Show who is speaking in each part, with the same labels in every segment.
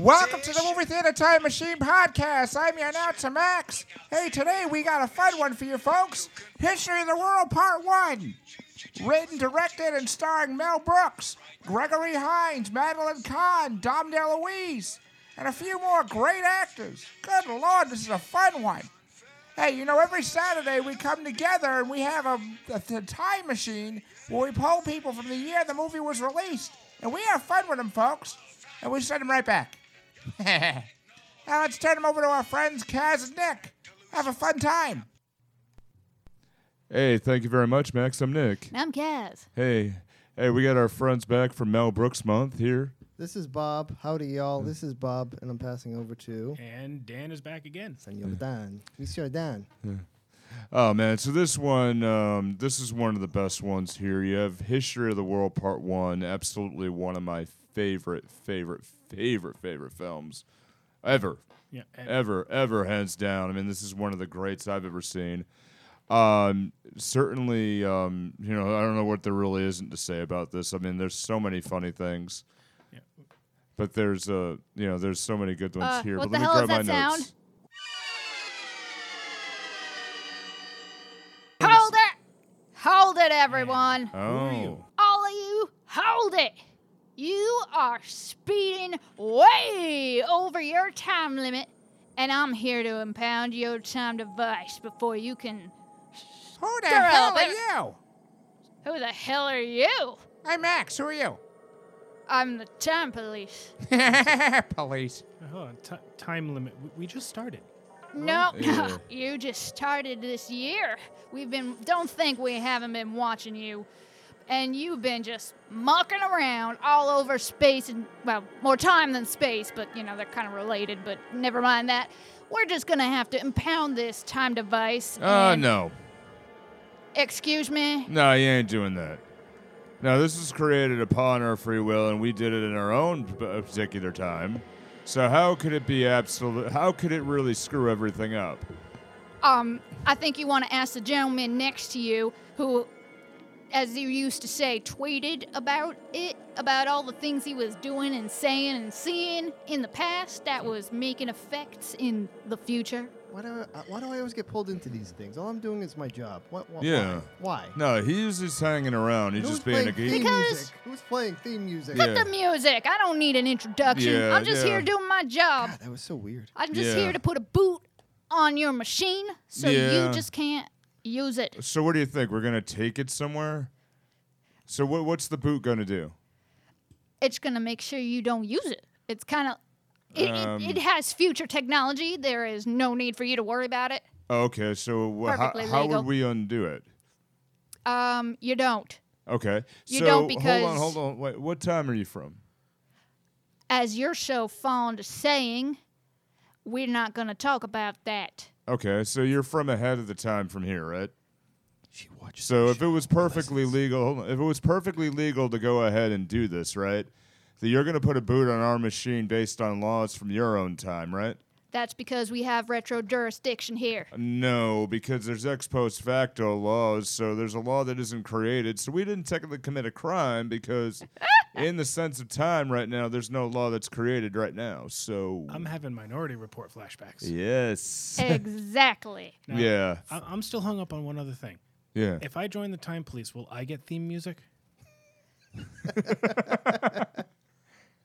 Speaker 1: Welcome to the Movie Theater Time Machine Podcast. I'm your announcer, Max. Hey, today we got a fun one for you folks History of the World Part 1. Written, directed, and starring Mel Brooks, Gregory Hines, Madeline Kahn, Dom DeLuise, and a few more great actors. Good lord, this is a fun one. Hey, you know, every Saturday we come together and we have a, a, a time machine where we poll people from the year the movie was released. And we have fun with them, folks. And we send them right back. now let's turn them over to our friends Kaz and Nick. Have a fun time.
Speaker 2: Hey, thank you very much, Max. I'm Nick.
Speaker 3: I'm Kaz.
Speaker 2: Hey, hey, we got our friends back from Mel Brooks Month here.
Speaker 4: This is Bob. Howdy, y'all. This is Bob, and I'm passing over to
Speaker 5: And Dan is back again.
Speaker 4: Senor Dan. Monsieur Dan.
Speaker 2: Oh man, so this one, um, this is one of the best ones here. You have History of the World Part One, absolutely one of my favorite, favorite, favorite, favorite films ever,
Speaker 5: Yeah, and
Speaker 2: ever, ever, hands down. I mean, this is one of the greats I've ever seen. Um, certainly, um, you know, I don't know what there really isn't to say about this. I mean, there's so many funny things.
Speaker 5: Yeah.
Speaker 2: But there's uh, you know, there's so many good ones
Speaker 3: Uh,
Speaker 2: here.
Speaker 3: what the
Speaker 2: but let me
Speaker 3: hell is that
Speaker 2: grab my
Speaker 3: sound?
Speaker 2: notes.
Speaker 3: Hold it! Hold it, everyone!
Speaker 2: Oh.
Speaker 3: All of you, hold it! You are speeding way over your time limit, and I'm here to impound your time device before you can.
Speaker 1: Who the
Speaker 3: Girl,
Speaker 1: hell are
Speaker 3: but-
Speaker 1: you?
Speaker 3: Who the hell are you?
Speaker 1: I'm Max. Who are you?
Speaker 3: I'm the time police.
Speaker 1: Police.
Speaker 5: oh, ti time limit. We, we just started.
Speaker 3: No,
Speaker 2: Yeah.
Speaker 3: you just started this year. We've been, don't think we haven't been watching you. And you've been just mucking around all over space and, well, more time than space, but you know, they're kind of related, but never mind that. We're just gonna have to impound this time device.
Speaker 2: Uh,
Speaker 3: and-
Speaker 2: no.
Speaker 3: Excuse me?
Speaker 2: No, you ain't doing that. No, this was created upon our free will, and we did it in our own p- particular time. So how could it be absolute? How could it really screw everything up?
Speaker 3: Um, I think you wanna ask the gentleman next to you who, as you used to say, tweeted about it, about all the things he was doing and saying and seeing in the past that was making effects in the future.
Speaker 4: Why do, I, uh, why do I always get pulled into these things? All I'm doing is my job. What, what,
Speaker 2: Yeah.
Speaker 4: Why? why?
Speaker 2: No, he was just hanging around. He's
Speaker 4: Who's
Speaker 2: just being a
Speaker 4: playing theme
Speaker 2: geek.
Speaker 3: Because-
Speaker 4: music? Who's playing theme music?
Speaker 2: Yeah.
Speaker 3: Cut the music. I don't need an introduction.
Speaker 2: Yeah,
Speaker 3: I'm just
Speaker 2: yeah.
Speaker 3: here doing my job.
Speaker 4: God, that was so weird.
Speaker 3: I'm just
Speaker 2: Yeah.
Speaker 3: here to put a boot on your machine so
Speaker 2: Yeah.
Speaker 3: you just can't use it.
Speaker 2: So what do you think? We're gonna take it somewhere? So what? What's the boot gonna do?
Speaker 3: It's going to make sure you don't use it. It's kind of. It,
Speaker 2: Um,
Speaker 3: it, it has future technology. There is no need for you to worry about it.
Speaker 2: Okay, so wha- how,
Speaker 3: Perfectly
Speaker 2: how
Speaker 3: legal.
Speaker 2: would we undo it?
Speaker 3: Um, you don't.
Speaker 2: Okay,
Speaker 3: You
Speaker 2: so
Speaker 3: don't
Speaker 2: hold on,
Speaker 3: because-
Speaker 2: hold on. Wait, what time are you from?
Speaker 3: As you're so fond of saying, we're not going to talk about that.
Speaker 2: Okay, so you're from ahead of the time from here, right?
Speaker 4: She watched
Speaker 2: So if it was perfectly legal, hold on, if it was perfectly legal to go ahead and do this, right? That you're going to put a boot on our machine based on laws from your own time, right?
Speaker 3: That's because we have retro jurisdiction here.
Speaker 2: No, because there's ex post facto laws, so there's a law that isn't created. So we didn't technically commit a crime because, in the sense of time right now, there's no law that's created right now. So
Speaker 5: I'm having Minority Report flashbacks.
Speaker 2: yes,
Speaker 3: exactly.
Speaker 5: Now,
Speaker 2: yeah,
Speaker 5: I, I'm still hung up on one other thing.
Speaker 2: yeah.
Speaker 5: If I join the time police, will I get theme music?
Speaker 3: only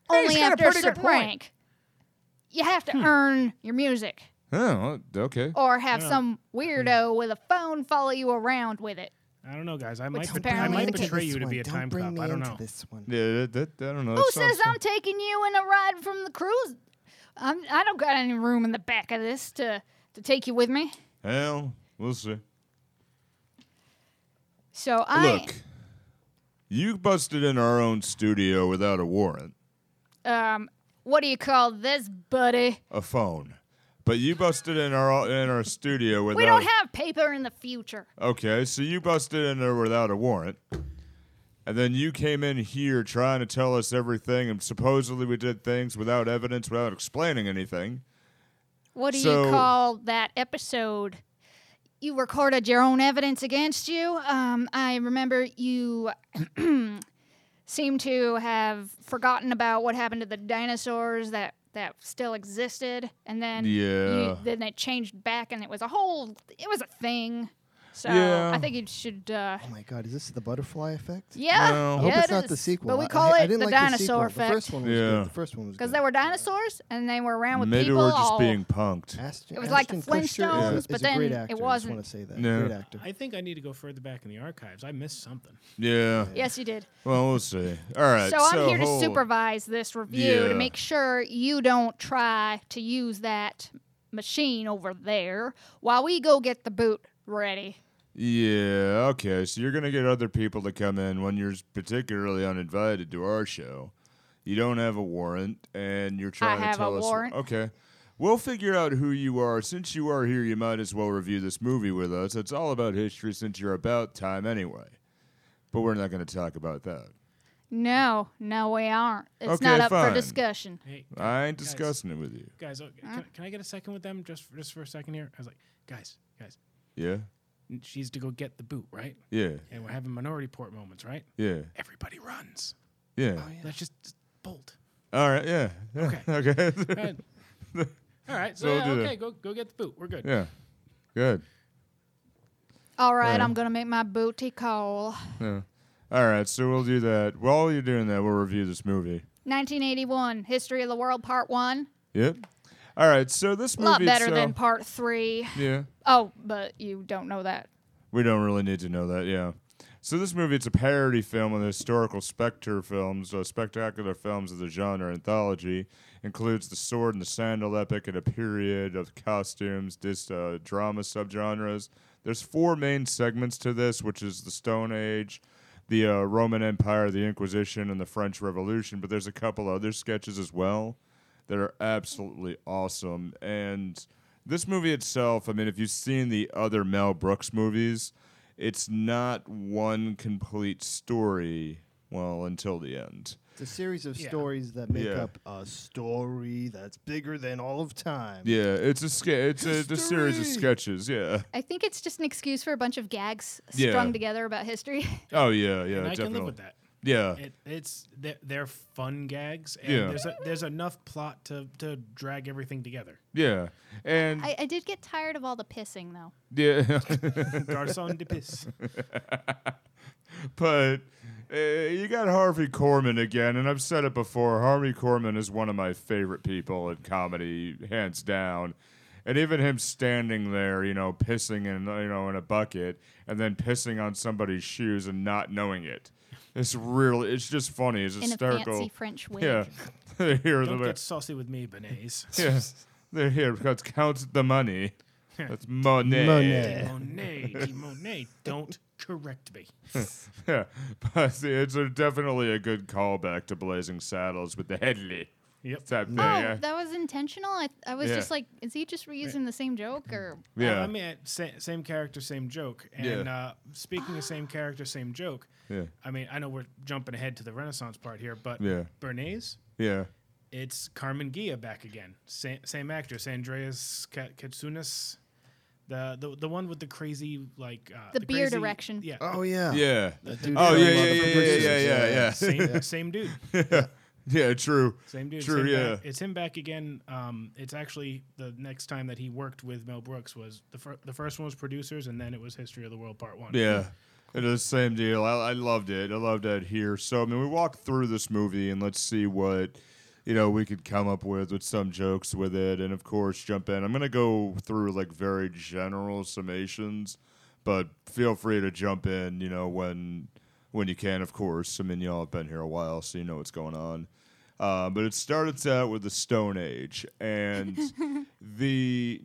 Speaker 1: he's got a
Speaker 3: after a
Speaker 1: pretty good
Speaker 3: certain
Speaker 1: point. Hmm.
Speaker 3: rank. You have to earn your music
Speaker 2: Oh, okay.
Speaker 3: or have some weirdo with a phone follow you around with it.
Speaker 5: I don't know, guys. I
Speaker 3: is
Speaker 5: might, bet- I
Speaker 3: apparently
Speaker 5: might
Speaker 3: the case.
Speaker 5: betray you to be a
Speaker 4: don't
Speaker 5: time
Speaker 4: bring
Speaker 5: cop.
Speaker 4: Me
Speaker 5: I don't
Speaker 4: into
Speaker 5: know.
Speaker 4: This one.
Speaker 2: Yeah, that, that, I don't know.
Speaker 3: Who
Speaker 2: that sounds
Speaker 3: says I'm taking you in a ride from the cruise? I'm, I don't got any room in the back of this to, to take you with me.
Speaker 2: fun. Hell, we'll see.
Speaker 3: So I
Speaker 2: Look, you busted in our own studio without a warrant,
Speaker 3: um what do you call this, buddy?
Speaker 2: a phone, but you busted in our in our studio without.
Speaker 3: We don't have paper in the future.
Speaker 2: okay, so you busted in there without a warrant, and then you came in here trying to tell us everything, and supposedly we did things without evidence, without explaining anything.
Speaker 3: What do
Speaker 2: So-
Speaker 3: you call that episode? You recorded your own evidence against you. Um, I remember you seem to have forgotten about what happened to the dinosaurs that that still existed, and then
Speaker 2: Yeah.
Speaker 3: you, then they changed back, and it was a whole it was a thing. So
Speaker 2: Yeah.
Speaker 3: I think you should. Uh,
Speaker 4: Oh my god, is this the butterfly effect?
Speaker 3: yeah,
Speaker 4: I
Speaker 2: No. I hope
Speaker 4: hope
Speaker 3: yeah,
Speaker 4: it's
Speaker 3: it
Speaker 4: not the
Speaker 3: is.
Speaker 4: sequel.
Speaker 3: But we
Speaker 4: I-
Speaker 3: call
Speaker 4: I, I
Speaker 3: it
Speaker 4: didn't
Speaker 3: the
Speaker 4: like
Speaker 3: dinosaur
Speaker 4: the sequel. The
Speaker 3: effect
Speaker 4: first one was
Speaker 2: Yeah.
Speaker 4: good. The first one was
Speaker 3: because
Speaker 4: good.
Speaker 3: they were dinosaurs and they were around with
Speaker 2: Maybe
Speaker 3: people.
Speaker 2: we're just
Speaker 3: all-
Speaker 2: being punked.
Speaker 4: Ashton,
Speaker 3: It was like the
Speaker 4: Ashton Kutcher
Speaker 3: Flintstones,
Speaker 4: is,
Speaker 3: but
Speaker 4: is a great
Speaker 3: then it
Speaker 4: actor. I
Speaker 3: wasn't.
Speaker 4: just want to say that.
Speaker 2: No.
Speaker 4: Great actor.
Speaker 5: I think I need to go further back in the archives. I missed something.
Speaker 2: Yeah.
Speaker 3: Yes, you did.
Speaker 2: Well, we'll see. All right.
Speaker 3: so I'm here to
Speaker 2: hold-
Speaker 3: supervise this review
Speaker 2: Yeah.
Speaker 3: to make sure you don't try to use that machine over there while we go get the boot ready.
Speaker 2: Yeah. Okay. So you're gonna get other people to come in when you're particularly uninvited to our show. You don't have a warrant, and you're trying
Speaker 3: have
Speaker 2: to
Speaker 3: a
Speaker 2: tell us.
Speaker 3: warrant.
Speaker 2: Okay. We'll figure out who you are. Since you are here, you might as well review this movie with us. It's all about history since you're about time anyway. But we're not going to talk about that.
Speaker 3: No, no, we aren't. It's
Speaker 2: Okay,
Speaker 3: not up
Speaker 2: fine.
Speaker 3: for discussion.
Speaker 5: Hey,
Speaker 2: I ain't discussing it with you.
Speaker 5: guys, oh, can, can I get a second with them just for, just for a second here? I was like, guys, guys,
Speaker 2: Yeah?
Speaker 5: she's to go get the boot, right?
Speaker 2: Yeah.
Speaker 5: And we're having minority port moments, right?
Speaker 2: Yeah.
Speaker 5: Everybody runs.
Speaker 2: Oh, Yeah.
Speaker 4: Oh,
Speaker 5: Let's just, just bolt.
Speaker 2: All right. Yeah. Okay. okay.
Speaker 5: All right. All right, so,
Speaker 2: So we'll
Speaker 5: yeah,
Speaker 2: do that.
Speaker 5: okay, go go get the boot. We're good.
Speaker 2: yeah. Good.
Speaker 3: All right,
Speaker 2: Yeah.
Speaker 3: I'm gonna make my booty call.
Speaker 2: Yeah. All right. So we'll do that. While you're doing that, we'll review this movie.
Speaker 3: 1981, History of the World, Part One.
Speaker 2: Yep. All right. So this
Speaker 3: A
Speaker 2: movie.
Speaker 3: lot better than
Speaker 2: itself-
Speaker 3: Part Three.
Speaker 2: yeah.
Speaker 3: Oh, but you don't know that.
Speaker 2: We don't really need to know that, yeah. So this movie, it's a parody film of the historical specter films, uh, spectacular films of the genre anthology, includes the sword and the sandal epic and a period of costumes, dis, uh, drama subgenres. There's four main segments to this, which is the Stone Age, the uh, Roman Empire, the Inquisition, and the French Revolution. But there's a couple other sketches as well that are absolutely awesome. And this movie itself, I mean, if you've seen the other Mel Brooks movies, it's not one complete story, well, until the end.
Speaker 4: It's a series of
Speaker 5: Yeah.
Speaker 4: stories that make
Speaker 2: Yeah.
Speaker 4: up a story that's bigger than all of time.
Speaker 2: Yeah, it's a ske- it's a, it's a series of
Speaker 4: History!
Speaker 2: sketches, yeah.
Speaker 3: I think it's just an excuse for a bunch of gags
Speaker 2: Yeah.
Speaker 3: strung together about history.
Speaker 2: Oh yeah, yeah,
Speaker 5: And I
Speaker 2: definitely.
Speaker 5: can live with that.
Speaker 2: Yeah.
Speaker 5: It, it's they're, they're fun gags, and
Speaker 2: Yeah.
Speaker 5: there's a, there's enough plot to to drag everything together.
Speaker 2: Yeah. And
Speaker 3: I, I did get tired of all the pissing though.
Speaker 2: yeah.
Speaker 5: Garcon de piss.
Speaker 2: but uh, you got Harvey Korman again, and I've said it before. Harvey Korman is one of my favorite people in comedy, hands down. And even him standing there, you know, pissing in you know in a bucket, and then pissing on somebody's shoes and not knowing it. It's really, it's just funny. It's
Speaker 3: in a
Speaker 2: hysterical.
Speaker 3: fancy French wig.
Speaker 2: yeah, they hear the
Speaker 5: Don't get saucy with me, Bernays.
Speaker 2: yeah, they're here because count the money. That's money.
Speaker 4: Money.
Speaker 5: Monet, Guy Monet, don't correct me.
Speaker 2: Yeah, but see, it's a, definitely a good callback to Blazing Saddles with the Headley
Speaker 5: Yep.
Speaker 2: type thing.
Speaker 3: Oh,
Speaker 2: yeah.
Speaker 3: that was intentional. I, I was
Speaker 2: Yeah.
Speaker 3: just like, is he just reusing the same joke or?
Speaker 2: yeah.
Speaker 5: I mean, same, same character, same joke. And
Speaker 2: Yeah.
Speaker 5: uh, speaking of same character, same joke,
Speaker 2: yeah,
Speaker 5: I mean, I know we're jumping ahead to the Renaissance part here, but
Speaker 2: Yeah.
Speaker 5: Bernays,
Speaker 2: yeah,
Speaker 5: it's Carmen Gia back again. Same, same actress, Andreas Ka- Katsunis. The, the the one with the crazy like uh,
Speaker 3: The beard
Speaker 5: crazy-
Speaker 3: erection.
Speaker 5: Yeah.
Speaker 4: Oh yeah.
Speaker 2: yeah.
Speaker 4: That dude
Speaker 2: Oh
Speaker 4: from,
Speaker 2: yeah,
Speaker 4: uh,
Speaker 2: yeah,
Speaker 4: the
Speaker 2: yeah, yeah,
Speaker 4: producers,
Speaker 2: yeah, yeah, yeah, yeah.
Speaker 5: Uh, Same same dude.
Speaker 2: Yeah, true.
Speaker 5: Same dude.
Speaker 2: True,
Speaker 5: Same
Speaker 2: yeah.
Speaker 5: Back. It's him back again. Um, it's actually the next time that he worked with Mel Brooks was the fir- the first one was producers, and then it was History of the World Part One.
Speaker 2: Yeah. It is the same deal. I, I loved it. I loved it here. So I mean, we walked through this movie and let's see what you know we could come up with with some jokes with it, and of course jump in. I'm gonna go through like very general summations, but feel free to jump in. You know when when you can, of course. I mean, y'all have been here a while, so you know what's going on. Uh, but it starts out with the Stone Age and the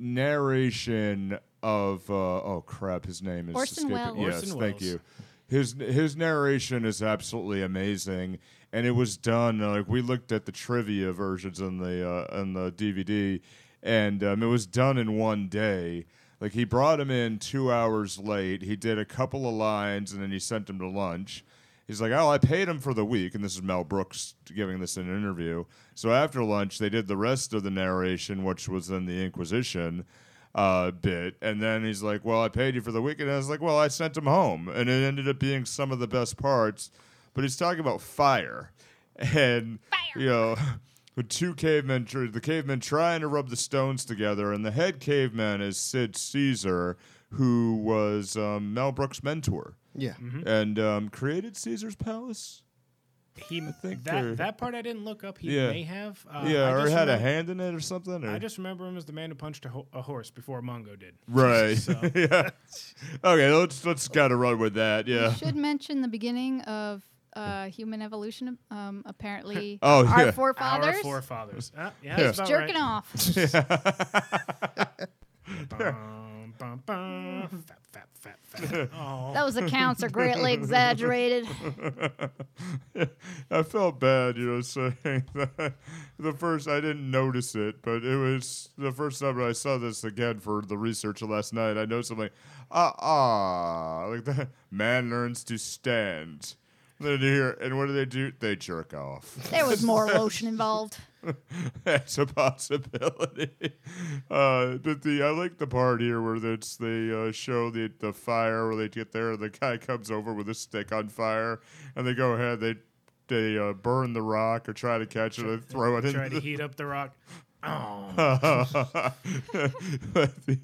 Speaker 2: narration of uh, oh crap, his name is
Speaker 3: Orson
Speaker 2: escaping-
Speaker 3: Welles.
Speaker 2: Yes,
Speaker 5: Orson
Speaker 2: thank
Speaker 5: Welles.
Speaker 2: you. His his narration is absolutely amazing, and it was done uh, like we looked at the trivia versions in the uh, in the DVD, and um, it was done in one day. Like he brought him in two hours late. He did a couple of lines, and then he sent him to lunch. He's like, oh, I paid him for the week, and this is Mel Brooks giving this in an interview. So after lunch, they did the rest of the narration, which was in the Inquisition uh, bit, and then he's like, well, I paid you for the week, and I was like, well, I sent him home, and it ended up being some of the best parts. But he's talking about fire, and you know, with two cavemen, tr- the cavemen trying to rub the stones together, and the head caveman is Sid Caesar, who was um, Mel Brooks' mentor
Speaker 4: Yeah.
Speaker 5: Mm-hmm.
Speaker 2: and um, created Caesar's Palace.
Speaker 5: He,
Speaker 2: think
Speaker 5: that
Speaker 2: they're-
Speaker 5: that part I didn't look up. He
Speaker 2: Yeah.
Speaker 5: may have. Uh,
Speaker 2: yeah,
Speaker 5: I
Speaker 2: or
Speaker 5: just
Speaker 2: had a
Speaker 5: remember-
Speaker 2: hand in it or something. Or?
Speaker 5: I just remember him as the man who punched a, ho- a horse before Mongo did.
Speaker 2: right.
Speaker 5: So-
Speaker 2: yeah. Okay, let's let's gotta run with that. Yeah.
Speaker 3: Should mention the beginning of uh, human evolution. Um, apparently,
Speaker 2: Oh,
Speaker 3: our
Speaker 2: yeah.
Speaker 3: forefathers
Speaker 5: Our forefathers. Ah, yeah,
Speaker 2: Yeah.
Speaker 5: that's about
Speaker 3: jerking
Speaker 5: right.
Speaker 3: off.
Speaker 5: Bum, bum,
Speaker 2: Mm-hmm.
Speaker 5: bum. Fap, fap, fap, fap. Oh,
Speaker 3: Those accounts are greatly exaggerated.
Speaker 2: I felt bad, you know, saying that the first I didn't notice it, but it was the first time I saw this again for the research last night. I noticed something, ah ah, like that. Man learns to stand. Then you hear, and what do they do? They jerk off.
Speaker 3: There was more lotion involved.
Speaker 2: That's a possibility. Uh, but the I like the part here where it's they uh, show the the fire where they get there and the guy comes over with a stick on fire and they go ahead they they uh, burn the rock or try to catch it and throw it
Speaker 5: try
Speaker 2: in.
Speaker 5: to
Speaker 2: the-
Speaker 5: heat up the rock. Oh,
Speaker 2: But the-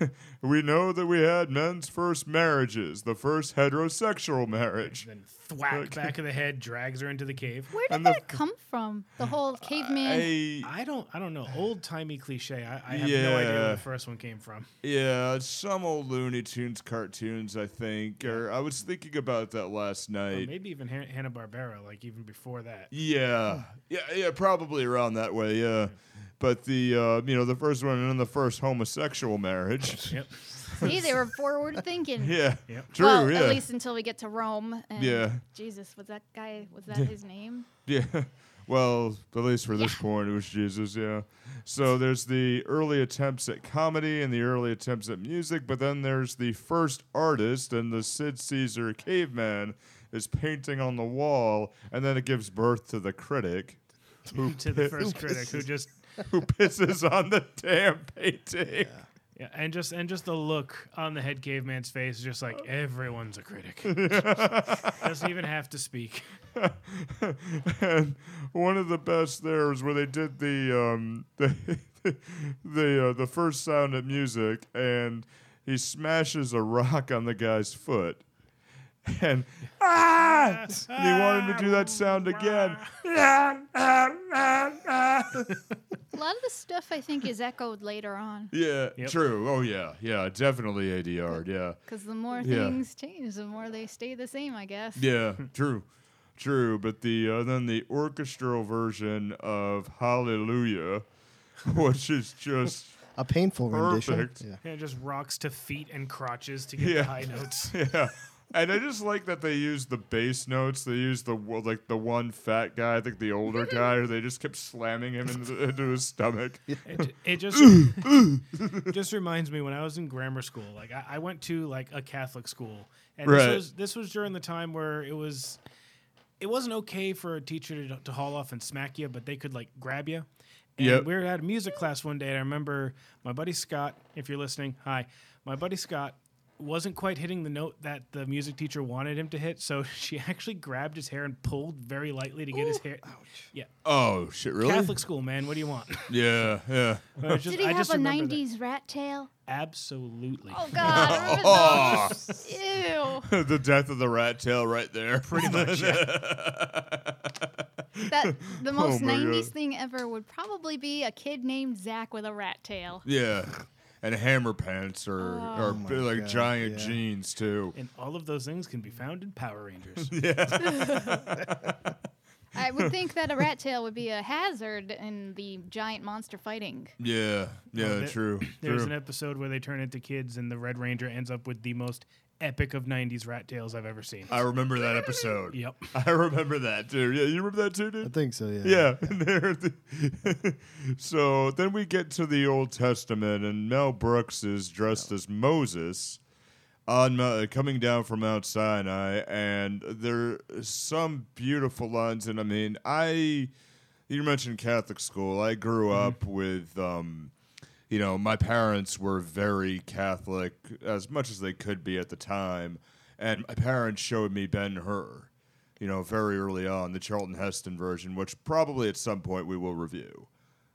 Speaker 2: we know that we had men's first marriages, the first heterosexual marriage.
Speaker 5: then thwack back of the head, drags her into the cave.
Speaker 3: Where did
Speaker 2: And the-
Speaker 3: that come from? The whole caveman.
Speaker 2: I-
Speaker 5: I don't, I don't know. Old timey cliche. I, I have no idea where
Speaker 2: Yeah.
Speaker 5: the first one came from.
Speaker 2: Yeah, it's some old Looney Tunes cartoons, I think. Or I was thinking about that last
Speaker 5: Or
Speaker 2: night.
Speaker 5: maybe even Hanna Barbera, like even before that.
Speaker 2: Yeah, yeah, yeah, probably around that way. Yeah, but the uh, you know the first one and then the first homosexual marriage.
Speaker 5: Yep.
Speaker 3: See, they were forward thinking.
Speaker 2: yeah,
Speaker 5: Yep.
Speaker 2: true.
Speaker 3: well,
Speaker 2: yeah,
Speaker 3: at least until we get to Rome. And
Speaker 2: Yeah.
Speaker 3: Jesus, was that guy? Was that his name?
Speaker 2: yeah. Well, at least for this point, it was Jesus. Yeah. So there's the early attempts at comedy and the early attempts at music, but then there's the first artist and the Sid Caesar caveman is painting on the wall, and then it gives birth to the critic. Who,
Speaker 5: to the first critic who just
Speaker 2: who pisses on the damn painting?
Speaker 5: yeah, and just and just the look on the head caveman's face is just like everyone's a critic. Doesn't even have to speak.
Speaker 2: and one of the best there is where they did the um the the uh, the first sound at music and he smashes a rock on the guy's foot and ah and he wanted to do that sound again
Speaker 3: A lot of the stuff I think is echoed later on.
Speaker 2: yeah
Speaker 5: Yep.
Speaker 2: true oh yeah yeah definitely adr yeah
Speaker 3: Because the more
Speaker 2: Yeah.
Speaker 3: things change, the more they stay the same, I guess.
Speaker 2: Yeah, true, true. But the uh, then the orchestral version of Hallelujah, which is just
Speaker 4: A painful rendition.
Speaker 2: Perfect.
Speaker 4: Yeah.
Speaker 5: And it just rocks to feet and crotches to get
Speaker 2: Yeah.
Speaker 5: the high notes.
Speaker 2: yeah. And I just like that they used the bass notes. They used the wo- like the one fat guy, I think the older guy, who they just kept slamming him into, the, into his stomach.
Speaker 5: It, ju- it just just reminds me when I was in grammar school. Like I, I went to like a Catholic school, and
Speaker 2: Right.
Speaker 5: this was this was during the time where it was it wasn't okay for a teacher to, to haul off and smack you, but they could like grab you. And
Speaker 2: Yep.
Speaker 5: we were at a music class one day, and I remember my buddy Scott. If you're listening, hi. My buddy Scott wasn't quite hitting the note that the music teacher wanted him to hit, so she actually grabbed his hair and pulled very lightly to get his hair. Yeah,
Speaker 2: Oh shit! Really?
Speaker 5: Catholic school, man. What do you want?
Speaker 2: Yeah, yeah.
Speaker 5: But I just-
Speaker 3: Did he
Speaker 5: I
Speaker 3: have
Speaker 5: just
Speaker 3: a
Speaker 5: remember that.
Speaker 3: 90s rat tail?
Speaker 5: Absolutely.
Speaker 3: Oh, God. I remember those. Ew.
Speaker 2: the death of the rat tail, right there. Pretty much.
Speaker 3: That the most
Speaker 2: Oh, my God.
Speaker 3: '90s thing ever would probably be a kid named Zach with a rat tail.
Speaker 2: yeah. And hammer pants or, or
Speaker 4: my
Speaker 2: like
Speaker 4: God,
Speaker 2: giant
Speaker 4: yeah.
Speaker 2: jeans too.
Speaker 5: And all of those things can be found in Power Rangers.
Speaker 3: I would think that a rat tail would be a hazard in the giant monster fighting.
Speaker 2: Yeah, yeah,
Speaker 5: there-
Speaker 2: true.
Speaker 5: There's an
Speaker 2: true.
Speaker 5: episode where they turn into kids, and the Red Ranger ends up with the most epic of '90s rat tails I've ever seen.
Speaker 2: I remember that episode.
Speaker 5: Yep.
Speaker 2: I remember that too. Yeah, you remember that too,
Speaker 4: I
Speaker 2: dude?
Speaker 4: think so, yeah.
Speaker 2: Yeah. They're the- so then we get to the Old Testament, and Mel Brooks is dressed as Moses on Mo- coming down from Mount Sinai, and there are some beautiful lines. And I mean, I you mentioned Catholic school. I grew up with. Um, you know, my parents were very Catholic as much as they could be at the time, and my parents showed me Ben Hur. you know, very early on, the Charlton Heston version, which probably at some point we will review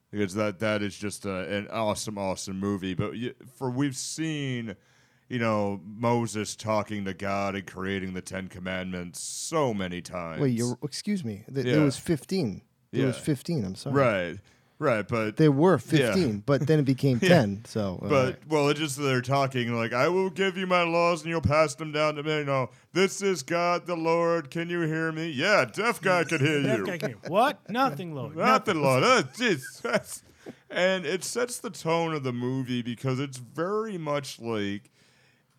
Speaker 2: because that that is just a, an awesome, awesome movie. But y for we've seen, you know, Moses talking to God and creating the Ten Commandments so many times.
Speaker 4: Wait, you're, excuse me. Th- There
Speaker 2: Yeah.
Speaker 4: was 15. There was
Speaker 2: Yeah.
Speaker 4: 15. I'm sorry.
Speaker 2: right, right, but
Speaker 4: There were
Speaker 2: Yeah.
Speaker 4: 15, but then it became 10. So, uh,
Speaker 2: But well, it's just they're talking like, "I will give you my laws, and you'll pass them down to me." You know, this is God the Lord. Can you hear me? Yeah, deaf guy could hear
Speaker 5: That
Speaker 2: you.
Speaker 5: guy can- What? Nothing, Lord.
Speaker 2: Not the Lord. Oh, jeez. That's- and it sets the tone of the movie because it's very much like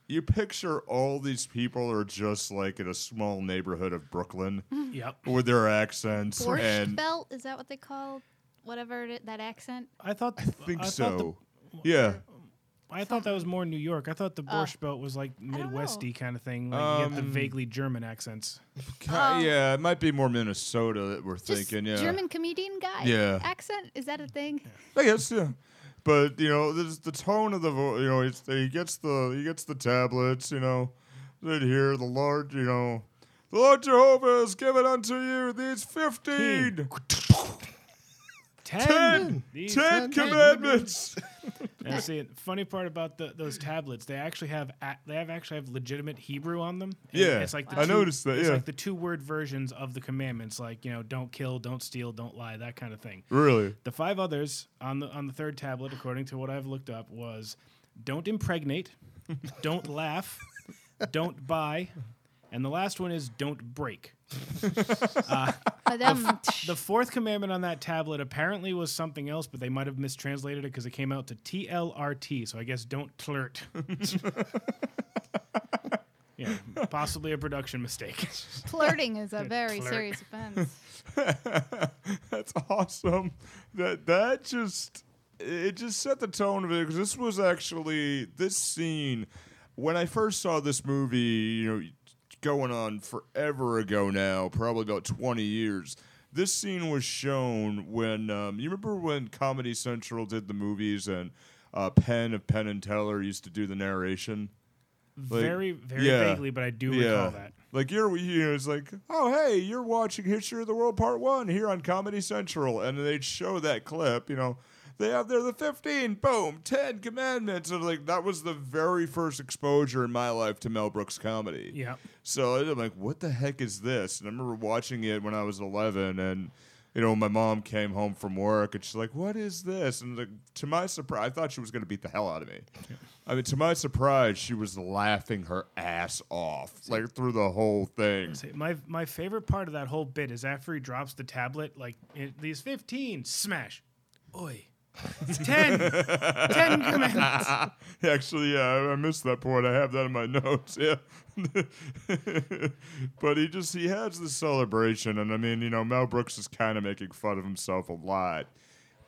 Speaker 2: you picture all these people are just like in a small neighborhood of Brooklyn
Speaker 5: Nothing. Yep.
Speaker 2: with their accents
Speaker 3: Borscht
Speaker 2: and
Speaker 3: belt is that what they call whatever it i- that accent?
Speaker 5: I thought. I
Speaker 2: I think
Speaker 5: thought the-
Speaker 2: so. yeah.
Speaker 5: I thought that was more New York. I thought the Borscht Belt was like
Speaker 3: Uh, don't know.
Speaker 5: Midwesty kind of thing. Like you
Speaker 2: Um,
Speaker 5: get the vaguely German accents.
Speaker 2: Ki- yeah, it might be more Minnesota that we're
Speaker 3: Just
Speaker 2: thinking. Yeah.
Speaker 3: German comedian guy.
Speaker 2: Yeah.
Speaker 3: Accent is that a thing?
Speaker 2: I guess, yeah. But you know, there's the tone of the vo- you know it's, he gets the he gets the tablets. You know, they hear the Lord. You know, the Lord Jehovah has given unto you these fifteen,
Speaker 5: Ten.
Speaker 2: ten,
Speaker 5: These-
Speaker 2: ten commandments.
Speaker 5: Now, see, the funny part about the, those tablets, they actually have a, they have actually have legitimate Hebrew on them. And
Speaker 2: Yeah,
Speaker 5: it's like the
Speaker 2: I
Speaker 5: two-
Speaker 2: noticed that,
Speaker 5: It's
Speaker 2: yeah.
Speaker 5: like the two word versions of the commandments, like you know, don't kill, don't steal, don't lie, that kind of thing.
Speaker 2: really?
Speaker 5: The five others on the on the third tablet, according to what I've looked up, was don't impregnate, don't laugh, don't buy, and the last one is don't break.
Speaker 3: Uh, them-
Speaker 5: The fourth commandment on that tablet apparently was something else, but they might have mistranslated it because it came out to TLRT. So I guess don't flirt. yeah, possibly a production mistake.
Speaker 3: flirting is a very
Speaker 5: Clerk.
Speaker 3: serious offense.
Speaker 2: That's awesome. That that just it just set the tone of it because this was actually this scene when I first saw this movie. You know, going on forever ago now, probably about twenty years. This scene was shown when um, you remember when Comedy Central did the movies and uh, Penn of Penn and Teller used to do the narration. Like,
Speaker 5: very, very
Speaker 2: yeah.
Speaker 5: vaguely, but I do recall that.
Speaker 2: Like you're, you know, it's like, oh hey, you're watching History of the World Part One here on Comedy Central, and they'd show that clip. You know, they have there the fifteen, boom, ten commandments, and like that was the very first exposure in my life to Mel Brooks comedy.
Speaker 5: Yeah.
Speaker 2: So I'm like, what the heck is this? And I remember watching it when I was 11, and you know, my mom came home from work, and she's like, "What is this?" And like, to my surprise, I thought she was going to beat the hell out of me. I mean, to my surprise, she was laughing her ass off like through the whole thing.
Speaker 5: See, My my favorite part of that whole bit is after he drops the tablet, like it, these fifteen smash, oi, it's ten, ten commandments.
Speaker 2: Actually, yeah, I, I missed that point. I have that in my notes. Yeah, but he just he has this celebration, and I mean, you know, Mel Brooks is kind of making fun of himself a lot,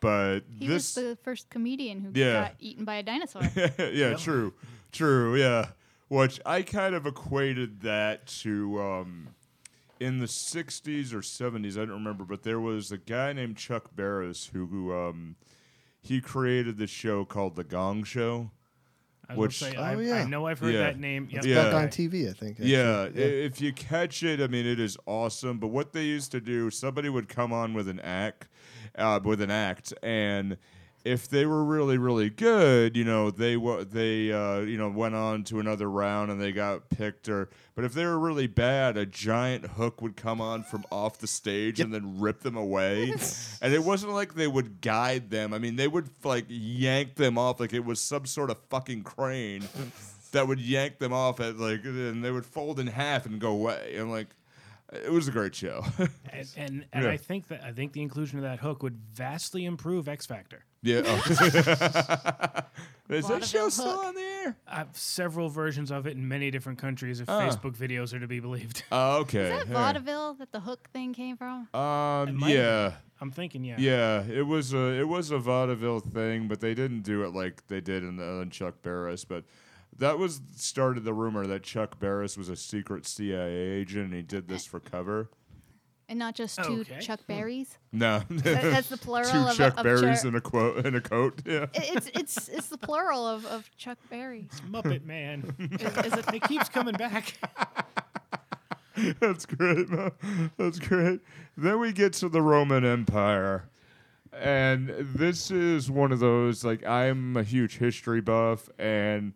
Speaker 2: but
Speaker 3: He
Speaker 2: this
Speaker 3: was the first comedian who
Speaker 2: Yeah.
Speaker 3: got eaten by a dinosaur.
Speaker 2: yeah, true, true, yeah. Which I kind of equated that to um, in the '60s or '70s, I don't remember, but there was a guy named Chuck Barris who, who um, he created this show called The Gong Show.
Speaker 5: I was
Speaker 2: Which-
Speaker 5: gonna say,
Speaker 2: Oh,
Speaker 5: I, I
Speaker 4: yeah.
Speaker 5: know I've heard
Speaker 2: Yeah.
Speaker 5: that name. Yep.
Speaker 2: Yeah.
Speaker 4: back on TV, I think. actually.
Speaker 2: Yeah, i if you catch it, I mean, it is awesome. But what they used to do, somebody would come on with an act, uh, with an act, and if they were really, really good, you know, they wa- they uh, you know went on to another round and they got picked. Or but if they were really bad, a giant hook would come on from off the stage and then rip them away. and it wasn't like they would guide them. I mean, they would like yank them off like it was some sort of fucking crane that would yank them off at like, and they would fold in half and go away. And like, it was a great show.
Speaker 5: and and, and
Speaker 2: Yeah.
Speaker 5: I think that I think the inclusion of that hook would vastly improve X Factor.
Speaker 2: yeah. oh. Is
Speaker 3: Vaudeville
Speaker 2: that show still
Speaker 3: hook.
Speaker 2: on the air?
Speaker 5: I have several versions of it in many different countries if Facebook videos are to be believed.
Speaker 2: Oh, okay.
Speaker 3: Is that
Speaker 2: Yeah.
Speaker 3: vaudeville that the hook thing came from?
Speaker 2: Um.
Speaker 5: might have
Speaker 2: Yeah.
Speaker 5: I'm thinking, yeah.
Speaker 2: Yeah. It was a it was a vaudeville thing, but they didn't do it like they did in, uh, in Chuck Barris. But that was started the rumor that Chuck Barris was a secret CIA agent and he did this for cover.
Speaker 3: And not just two
Speaker 5: Okay.
Speaker 3: Chuck Berries?
Speaker 2: No.
Speaker 3: That- That's the plural
Speaker 2: Two
Speaker 3: of a-
Speaker 2: Chuck
Speaker 3: of
Speaker 2: Berries
Speaker 3: Chuck-
Speaker 2: in a quote in a coat. Yeah.
Speaker 3: I- it's it's it's the plural of, of Chuck Berry.
Speaker 5: Muppet Man.
Speaker 3: Is, is it
Speaker 5: it keeps coming back.
Speaker 2: That's great. man. That's great. Then we get to the Roman Empire. And this is one of those, like, I'm a huge history buff. And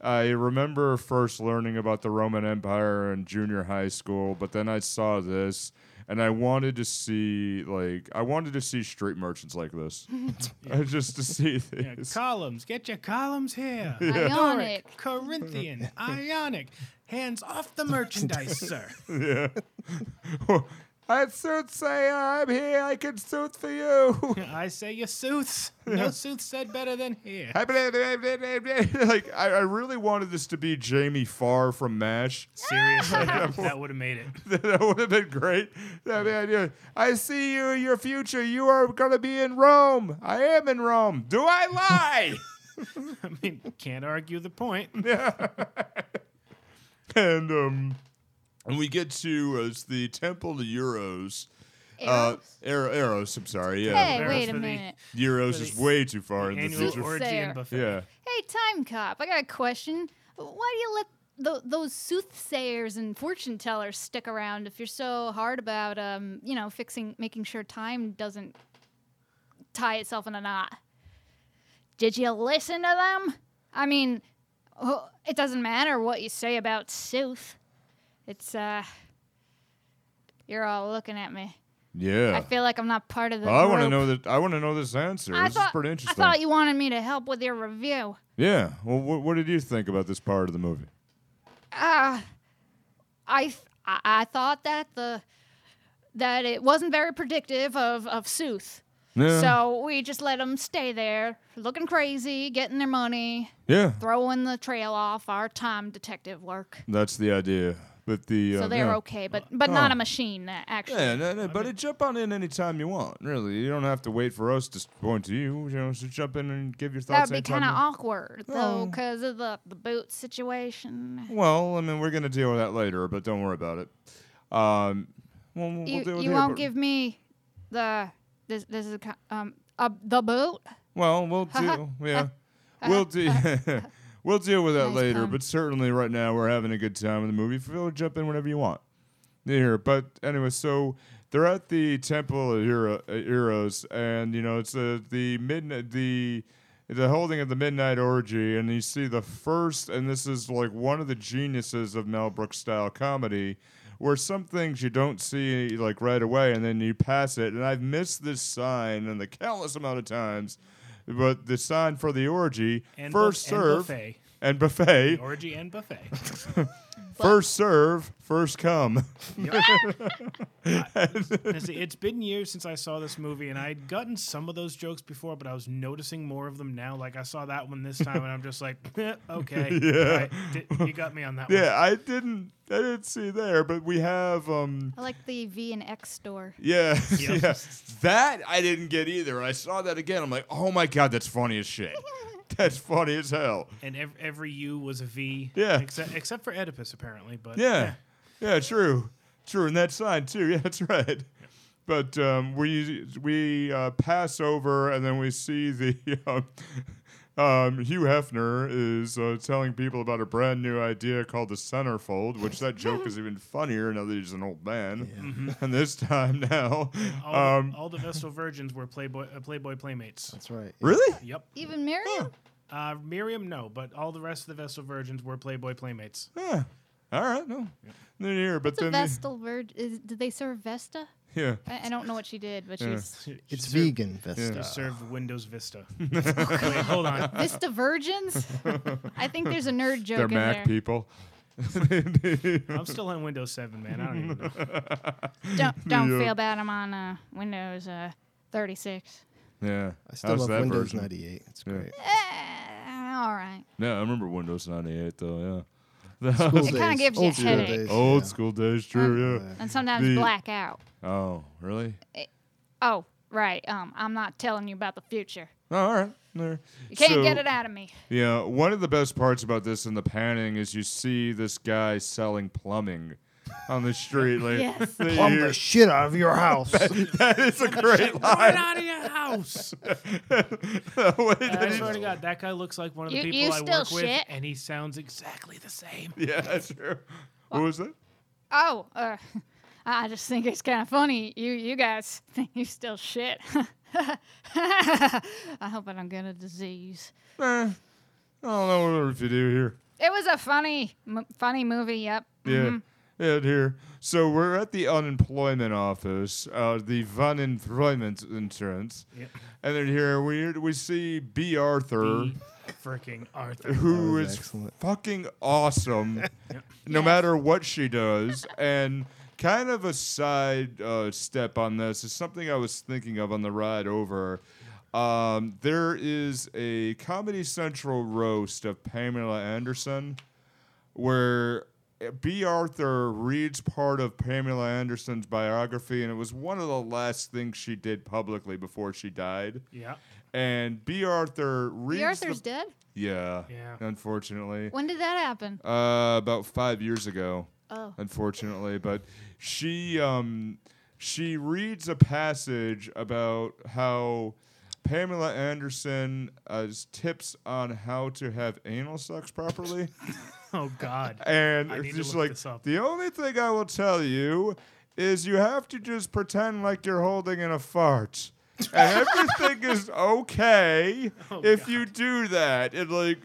Speaker 2: I remember first learning about the Roman Empire in junior high school. But then I saw this. And I wanted to see, like, I wanted to see street merchants like this, just to see
Speaker 5: Yeah,
Speaker 2: this.
Speaker 5: columns, get your columns here.
Speaker 3: Ionic.
Speaker 5: Doric, Corinthian, Ionic. Hands off the merchandise, sir.
Speaker 2: I soothsayer, I'm here. I can sooth for you.
Speaker 5: I say your sooths. No sooth said better than here.
Speaker 2: I blah, blah, blah, blah, blah. like I, I really wanted this to be Jamie Farr from MASH.
Speaker 5: Seriously, that would have made it.
Speaker 2: that would have been great. That'd be ideal. I see you, your future. You are gonna be in Rome. I am in Rome. Do I lie?
Speaker 5: I mean, can't argue the point.
Speaker 2: and um, and we get to as the Temple of Euros. Uh, Eros, Eros, I'm sorry. Yeah,
Speaker 3: hey,
Speaker 5: There's
Speaker 3: wait
Speaker 5: for
Speaker 3: a
Speaker 5: the-
Speaker 3: minute.
Speaker 2: Euros is way too far in the
Speaker 5: Annual
Speaker 2: future.
Speaker 5: orgy
Speaker 3: Soothsayer.
Speaker 5: and buffet.
Speaker 2: Yeah.
Speaker 3: Hey, time cop, I got a question. Why do you let th- those soothsayers and fortune tellers stick around if you're so hard about, um, you know, fixing, making sure time doesn't tie itself in a knot? Did you listen to them? I mean, wh- it doesn't matter what you say about sooth. It's uh, you're all looking at me.
Speaker 2: Yeah.
Speaker 3: I feel like I'm not part of the.
Speaker 2: I want to
Speaker 3: group.
Speaker 2: know that. I want to know this answer.
Speaker 3: I
Speaker 2: this
Speaker 3: thought,
Speaker 2: is pretty interesting.
Speaker 3: I thought you wanted me to help with your review.
Speaker 2: yeah. Well, wh- what did you think about this part of the movie?
Speaker 3: uh, I, th- I I thought that the that it wasn't very predictive of of Sooth.
Speaker 2: Yeah.
Speaker 3: So we just let them stay there, looking crazy, getting their money,
Speaker 2: yeah.
Speaker 3: throwing the trail off our time detective work.
Speaker 2: That's the idea. But the uh,
Speaker 3: So they're
Speaker 2: yeah.
Speaker 3: okay, but but not
Speaker 2: Oh.
Speaker 3: a machine that actually.
Speaker 2: Yeah, no, no, buddy, jump on in anytime you want. Really, you don't have to wait for us to s- point to you. You know, so jump in and give your
Speaker 3: that
Speaker 2: thoughts.
Speaker 3: would be
Speaker 2: anytime
Speaker 3: kind of
Speaker 2: you-
Speaker 3: awkward though,
Speaker 2: Oh.
Speaker 3: because of the the boot situation.
Speaker 2: Well, I mean, we're gonna deal with that later, but don't worry about it. Um, well, we'll
Speaker 3: you
Speaker 2: deal with
Speaker 3: you
Speaker 2: it
Speaker 3: won't
Speaker 2: later.
Speaker 3: give me the this this is a co- um uh, the boot.
Speaker 2: Well, we'll do. Yeah, we'll do. we'll deal with that
Speaker 3: Nice
Speaker 2: later.
Speaker 3: pun.
Speaker 2: But certainly, right now, we're having a good time in the movie. Feel jump in whenever you want. Here, but anyway, so they're at the Temple of Hero, uh, Heroes, and you know it's uh, the midnight the the holding of the midnight orgy, and you see the first, and this is like one of the geniuses of Mel Brooks style comedy, where some things you don't see like right away, and then you pass it, and I've missed this sign and the countless amount of times, but the sign for the orgy
Speaker 5: And bu-
Speaker 2: first
Speaker 5: and
Speaker 2: serve
Speaker 5: buffet.
Speaker 2: and buffet
Speaker 5: Orgy and buffet.
Speaker 2: first serve first come.
Speaker 5: Now, see, it's been years since I saw this movie, and I'd gotten some of those jokes before, but I was noticing more of them now. Like I saw that one this time, and I'm just like, eh, okay, yeah. you got me on that one.
Speaker 2: Yeah, I didn't. I didn't see there, but we have. um
Speaker 3: I like the V and X store.
Speaker 2: Yeah,
Speaker 5: Yep.
Speaker 2: yeah. That I didn't get either. I saw that again. I'm like, oh my god, that's funny as shit. that's funny as hell.
Speaker 5: And ev- every U was a V.
Speaker 2: Yeah.
Speaker 5: Except except for Oedipus, apparently. But
Speaker 2: Yeah, yeah, true, true. And that sign too. Yeah, that's right. But um, we we uh, pass over, and then we see the. Um, um, Hugh Hefner is uh, telling people about a brand new idea called the centerfold, which that joke is even funnier now that he's an old man.
Speaker 3: Mm-hmm.
Speaker 2: And this time
Speaker 4: Oh,
Speaker 2: now,
Speaker 5: All,
Speaker 2: um,
Speaker 5: all the Vestal Virgins were Playboy uh, Playboy playmates.
Speaker 4: That's right.
Speaker 2: really?
Speaker 5: Yep.
Speaker 3: Even Miriam?
Speaker 5: Uh, Miriam, no, but all the rest of the Vestal Virgins were Playboy playmates.
Speaker 2: Yeah. All right. No. They're here, but
Speaker 3: It's a
Speaker 2: then they-
Speaker 3: Vestal Virg. Is, did they serve Vesta?
Speaker 2: yeah.
Speaker 3: I, I don't know what she did, but she was
Speaker 4: It's
Speaker 5: She served-
Speaker 4: vegan Vesta.
Speaker 5: They served Windows Vista. Wait, hold on.
Speaker 3: Vista Virgins. I think there's a nerd joke
Speaker 2: They're
Speaker 3: in
Speaker 2: Mac
Speaker 3: there.
Speaker 2: people.
Speaker 5: I'm still on Windows 7, man. I don't even know.
Speaker 3: Don't don't
Speaker 2: Yeah.
Speaker 3: feel bad. I'm on uh, Windows uh, 36.
Speaker 2: Yeah.
Speaker 4: I still
Speaker 2: How's
Speaker 4: love
Speaker 2: that
Speaker 4: Windows
Speaker 2: version?
Speaker 4: 98. It's great.
Speaker 3: Eh, all right.
Speaker 2: Yeah, I remember Windows 98 though, yeah.
Speaker 4: School
Speaker 3: It kinda
Speaker 4: days,
Speaker 3: gives you a
Speaker 4: old school
Speaker 3: headache.
Speaker 4: days,
Speaker 2: Old
Speaker 4: yeah.
Speaker 2: school days, true, yeah.
Speaker 3: And sometimes
Speaker 2: The-
Speaker 3: black out.
Speaker 2: Oh, really?
Speaker 3: Oh, right. Um, I'm not telling you about the future.
Speaker 2: Oh, all right. There.
Speaker 3: You can't
Speaker 2: So-
Speaker 3: get it out of me.
Speaker 2: Yeah, one of the best parts about this in the panning is you see this guy selling plumbing on the street. Like,
Speaker 3: Yes.
Speaker 2: that you
Speaker 4: Plumb
Speaker 2: hear-
Speaker 4: the shit out of your house.
Speaker 2: that is a great
Speaker 5: Get
Speaker 2: line.
Speaker 5: out of your house.
Speaker 2: The way that
Speaker 5: I
Speaker 2: he-
Speaker 5: swear to God, that guy looks like one of the
Speaker 3: You-
Speaker 5: people
Speaker 3: you
Speaker 5: I
Speaker 3: still
Speaker 5: work with,
Speaker 3: shit?
Speaker 5: and he sounds exactly the same.
Speaker 2: yeah, that's true. What was that?
Speaker 3: Oh, uh, I just think it's kind of funny. You you guys think you still shit. I hope I don't get a disease.
Speaker 2: Eh, I don't know if you do here.
Speaker 3: It was a funny, m- funny movie. Yep.
Speaker 2: Yeah.
Speaker 3: Mm-hmm.
Speaker 2: Yeah, here. So we're at the unemployment office, uh, the Van Employment Insurance,
Speaker 5: Yep.
Speaker 2: and then here we we see B. Arthur,
Speaker 5: Freaking Arthur.
Speaker 2: who
Speaker 4: That was
Speaker 2: is
Speaker 4: excellent.
Speaker 2: fucking awesome, no
Speaker 3: Yes.
Speaker 2: matter what she does. And kind of a side uh, step on this is something I was thinking of on the ride over. Um, there is a Comedy Central roast of Pamela Anderson where B. Arthur reads part of Pamela Anderson's biography, and it was one of the last things she did publicly before she died.
Speaker 5: Yeah.
Speaker 2: And B. Arthur reads.
Speaker 3: The Arthur's
Speaker 2: the-
Speaker 3: dead.
Speaker 2: yeah.
Speaker 5: Yeah.
Speaker 2: Unfortunately.
Speaker 3: When did that happen?
Speaker 2: Uh, about five years ago,
Speaker 3: Oh.
Speaker 2: unfortunately. But she um she reads a passage about how Pamela Anderson has tips on how to have anal sex properly.
Speaker 5: Oh God.
Speaker 2: And
Speaker 5: I
Speaker 2: it's
Speaker 5: need to
Speaker 2: just
Speaker 5: look
Speaker 2: like
Speaker 5: this up.
Speaker 2: the only thing I will tell you is you have to just pretend like you're holding in a fart. And everything is okay
Speaker 5: Oh,
Speaker 2: if you do that. And like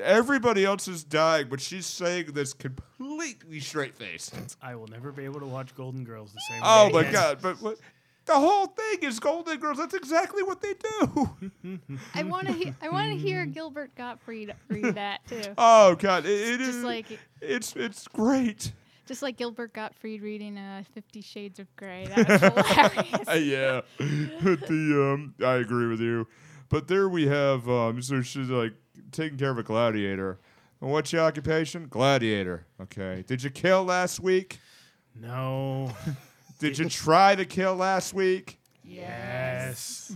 Speaker 2: everybody else is dying, but she's saying this
Speaker 5: Oh,
Speaker 2: completely straight faced.
Speaker 5: I will never be able to watch Golden Girls the same
Speaker 2: Oh
Speaker 5: way.
Speaker 2: my
Speaker 5: again.
Speaker 2: god, but what the whole thing is Golden Girls. That's exactly what they do.
Speaker 3: I want to. He- I want to hear Gilbert Gottfried read that too.
Speaker 2: Oh god, it, it
Speaker 3: Just
Speaker 2: is
Speaker 3: like-
Speaker 2: it's it's great.
Speaker 3: Just like Gilbert Gottfried reading uh, Fifty Shades of Grey. That was hilarious.
Speaker 2: Uh, yeah. But the um I agree with you. But there we have um so she's like taking care of a gladiator. And what's your occupation? Gladiator. Okay. Did you kill last week?
Speaker 5: No.
Speaker 2: Did you try to kill last week?
Speaker 5: Yes.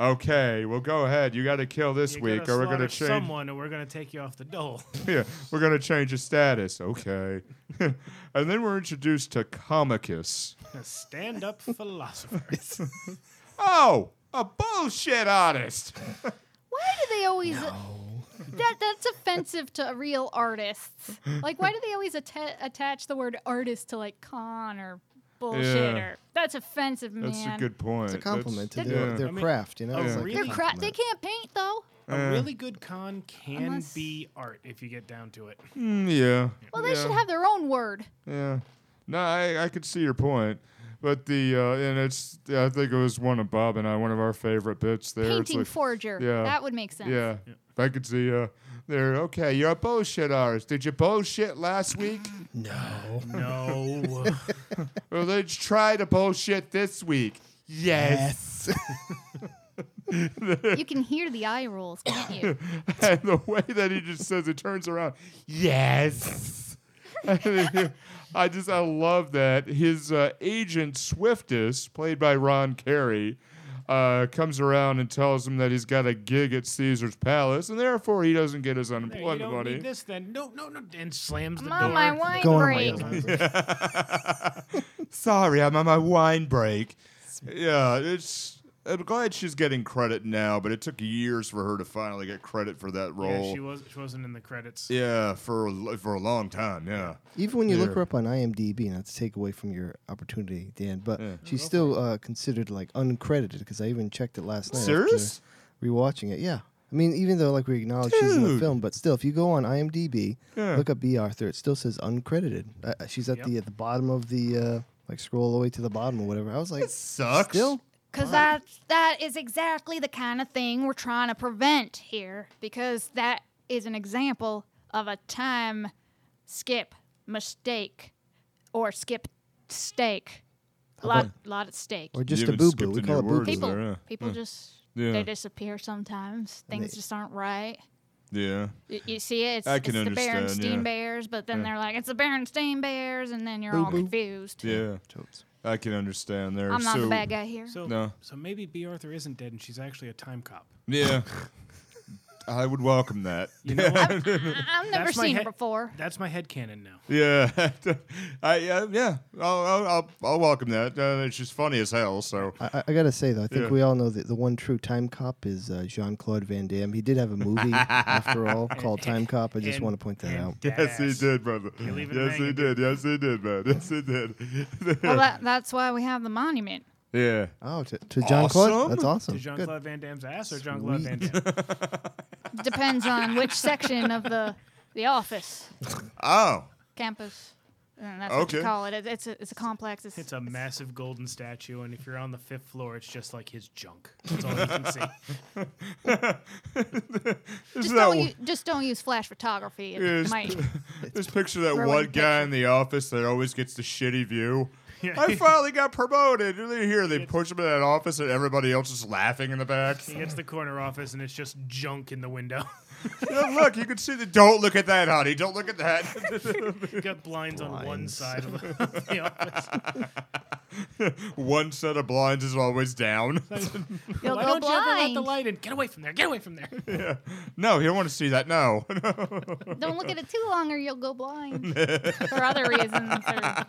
Speaker 2: okay, well go ahead. You gotta kill this
Speaker 5: You
Speaker 2: week
Speaker 5: gotta
Speaker 2: or we're gonna
Speaker 5: slaughter
Speaker 2: change
Speaker 5: someone, and we're gonna take you off the dole.
Speaker 2: yeah, we're gonna change your status. Okay. and then we're introduced to Comicus.
Speaker 5: A stand-up philosopher.
Speaker 2: Oh, a bullshit artist.
Speaker 3: Why do they always? That that's offensive to real artists. Like, why do they always atta- attach the word artist to like con or bullshit?
Speaker 2: Yeah.
Speaker 3: Or that's offensive, man.
Speaker 2: That's a good point.
Speaker 4: It's a compliment to
Speaker 2: That's-
Speaker 4: their,
Speaker 2: yeah.
Speaker 4: their
Speaker 5: I mean,
Speaker 4: craft, you know.
Speaker 5: a
Speaker 4: It's like,
Speaker 5: really-
Speaker 3: They're
Speaker 5: Yeah.
Speaker 3: crap. They can't paint though.
Speaker 2: Uh.
Speaker 5: a really good con can
Speaker 3: Unless-
Speaker 5: be art if you get down to it.
Speaker 2: Mm, yeah.
Speaker 3: Well, they
Speaker 2: yeah.
Speaker 3: should have their own word.
Speaker 2: Yeah. No, I, I could see your point. But the, uh, and it's, I think it was one of Bob and I, one of our favorite bits there. It's
Speaker 3: Painting
Speaker 2: like,
Speaker 3: forger.
Speaker 2: yeah.
Speaker 3: That would make sense.
Speaker 2: Yeah. I could see, uh, there, okay, you're a bullshit artist. Did you bullshit last week?
Speaker 5: No.
Speaker 2: or let's try to bullshit this week. Yes.
Speaker 3: You can hear the eye rolls, can't you?
Speaker 2: and the way that he just says it turns around, yes. I just I love that his uh, agent Swiftus, played by Ron Carey, uh, comes around and tells him that he's got a gig at Caesar's Palace, and therefore he doesn't get his
Speaker 5: There, you
Speaker 2: unemployment
Speaker 5: don't
Speaker 2: money.
Speaker 5: need this then. No, no, no. And slams the
Speaker 3: Mom,
Speaker 5: door.
Speaker 3: my wine
Speaker 4: Go on,
Speaker 3: break.
Speaker 4: Michael.
Speaker 2: Sorry, I'm on my wine break. Yeah, it's. I'm glad she's getting credit now, but it took years for her to finally get credit for that role.
Speaker 5: Yeah, she was. She wasn't in the credits.
Speaker 2: Yeah, for a l- for a long time. Yeah.
Speaker 4: Even when you
Speaker 2: Yeah.
Speaker 4: look her up on IMDb, not to take away from your opportunity, Dan, but
Speaker 2: Yeah.
Speaker 4: she's still uh, considered like uncredited because I even checked it last night. after
Speaker 2: Serious?
Speaker 4: Rewatching it, yeah. I mean, even though like we acknowledge she's in
Speaker 2: Dude.
Speaker 4: the film, but still, if you go on IMDb,
Speaker 2: Yeah.
Speaker 4: look up B. Arthur, it still says uncredited. Uh, uh, she's at
Speaker 5: Yep.
Speaker 4: the at the bottom of the uh, like scroll all the way to the bottom or whatever. I was like,
Speaker 2: It sucks.
Speaker 4: still
Speaker 3: Because that that is exactly the kind of thing we're trying to prevent here. Because that is an example of a time skip mistake or skip stake. A lot, lot at stake.
Speaker 4: or just
Speaker 2: You
Speaker 4: a
Speaker 2: even
Speaker 4: boo
Speaker 2: skipped
Speaker 4: boo. We
Speaker 2: in
Speaker 4: call
Speaker 2: your
Speaker 4: it boo
Speaker 2: words
Speaker 4: boo.
Speaker 3: People,
Speaker 2: there, yeah. Hmm.
Speaker 3: people just
Speaker 2: Yeah.
Speaker 3: they disappear sometimes. Things just aren't right.
Speaker 2: Yeah.
Speaker 3: Y- You see it. It's,
Speaker 2: I can
Speaker 3: it's the
Speaker 2: understand,
Speaker 3: Berenstain
Speaker 2: yeah.
Speaker 3: Bears, but then they're like, it's the Berenstain Bears, and then you're all
Speaker 4: Boo-boo.
Speaker 3: confused.
Speaker 2: Yeah.
Speaker 4: Totes.
Speaker 2: I can understand there.
Speaker 3: I'm not the
Speaker 2: So-
Speaker 3: bad guy here.
Speaker 5: So,
Speaker 2: No.
Speaker 5: so maybe B. Arthur isn't dead, and she's actually a time cop.
Speaker 2: Yeah. I would welcome that.
Speaker 5: You know what?
Speaker 3: I- I've never
Speaker 5: That's my
Speaker 3: seen
Speaker 5: head-
Speaker 3: it before.
Speaker 5: That's my headcanon now.
Speaker 2: Yeah, I yeah, yeah. I'll, I'll, I'll, I'll welcome that. Uh, it's just funny as hell. So
Speaker 4: I, I- I gotta say though, I think
Speaker 2: Yeah.
Speaker 4: we all know that the one true time cop is uh, Jean Claude Van Damme. He did have a movie after all called Time Cop. I just
Speaker 5: and-
Speaker 4: want to point that
Speaker 5: and
Speaker 4: out.
Speaker 2: yes, he
Speaker 5: badass.
Speaker 2: did, brother.
Speaker 5: leave it
Speaker 2: Yes, he
Speaker 5: hanging,
Speaker 2: did. Yes, he did, man. Yes, he did.
Speaker 3: Well, that, that's why we have the monument.
Speaker 2: yeah.
Speaker 4: Oh, to, to John Claude,
Speaker 2: Awesome.
Speaker 4: that's awesome.
Speaker 5: To Jean
Speaker 4: Good.
Speaker 5: Claude Van Damme's ass or Jean Claude Van
Speaker 4: Sweet.
Speaker 5: Damme?
Speaker 3: Depends on which section of the the office
Speaker 2: Oh,
Speaker 3: campus. And that's what you
Speaker 2: Okay.
Speaker 3: call it. It- It's a, it's a complex. It's,
Speaker 5: It's a massive golden statue, and if you're on the fifth floor, it's just like his junk. That's all you can see.
Speaker 2: This is
Speaker 3: just
Speaker 2: that
Speaker 3: don't
Speaker 2: one-
Speaker 3: use, just don't use flash photography. It
Speaker 2: Yes.
Speaker 3: might
Speaker 2: Just picture that
Speaker 3: Ruined
Speaker 2: one
Speaker 3: picture.
Speaker 2: guy in the office that always gets the shitty view.
Speaker 5: Yeah.
Speaker 2: I finally got promoted. And they here, they push him in that office, and everybody else is laughing in the back.
Speaker 5: He gets to the corner office, and it's just junk in the window.
Speaker 2: Yeah, look, you can see the. Don't look at that, honey. Don't look at that.
Speaker 5: You got blinds, on one
Speaker 4: Blinds.
Speaker 5: side of the, of the office.
Speaker 2: one set of blinds is always down.
Speaker 3: you'll go
Speaker 5: Why don't you ever let
Speaker 3: blind.
Speaker 5: the light in? Get away from there! Get away from there!
Speaker 2: no, you don't want to see that. No.
Speaker 3: don't look at it too long, or you'll go blind for other reasons. Or,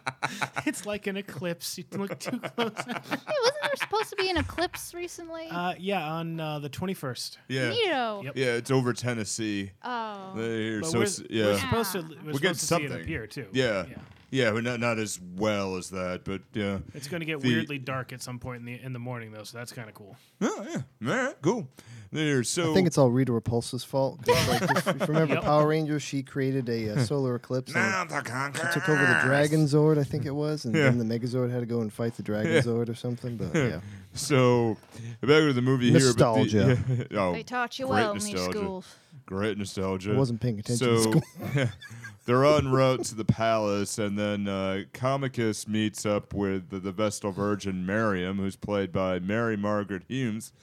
Speaker 5: it's like an eclipse. You look too close.
Speaker 3: hey, wasn't there supposed to be an eclipse recently?
Speaker 5: Uh, yeah, on uh, the 21st.
Speaker 2: yeah.
Speaker 3: Neato.
Speaker 5: Yep.
Speaker 2: Yeah, it's over Tennessee.
Speaker 3: Oh,
Speaker 2: There,
Speaker 5: But
Speaker 2: so
Speaker 5: we're,
Speaker 2: it's-
Speaker 5: we're
Speaker 2: yeah.
Speaker 5: supposed to, we're
Speaker 2: getting
Speaker 5: supposed to see it
Speaker 2: something.
Speaker 5: appear too.
Speaker 2: Yeah. Yeah, but not, not as well as that, but yeah.
Speaker 5: It's going to get
Speaker 2: The-
Speaker 5: weirdly dark at some point in the in the morning though, so that's kind of cool.
Speaker 2: Oh, yeah. All right, cool. There, so.
Speaker 4: I think it's all Rita Repulsa's fault. 'cause, like, if, if you remember
Speaker 5: Yep.
Speaker 4: Power Rangers, she created a uh, solar eclipse. and
Speaker 2: Now the conqueror.
Speaker 4: took over the Dragon Zord, I think it was, and
Speaker 2: Yeah.
Speaker 4: then the Megazord had to go and fight the Dragon Zord or something. But yeah,
Speaker 2: So, back to the movie here.
Speaker 4: Nostalgia.
Speaker 2: But the, yeah, oh,
Speaker 3: they taught you
Speaker 2: great
Speaker 3: well in these
Speaker 2: nostalgia.
Speaker 3: schools.
Speaker 2: Great nostalgia.
Speaker 4: I wasn't paying attention
Speaker 2: So
Speaker 4: to school.
Speaker 2: they're on route to the palace, and then uh, Comicus meets up with the, the Vestal Virgin Miriam, who's played by Mary Margaret Humes.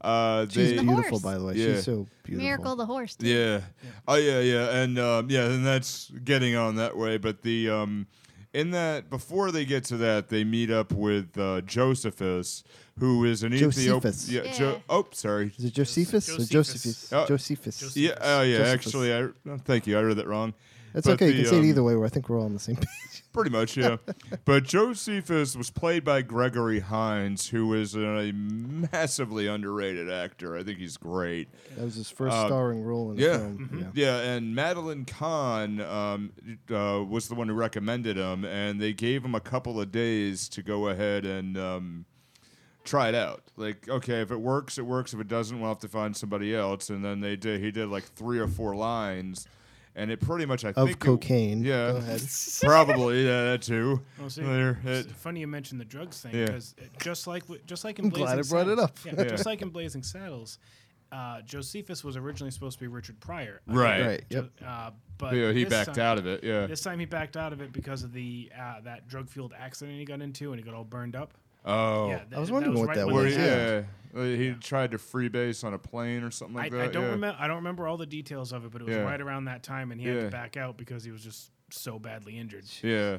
Speaker 2: Uh,
Speaker 4: She's
Speaker 2: they,
Speaker 4: beautiful,
Speaker 3: horse.
Speaker 4: by the way.
Speaker 2: Yeah.
Speaker 4: She's so beautiful.
Speaker 3: Miracle the horse. did.
Speaker 2: Yeah. Oh yeah, yeah, and um, yeah, and that's getting on that way. But the um, in that before they get to that, they meet up with uh, Josephus, who is an
Speaker 4: Josephus.
Speaker 2: Ethiopian. Yeah.
Speaker 3: Yeah.
Speaker 2: Jo- oh, sorry.
Speaker 4: Is it Josephus,
Speaker 5: Josephus.
Speaker 4: or Josephus?
Speaker 2: Oh.
Speaker 4: Josephus.
Speaker 2: Yeah. Oh yeah.
Speaker 4: Josephus.
Speaker 2: Actually, I no, thank you. I read that wrong.
Speaker 4: That's
Speaker 2: But
Speaker 4: okay. you
Speaker 2: the,
Speaker 4: can say
Speaker 2: um,
Speaker 4: it either way. Where I think we're all on the same page.
Speaker 2: Pretty much, yeah. but Josephus was played by Gregory Hines, who is a massively underrated actor. I think he's great.
Speaker 4: That was his first
Speaker 2: Uh,
Speaker 4: starring role in a
Speaker 2: yeah. Mm-hmm.
Speaker 4: film. Yeah.
Speaker 2: Yeah, and Madeline Kahn um, uh, was the one who recommended him, and they gave him a couple of days to go ahead and um, try it out. Like, okay, if it works, it works. If it doesn't, we'll have to find somebody else. And then they did. He did like three or four lines, and it pretty much I
Speaker 4: Of
Speaker 2: think it-
Speaker 4: cocaine.
Speaker 2: yeah,
Speaker 4: Go ahead.
Speaker 2: probably yeah, that too.
Speaker 5: Well, see,
Speaker 2: There,
Speaker 5: it's
Speaker 2: it-
Speaker 5: funny you mentioned the drugs thing
Speaker 2: Yeah.
Speaker 5: because just like wi- just like in Blazing
Speaker 4: glad I brought it
Speaker 5: Saddles-
Speaker 4: up.
Speaker 5: Yeah,
Speaker 2: Yeah.
Speaker 5: just like in Blazing Saddles, uh, Josephus was originally supposed to be Richard Pryor. I
Speaker 2: Right.
Speaker 5: think,
Speaker 4: Right. Yep.
Speaker 5: Uh, but
Speaker 2: yeah, he
Speaker 5: this
Speaker 2: backed
Speaker 5: time-
Speaker 2: out of it. Yeah.
Speaker 5: This time he backed out of it because of the uh, that drug fueled accident he got into and he got all burned up.
Speaker 2: Oh.
Speaker 5: Yeah, th-
Speaker 4: was
Speaker 5: that
Speaker 4: wondering what
Speaker 5: right
Speaker 4: that
Speaker 5: when
Speaker 2: Where,
Speaker 5: it
Speaker 4: was,
Speaker 5: happened.
Speaker 2: yeah. uh, He tried to freebase on a plane or something
Speaker 5: I,
Speaker 2: like that.
Speaker 5: I don't
Speaker 2: uh, yeah.
Speaker 5: remember. I don't remember all the details of it, but it was
Speaker 2: Yeah.
Speaker 5: right around that time, and he had
Speaker 2: Yeah.
Speaker 5: to back out because he was just so badly injured.
Speaker 2: Yeah.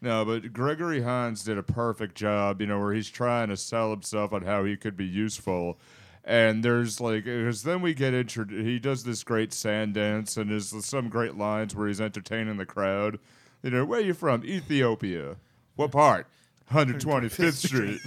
Speaker 2: No, but Gregory Hines did a perfect job, you know, where he's trying to sell himself on how he could be useful. And there's like, because then we get introduced. He does this great sand dance, and there's some great lines where he's entertaining the crowd. You know, where you from? Ethiopia. What part? 125th Street.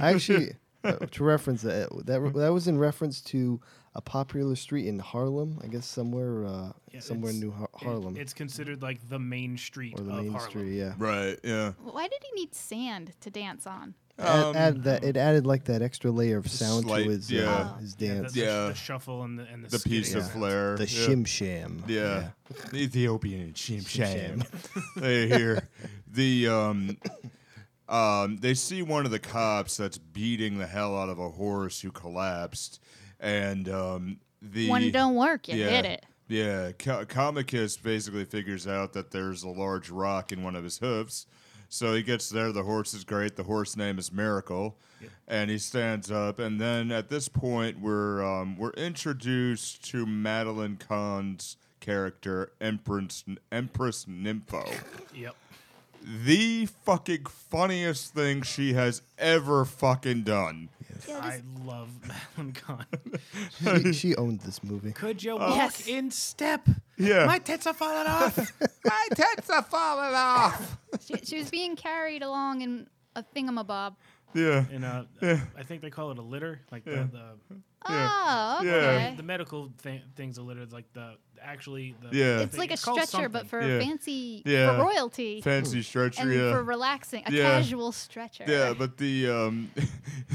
Speaker 4: Actually, uh, to reference that, that re- that was in reference to a popular street in Harlem. I guess somewhere, uh, somewhere in
Speaker 5: it's-
Speaker 4: New Har-
Speaker 5: It-
Speaker 4: Harlem
Speaker 5: it's considered like the main street
Speaker 4: or the
Speaker 5: of
Speaker 4: main
Speaker 5: Harlem.
Speaker 4: street. Yeah.
Speaker 2: right, yeah.
Speaker 3: Why did he need sand to dance on?
Speaker 2: Um,
Speaker 4: add, add that it added like that extra layer of sound
Speaker 2: slight-
Speaker 4: to his
Speaker 2: yeah.
Speaker 5: Ah,
Speaker 4: uh, his
Speaker 5: The,
Speaker 4: dance.
Speaker 5: the-
Speaker 2: Yeah.
Speaker 5: the shuffle and the and the,
Speaker 2: The piece
Speaker 5: skidding
Speaker 2: of
Speaker 5: sounds.
Speaker 2: flair.
Speaker 4: The
Speaker 2: yeah.
Speaker 4: shim sham.
Speaker 2: Yeah. The Ethiopian shim sham. they hear the um um they see one of the cops that's beating the hell out of a horse who collapsed and um the
Speaker 3: When it don't work, you
Speaker 2: yeah.
Speaker 3: hit it.
Speaker 2: Yeah, Co- Comicus basically figures out that there's a large rock in one of his hoofs. So he gets there. The horse is great. The horse name is Miracle, and he stands up. And then at this point, we're um, we're introduced to Madeline Kahn's character, Empress Empress Nympho.
Speaker 5: Yep.
Speaker 2: the fucking funniest thing she has ever fucking done.
Speaker 5: I love Madeline Kahn.
Speaker 4: She, she owned this movie.
Speaker 5: Could you walk
Speaker 3: Yes.
Speaker 5: in step?
Speaker 2: Oh. Yeah.
Speaker 5: My tits are falling off.
Speaker 1: My tits are falling off.
Speaker 3: She, she was being carried along in a thingamabob.
Speaker 2: Yeah.
Speaker 5: and uh, I think they call it a litter, like the,
Speaker 3: Oh,
Speaker 2: Yeah.
Speaker 5: the
Speaker 3: okay.
Speaker 5: the medical thi- things a litter, like the actually the
Speaker 2: Yeah.
Speaker 3: It's
Speaker 5: thing.
Speaker 3: like a
Speaker 5: called
Speaker 3: stretcher, but
Speaker 5: something.
Speaker 3: for
Speaker 2: Yeah.
Speaker 3: fancy,
Speaker 2: Yeah.
Speaker 3: for royalty,
Speaker 2: Fancy
Speaker 3: and
Speaker 2: stretcher.
Speaker 3: for
Speaker 2: Yeah.
Speaker 3: relaxing, a
Speaker 2: Yeah.
Speaker 3: casual stretcher.
Speaker 2: Yeah, but the um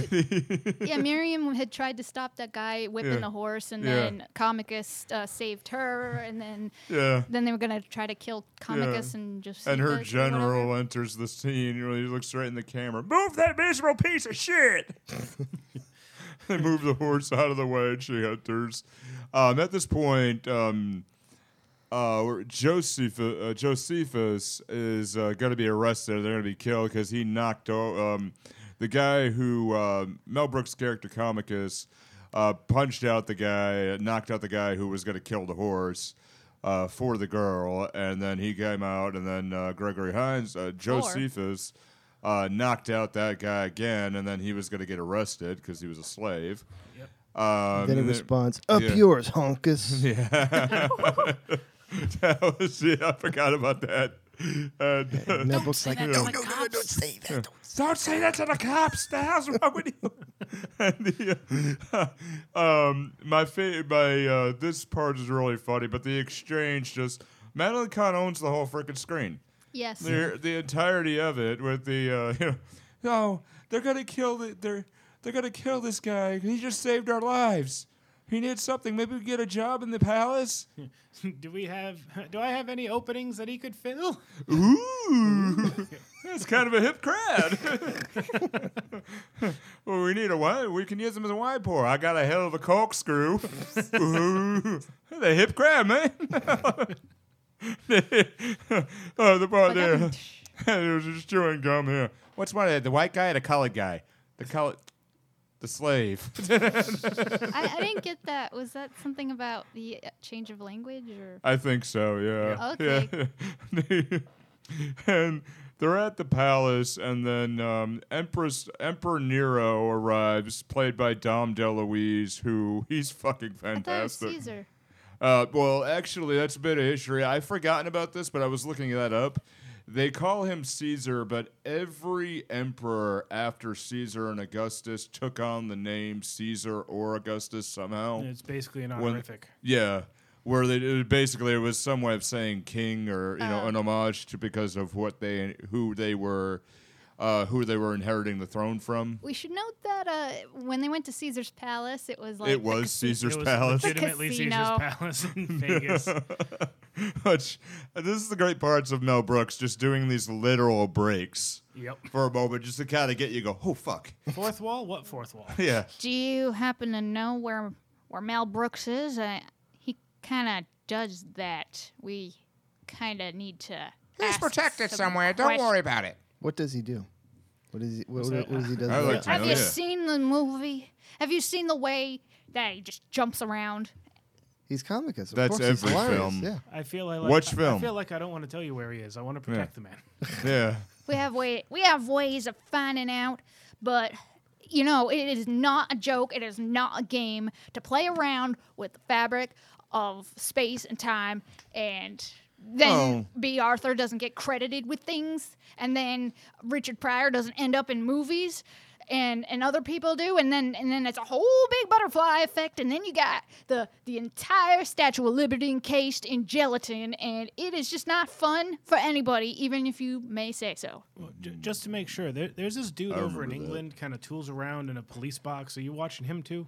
Speaker 3: yeah, Miriam had tried to stop that guy whipping
Speaker 2: Yeah.
Speaker 3: the horse, and
Speaker 2: Yeah.
Speaker 3: then Comicus uh, saved her, and then
Speaker 2: yeah.
Speaker 3: then they were gonna try to kill Comicus and just
Speaker 2: And her
Speaker 3: Caesarus or
Speaker 2: general
Speaker 3: whatever.
Speaker 2: enters the scene. You know, he looks right in the camera. Move that miserable piece of shit. they move the horse out of the way, and she enters. Um, at this point, um, uh, Joseph, uh, Josephus is uh, going to be arrested. They're going to be killed because he knocked o- um, the guy who uh, Mel Brooks' character Comicus uh, punched out the guy, knocked out the guy who was going to kill the horse. Uh, for the girl, and then he came out, and then uh, Gregory Hines, uh, Josephus, uh, knocked out that guy again, and then he was going to get arrested because he was a slave. Um,
Speaker 4: then in
Speaker 2: and then-
Speaker 4: response, up
Speaker 2: yeah.
Speaker 4: yours, honkus.
Speaker 2: that was it. I forgot about that. And, uh,
Speaker 4: And Mel Brooks like,
Speaker 2: to
Speaker 4: don't,
Speaker 2: the
Speaker 4: don't, don't, don't say that. Don't
Speaker 2: Don't say that to the cops. The hell's wrong with you? and the, uh, um, my fa- my uh, this part is really funny, but the exchange just Madeline Kahn owns the whole freaking screen.
Speaker 3: Yes.
Speaker 2: The the entirety of it with the uh, you know, no, they're gonna kill the they're they're gonna kill this guy. He just saved our lives. He needs something. Maybe we can get a job in the palace.
Speaker 5: do we have? Do I have any openings that he could fill?
Speaker 2: Ooh, that's kind of a hip crowd. well, we need a wine. We can use him as a wine pour. I got a hell of a corkscrew. Ooh, the hip crowd, man. oh, the part there. it was just chewing gum here. What's one? The white guy and a colored guy. The color, the slave.
Speaker 3: I, I didn't get that. Was that something about the uh, change of language or?
Speaker 2: I think so, yeah.
Speaker 3: Yeah.
Speaker 2: Okay. and they're at the palace, and then um, Empress Emperor Nero arrives, played by Dom DeLuise, who he's fucking
Speaker 3: I thought it was
Speaker 2: fantastic.
Speaker 3: Caesar.
Speaker 2: Uh, well, actually, that's a bit of history. I've forgotten about this, but I was looking that up. They call him Caesar, but every emperor after Caesar and Augustus took on the name Caesar or Augustus somehow.
Speaker 5: It's basically an
Speaker 2: When-
Speaker 5: honorific.
Speaker 2: yeah, where they it basically it was some way of saying king or you know an homage to because of what they who they were, uh, who they were inheriting the throne from.
Speaker 3: We should note that uh, when they went to Caesar's palace, it was like
Speaker 2: It
Speaker 3: the
Speaker 2: was Caesar's
Speaker 5: it was
Speaker 2: palace.
Speaker 5: legitimately Caesar's
Speaker 3: casino.
Speaker 5: palace in Vegas.
Speaker 2: Which this is the great parts of Mel Brooks just doing these literal breaks
Speaker 5: yep.
Speaker 2: for a moment just to kind of get you go oh fuck
Speaker 5: Fourth wall? What fourth wall?
Speaker 2: yeah
Speaker 3: Do you happen to know where where Mel Brooks is? I, he kind of does that. We kind of need to.
Speaker 1: He's
Speaker 3: ask
Speaker 1: protected
Speaker 3: some
Speaker 1: somewhere. Don't
Speaker 3: quest-
Speaker 1: worry about it.
Speaker 4: What does he do? What is he? What, what, what does he do?
Speaker 2: I like to
Speaker 3: Have
Speaker 2: know,
Speaker 3: you
Speaker 2: Oh, yeah.
Speaker 3: seen the movie? Have you seen the way that he just jumps around?
Speaker 4: He's Comicus. Of
Speaker 2: That's
Speaker 4: course, he's
Speaker 2: every
Speaker 4: hilarious,
Speaker 2: film.
Speaker 4: Yeah.
Speaker 5: I feel I like,
Speaker 2: Watch
Speaker 5: I-
Speaker 2: film.
Speaker 5: I feel like I don't want to tell you where he is. I want to protect the man.
Speaker 2: yeah
Speaker 3: We have way we have ways of finding out, but you know it is not a joke. It is not a game to play around with the fabric of space and time, and then B. Arthur doesn't get credited with things, and then Richard Pryor doesn't end up in movies. And, and other people do, and then and then it's a whole big butterfly effect, and then you got the the entire Statue of Liberty encased in gelatin, and it is just not fun for anybody, even if you may say so.
Speaker 5: Well, j- just to make sure, there, there's this dude over in
Speaker 2: remember that.
Speaker 5: England, kind of tools around in a police box. Are you watching him too?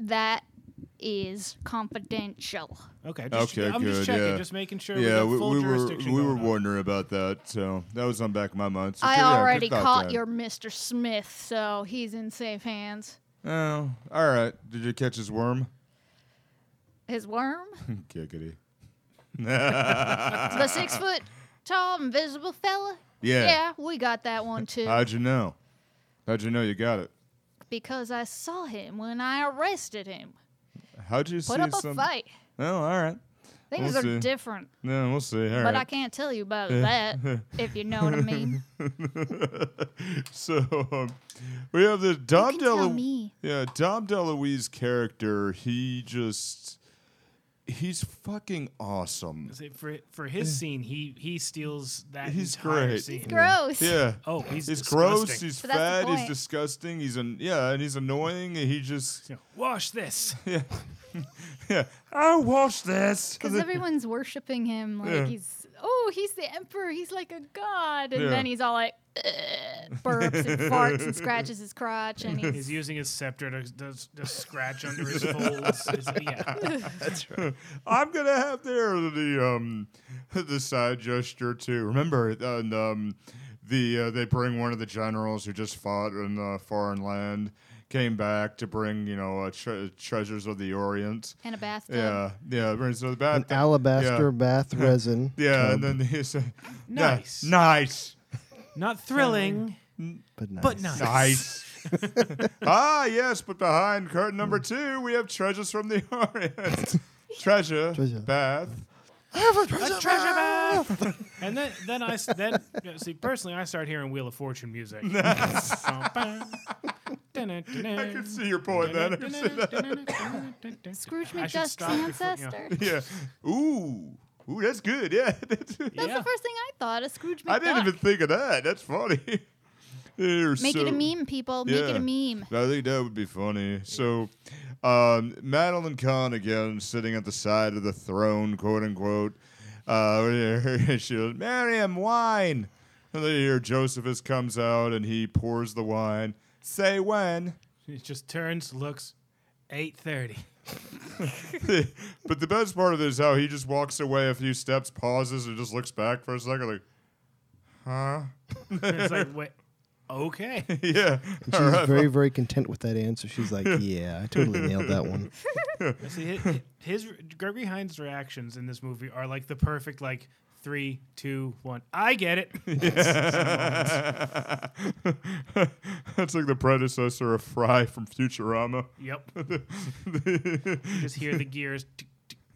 Speaker 3: that is confidential.
Speaker 5: Okay. Just,
Speaker 2: Okay,
Speaker 5: I'm
Speaker 2: good,
Speaker 5: just checking,
Speaker 2: yeah.
Speaker 5: just making sure.
Speaker 2: yeah
Speaker 5: we, got
Speaker 2: we,
Speaker 5: full
Speaker 2: we were
Speaker 5: jurisdiction
Speaker 2: we
Speaker 5: going
Speaker 2: were
Speaker 5: on.
Speaker 2: wondering about that so that was on the back of my mind so
Speaker 3: I
Speaker 2: good- yeah, good
Speaker 3: already
Speaker 2: thought
Speaker 3: caught
Speaker 2: there.
Speaker 3: your Mr. Smith, so he's in safe hands.
Speaker 2: oh all right did you catch his worm
Speaker 3: His worm,
Speaker 2: giggity
Speaker 3: the six foot tall, invisible fella.
Speaker 2: Yeah.
Speaker 3: Yeah, we got that one too.
Speaker 2: how'd you know how'd you know you got it
Speaker 3: because I saw him when I arrested him.
Speaker 2: how'd you
Speaker 3: Put
Speaker 2: see
Speaker 3: up a
Speaker 2: some
Speaker 3: fight.
Speaker 2: oh all right
Speaker 3: Things
Speaker 2: We'll
Speaker 3: are
Speaker 2: see.
Speaker 3: different,
Speaker 2: No, we'll see. All
Speaker 3: but I
Speaker 2: right.
Speaker 3: can't tell you about that if you know what I mean.
Speaker 2: so um, we have the Dom
Speaker 3: can tell
Speaker 2: Delu-
Speaker 3: me.
Speaker 2: Yeah, Dom DeLuise character. He just he's fucking awesome.
Speaker 5: Say, For for his scene, he he steals that
Speaker 2: He's
Speaker 5: entire
Speaker 2: great.
Speaker 5: scene.
Speaker 3: Gross.
Speaker 2: Yeah.
Speaker 5: Oh, he's,
Speaker 2: He's
Speaker 5: disgusting.
Speaker 2: gross. He's
Speaker 3: But that's the
Speaker 2: fat. He's
Speaker 3: point.
Speaker 2: disgusting. He's an yeah, and he's annoying. And he just
Speaker 5: You know, Wash this.
Speaker 2: yeah. I Oh, watch this.
Speaker 3: Because everyone's worshiping him like
Speaker 2: Yeah.
Speaker 3: he's oh he's the emperor he's like a god and
Speaker 2: Yeah.
Speaker 3: then he's all like "Ugh," burps and farts and scratches his crotch and he's
Speaker 5: He's using his scepter to, to, to scratch under his folds. It's- yeah.
Speaker 2: I'm gonna have there the um the side gesture too. Remember and um the uh, they bring one of the generals who just fought in a foreign land came back to bring you know uh, tre- treasures of the Orient.
Speaker 3: in a bathtub.
Speaker 2: Yeah, yeah, brings to the
Speaker 4: An
Speaker 2: bath.
Speaker 4: alabaster bath resin.
Speaker 2: yeah, and
Speaker 4: tub,
Speaker 2: then he said,
Speaker 5: Nice.
Speaker 2: yeah, nice,
Speaker 5: Not thrilling,
Speaker 4: but nice.
Speaker 5: but nice.
Speaker 2: nice." ah, yes, but behind curtain
Speaker 4: Mm.
Speaker 2: number two, we have treasures from the Orient. Treasure,
Speaker 4: Treasure.
Speaker 2: bath.
Speaker 5: A treasure bath. and then then I s- then you know, see personally I start hearing Wheel of Fortune music.
Speaker 2: I can see your point, man. I can see that.
Speaker 3: Scrooge
Speaker 5: I should
Speaker 3: McDuck's
Speaker 5: stop before- yeah.
Speaker 3: ancestor.
Speaker 2: Yeah. Ooh. Ooh, that's good. Yeah.
Speaker 3: That's
Speaker 5: Yeah.
Speaker 3: the first thing I thought. A Scrooge McDuck.
Speaker 2: I didn't even think of that. That's funny. They're
Speaker 3: Make it
Speaker 2: so-
Speaker 3: a meme, people. Make it a meme.
Speaker 2: I think that would be funny. So, um, Madeline Kahn again sitting at the side of the throne, quote unquote. Uh, she goes, Mariam, wine. And then you hear Josephus comes out and he pours the wine. Say when.
Speaker 5: It just turns, looks, eight thirty.
Speaker 2: but the best part of it is how he just walks away a few steps, pauses, and just looks back for a second, like, huh?
Speaker 5: It's like wait, okay.
Speaker 2: yeah.
Speaker 4: And she's very, very content with that answer. She's like, "Yeah, I totally nailed that one."
Speaker 5: See, his, his Gregory Hines' reactions in this movie are like the perfect like three, two, one. I get it.
Speaker 2: That's like the predecessor of Fry from Futurama.
Speaker 5: Yep. Just hear the gears. tick,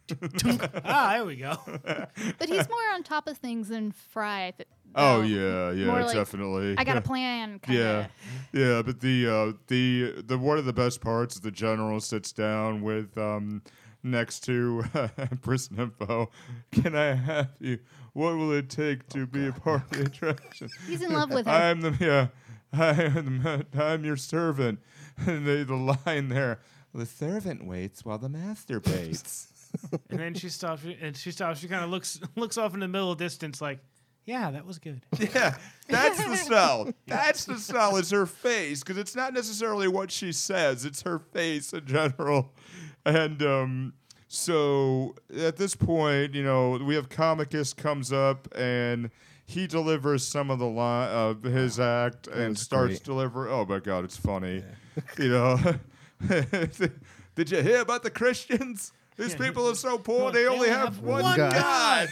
Speaker 5: tick, tick, tunk. ah, there we go.
Speaker 3: But he's more on top of things than Fry. I thi-
Speaker 2: Oh
Speaker 3: though.
Speaker 2: yeah, yeah,
Speaker 3: more like,
Speaker 2: definitely.
Speaker 3: I got a plan. Kinda.
Speaker 2: Yeah, yeah, but the uh, the the one of the best parts is the general sits down with um, next to Empress Nympho. Can I have you? What will it take to be a part of the attraction?
Speaker 3: He's in love Oh, with her.
Speaker 2: I'm the yeah, I am the, ma- I'm your servant. And they, the line there, the servant waits while the master waits.
Speaker 5: And then she stops. And she stops. She kind of looks looks off in the middle distance, like, yeah, that was good.
Speaker 2: yeah, that's the sell. That's the sell is her face because it's not necessarily what she says; it's her face in general. And um, so at this point, you know, we have Comicus comes up and he delivers some of the line of his act and
Speaker 4: was
Speaker 2: starts
Speaker 4: great.
Speaker 2: deliver. Oh my God, it's funny. You know, did you hear about the Christians? These
Speaker 5: Yeah.
Speaker 2: people are so poor; they only have, one,
Speaker 4: God.
Speaker 2: God.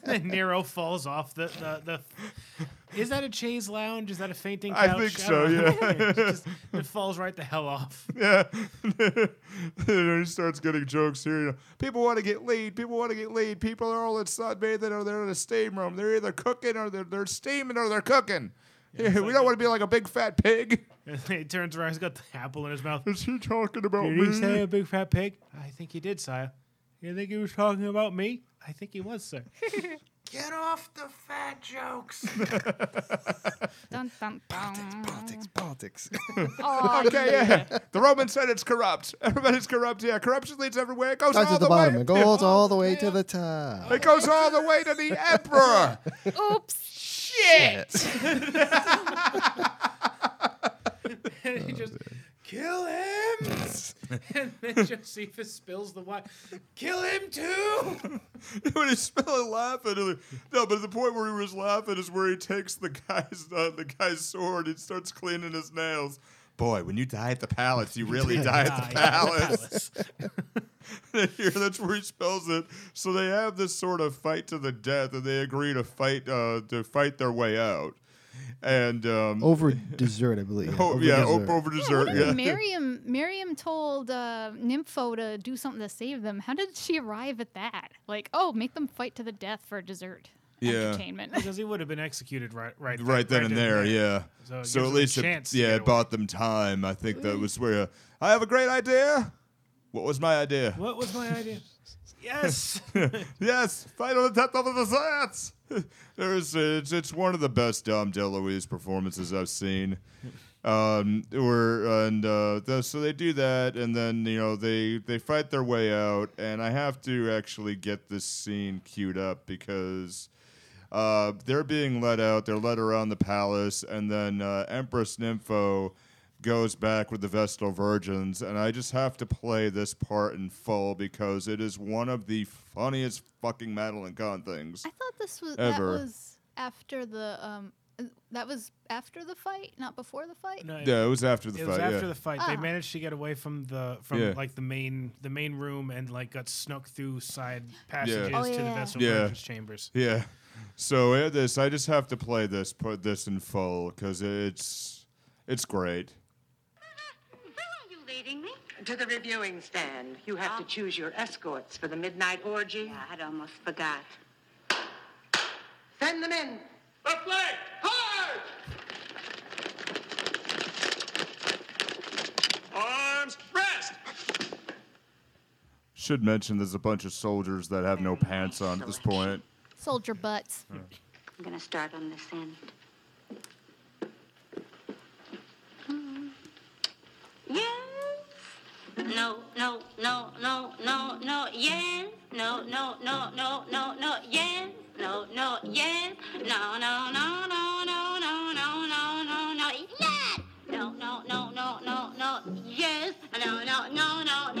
Speaker 5: And Nero falls off the, the the. Is that a chaise lounge? Is that a fainting
Speaker 2: I
Speaker 5: couch?
Speaker 2: think
Speaker 5: don't
Speaker 2: so,
Speaker 5: know.
Speaker 2: yeah.
Speaker 5: It's just- it falls right the hell off.
Speaker 2: Yeah. and then he starts getting jokes here. You know, people want to get laid. People want to get laid. People are all inside bathing or they're in a steam room. They're either cooking or they're, they're steaming or they're cooking. Yeah, we don't want to be like a big fat pig.
Speaker 5: And then he turns around. He's got the apple in his mouth.
Speaker 2: Is he talking about
Speaker 5: Did
Speaker 2: me?
Speaker 5: he say a big fat pig? I think he did, sire. You think he was talking about me? I think he was, sir.
Speaker 1: Get off the fat jokes.
Speaker 3: Dun, dun, dun. Oh,
Speaker 4: Politics, politics.
Speaker 3: Aw,
Speaker 2: okay, yeah. The Roman Senate's corrupt. Everybody's corrupt. Yeah, corruption leads everywhere. It goes
Speaker 4: Starts
Speaker 2: all
Speaker 4: at the
Speaker 2: the,
Speaker 4: bottom.
Speaker 2: way.
Speaker 4: It goes all the way to the top.
Speaker 2: It goes all the way to the emperor.
Speaker 3: Oops.
Speaker 5: and
Speaker 2: Oh,
Speaker 5: he just kill him. and then Josephus spills the wine. Kill him too.
Speaker 2: when he's smelling laughing. and, uh, No, but the point where he was laughing is where he takes the guy's uh, the guy's sword and starts cleaning his nails. Boy, when you die at the palace, you really die at the palace. Here, that's where he spells it. So they have this sort of fight to the death, and they agree to fight uh, to fight their way out. and um,
Speaker 4: Over dessert, I believe.
Speaker 2: oh, yeah,
Speaker 4: dessert.
Speaker 2: over, over
Speaker 3: Yeah, what
Speaker 2: dessert.
Speaker 3: did
Speaker 2: Yeah,
Speaker 3: Miriam Miriam told uh, Nympho to do something to save them. How did she arrive at that? Like, oh, make them fight to the death for dessert
Speaker 2: Yeah.
Speaker 3: entertainment.
Speaker 5: because he would have been executed right right then-
Speaker 2: right then and
Speaker 5: then
Speaker 2: there. Yeah.
Speaker 5: So it
Speaker 2: So,
Speaker 5: gives
Speaker 2: at
Speaker 5: them a
Speaker 2: least, it,
Speaker 5: chance to
Speaker 2: yeah,
Speaker 5: get
Speaker 2: it
Speaker 5: away.
Speaker 2: bought them time. I think that was where uh, I have a great idea. What was my idea?
Speaker 5: What was my idea? Yes.
Speaker 2: Yes, final attempt of the science. There's it's, it's one of the best Dom DeLuise performances I've seen. Um, or and uh, th- so they do that, and then you know they they fight their way out, and I have to actually get this scene queued up because. Uh, they're being let out. They're led around the palace, and then uh, Empress Nympho goes back with the Vestal Virgins. And I just have to play this part in full because it is one of the funniest fucking Madeline Kahn things.
Speaker 3: I thought this was
Speaker 2: Ever.
Speaker 3: that was after the um uh, that was after the fight, not before the fight.
Speaker 5: No,
Speaker 2: Yeah, it was after the
Speaker 5: It
Speaker 2: fight.
Speaker 5: was after
Speaker 2: yeah.
Speaker 5: the fight. They
Speaker 3: Ah.
Speaker 5: managed to get away from the from
Speaker 2: Yeah.
Speaker 5: like the main the main room and like got snuck through side passages
Speaker 3: Oh,
Speaker 5: to the
Speaker 3: yeah.
Speaker 5: vessel
Speaker 2: Yeah.
Speaker 5: virgin's chambers.
Speaker 2: Yeah. So uh, this, I just have to play this, put this in full because it's it's great.
Speaker 6: Where are you leading me? Oh.
Speaker 7: To the reviewing stand. You have to choose your escorts for the midnight orgy.
Speaker 6: Yeah, I'd almost forgot.
Speaker 7: Send them in.
Speaker 8: Reflect hard! Arms rest!
Speaker 2: Should mention there's a bunch of soldiers that have no pants on at this point.
Speaker 3: Soldier butts.
Speaker 6: I'm gonna start on this end. Hmm. Yes. No, no, no, no, no, no, yes. No, no, no, no, no, no, yes. No, no, yes. No, no, no, no, no, no, no, no, no, no, yes. No, no, no, no, no, no, yes. No, no, no, no, no, no, no, no, no, no, no, no, no,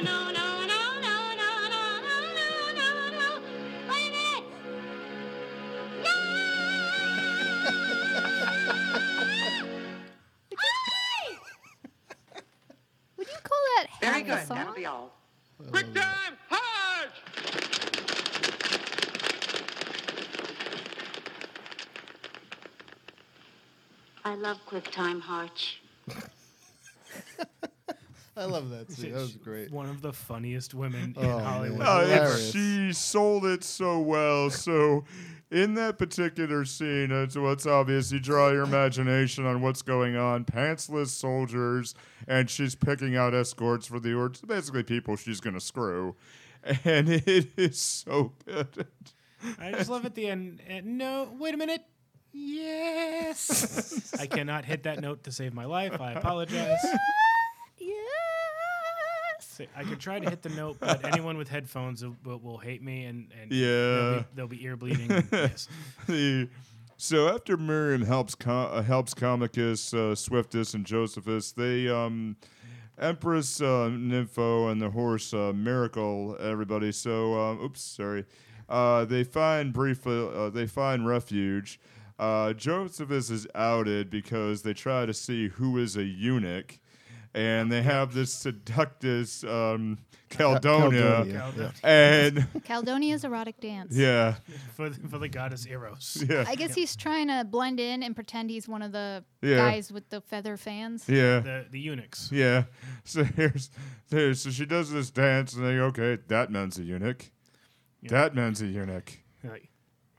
Speaker 6: no, no, no, no, no. Wait a minute.
Speaker 3: Would you call that
Speaker 7: Very
Speaker 3: half
Speaker 7: good.
Speaker 3: A song?
Speaker 7: That'll be all.
Speaker 8: Quick time hard!
Speaker 6: I love Quick Time Harch.
Speaker 4: I love that too. That was great.
Speaker 5: One of the funniest women
Speaker 4: Oh,
Speaker 5: in Hollywood.
Speaker 4: man.
Speaker 2: Oh,
Speaker 4: Hilarious.
Speaker 2: it's, she sold it so well. So, in that particular scene, it's what's obvious. You draw your imagination on what's going on. Pantsless soldiers, and she's picking out escorts for the orcs. Basically, people she's gonna screw, and it is so good.
Speaker 5: I just love at the end. eh, no, wait a minute. Yes. I cannot hit that note to save my life. I apologize.
Speaker 3: Yes.
Speaker 5: Say- I could try to hit the note, but anyone with headphones will, will, will hate me and, and
Speaker 2: Yeah.
Speaker 5: they'll, be, they'll be ear bleeding. and- yes.
Speaker 2: The- so after Miriam helps Com- uh, helps Comicus, uh, Swiftus, and Josephus, they um, Empress uh, Nympho and the horse uh, Miracle everybody. So um, oops, sorry. Uh, they find briefly. Uh, they find refuge. Uh, Josephus is outed because they try to see who is a eunuch, and they have this seductus um, Caldonia,
Speaker 4: Caldonia, yeah.
Speaker 2: and
Speaker 3: Caledonia's erotic dance.
Speaker 2: yeah,
Speaker 5: For, the, for the goddess Eros.
Speaker 2: yeah.
Speaker 3: I guess he's trying to blend in and pretend he's one of the
Speaker 2: Yeah.
Speaker 3: guys with the feather fans.
Speaker 2: yeah.
Speaker 5: The, the eunuchs.
Speaker 2: Yeah. So here's, there's so she does this dance and they go, okay, that man's a eunuch. That man's a eunuch.
Speaker 5: Like,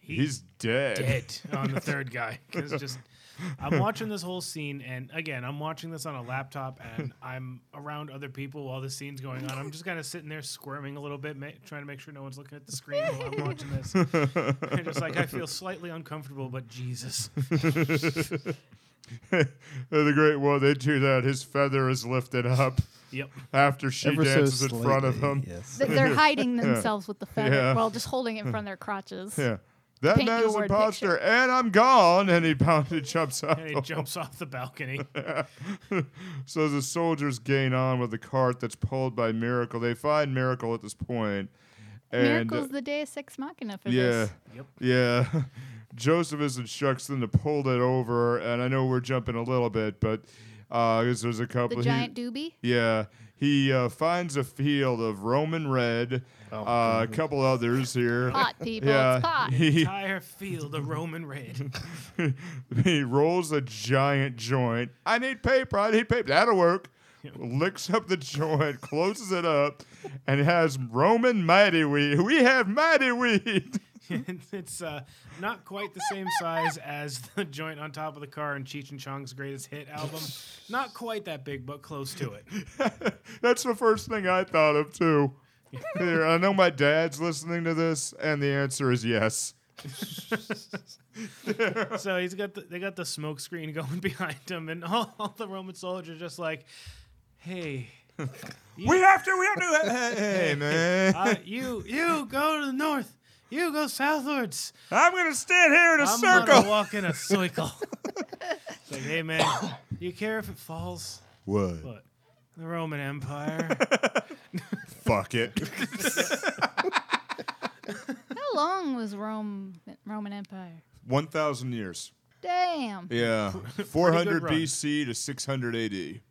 Speaker 2: He's dead.
Speaker 5: dead on the third guy 'Cause just I'm watching this whole scene, and again, I'm watching this on a laptop, and I'm around other people while this scene's going on. I'm just kind of sitting there squirming a little bit, ma- trying to make sure no one's looking at the screen while I'm watching this. And just like I feel slightly uncomfortable, but Jesus,
Speaker 2: the great one, they do that. His feather is lifted up
Speaker 5: yep.
Speaker 2: after she
Speaker 4: Ever so
Speaker 2: dances in front of
Speaker 4: slightly,
Speaker 2: him.
Speaker 4: Yes.
Speaker 3: Th- They're hiding themselves with the feather
Speaker 2: Yeah.
Speaker 3: while just holding it from their crotches.
Speaker 2: Yeah. That
Speaker 3: Paint
Speaker 2: man
Speaker 3: your
Speaker 2: is an
Speaker 3: word
Speaker 2: imposter, and I'm gone. And he pounded, jumps up.
Speaker 5: And he jumps off the balcony.
Speaker 2: So the soldiers gain on with the cart that's pulled by Miracle. They find Miracle at this point, and
Speaker 3: Miracle's the Deus Ex Machina for
Speaker 2: Yeah.
Speaker 3: this.
Speaker 5: Yep.
Speaker 2: Yeah. Josephus instructs them to pull that over, and I know we're jumping a little bit, but uh, 'cause there's a
Speaker 3: The
Speaker 2: couple. he-
Speaker 3: giant doobie.
Speaker 2: yeah, He uh, finds a field of Roman red, uh, a couple others here.
Speaker 3: Hot people, it's hot.
Speaker 2: He,
Speaker 5: Entire field of Roman red.
Speaker 2: he rolls a giant joint. I need paper. I need paper. That'll work. Licks up the joint, closes it up, and has Roman mighty weed. We have mighty weed.
Speaker 5: it's it's, uh, not quite the same size as the joint on top of the car in Cheech and Chong's greatest hit album. Not quite that big, but close to it.
Speaker 2: That's the first thing I thought of too. Here, I know my dad's listening to this, and the answer is yes.
Speaker 5: So he's got the, they got the smoke screen going behind him, and all, all the Roman soldiers are just like, "Hey,
Speaker 1: We have to. We have to.
Speaker 2: Hey man,
Speaker 5: uh, you you go to the north, you go southwards.
Speaker 1: I'm gonna stand here in a
Speaker 5: I'm
Speaker 1: circle.
Speaker 5: gonna walk in a circle." it's like, hey man, you care if it falls?
Speaker 2: what?
Speaker 5: But the Roman Empire.
Speaker 2: Fuck it.
Speaker 3: How long was Rome Roman Empire?
Speaker 2: One thousand years.
Speaker 3: Damn.
Speaker 2: Yeah, 400
Speaker 5: run.
Speaker 2: BC to 600 AD.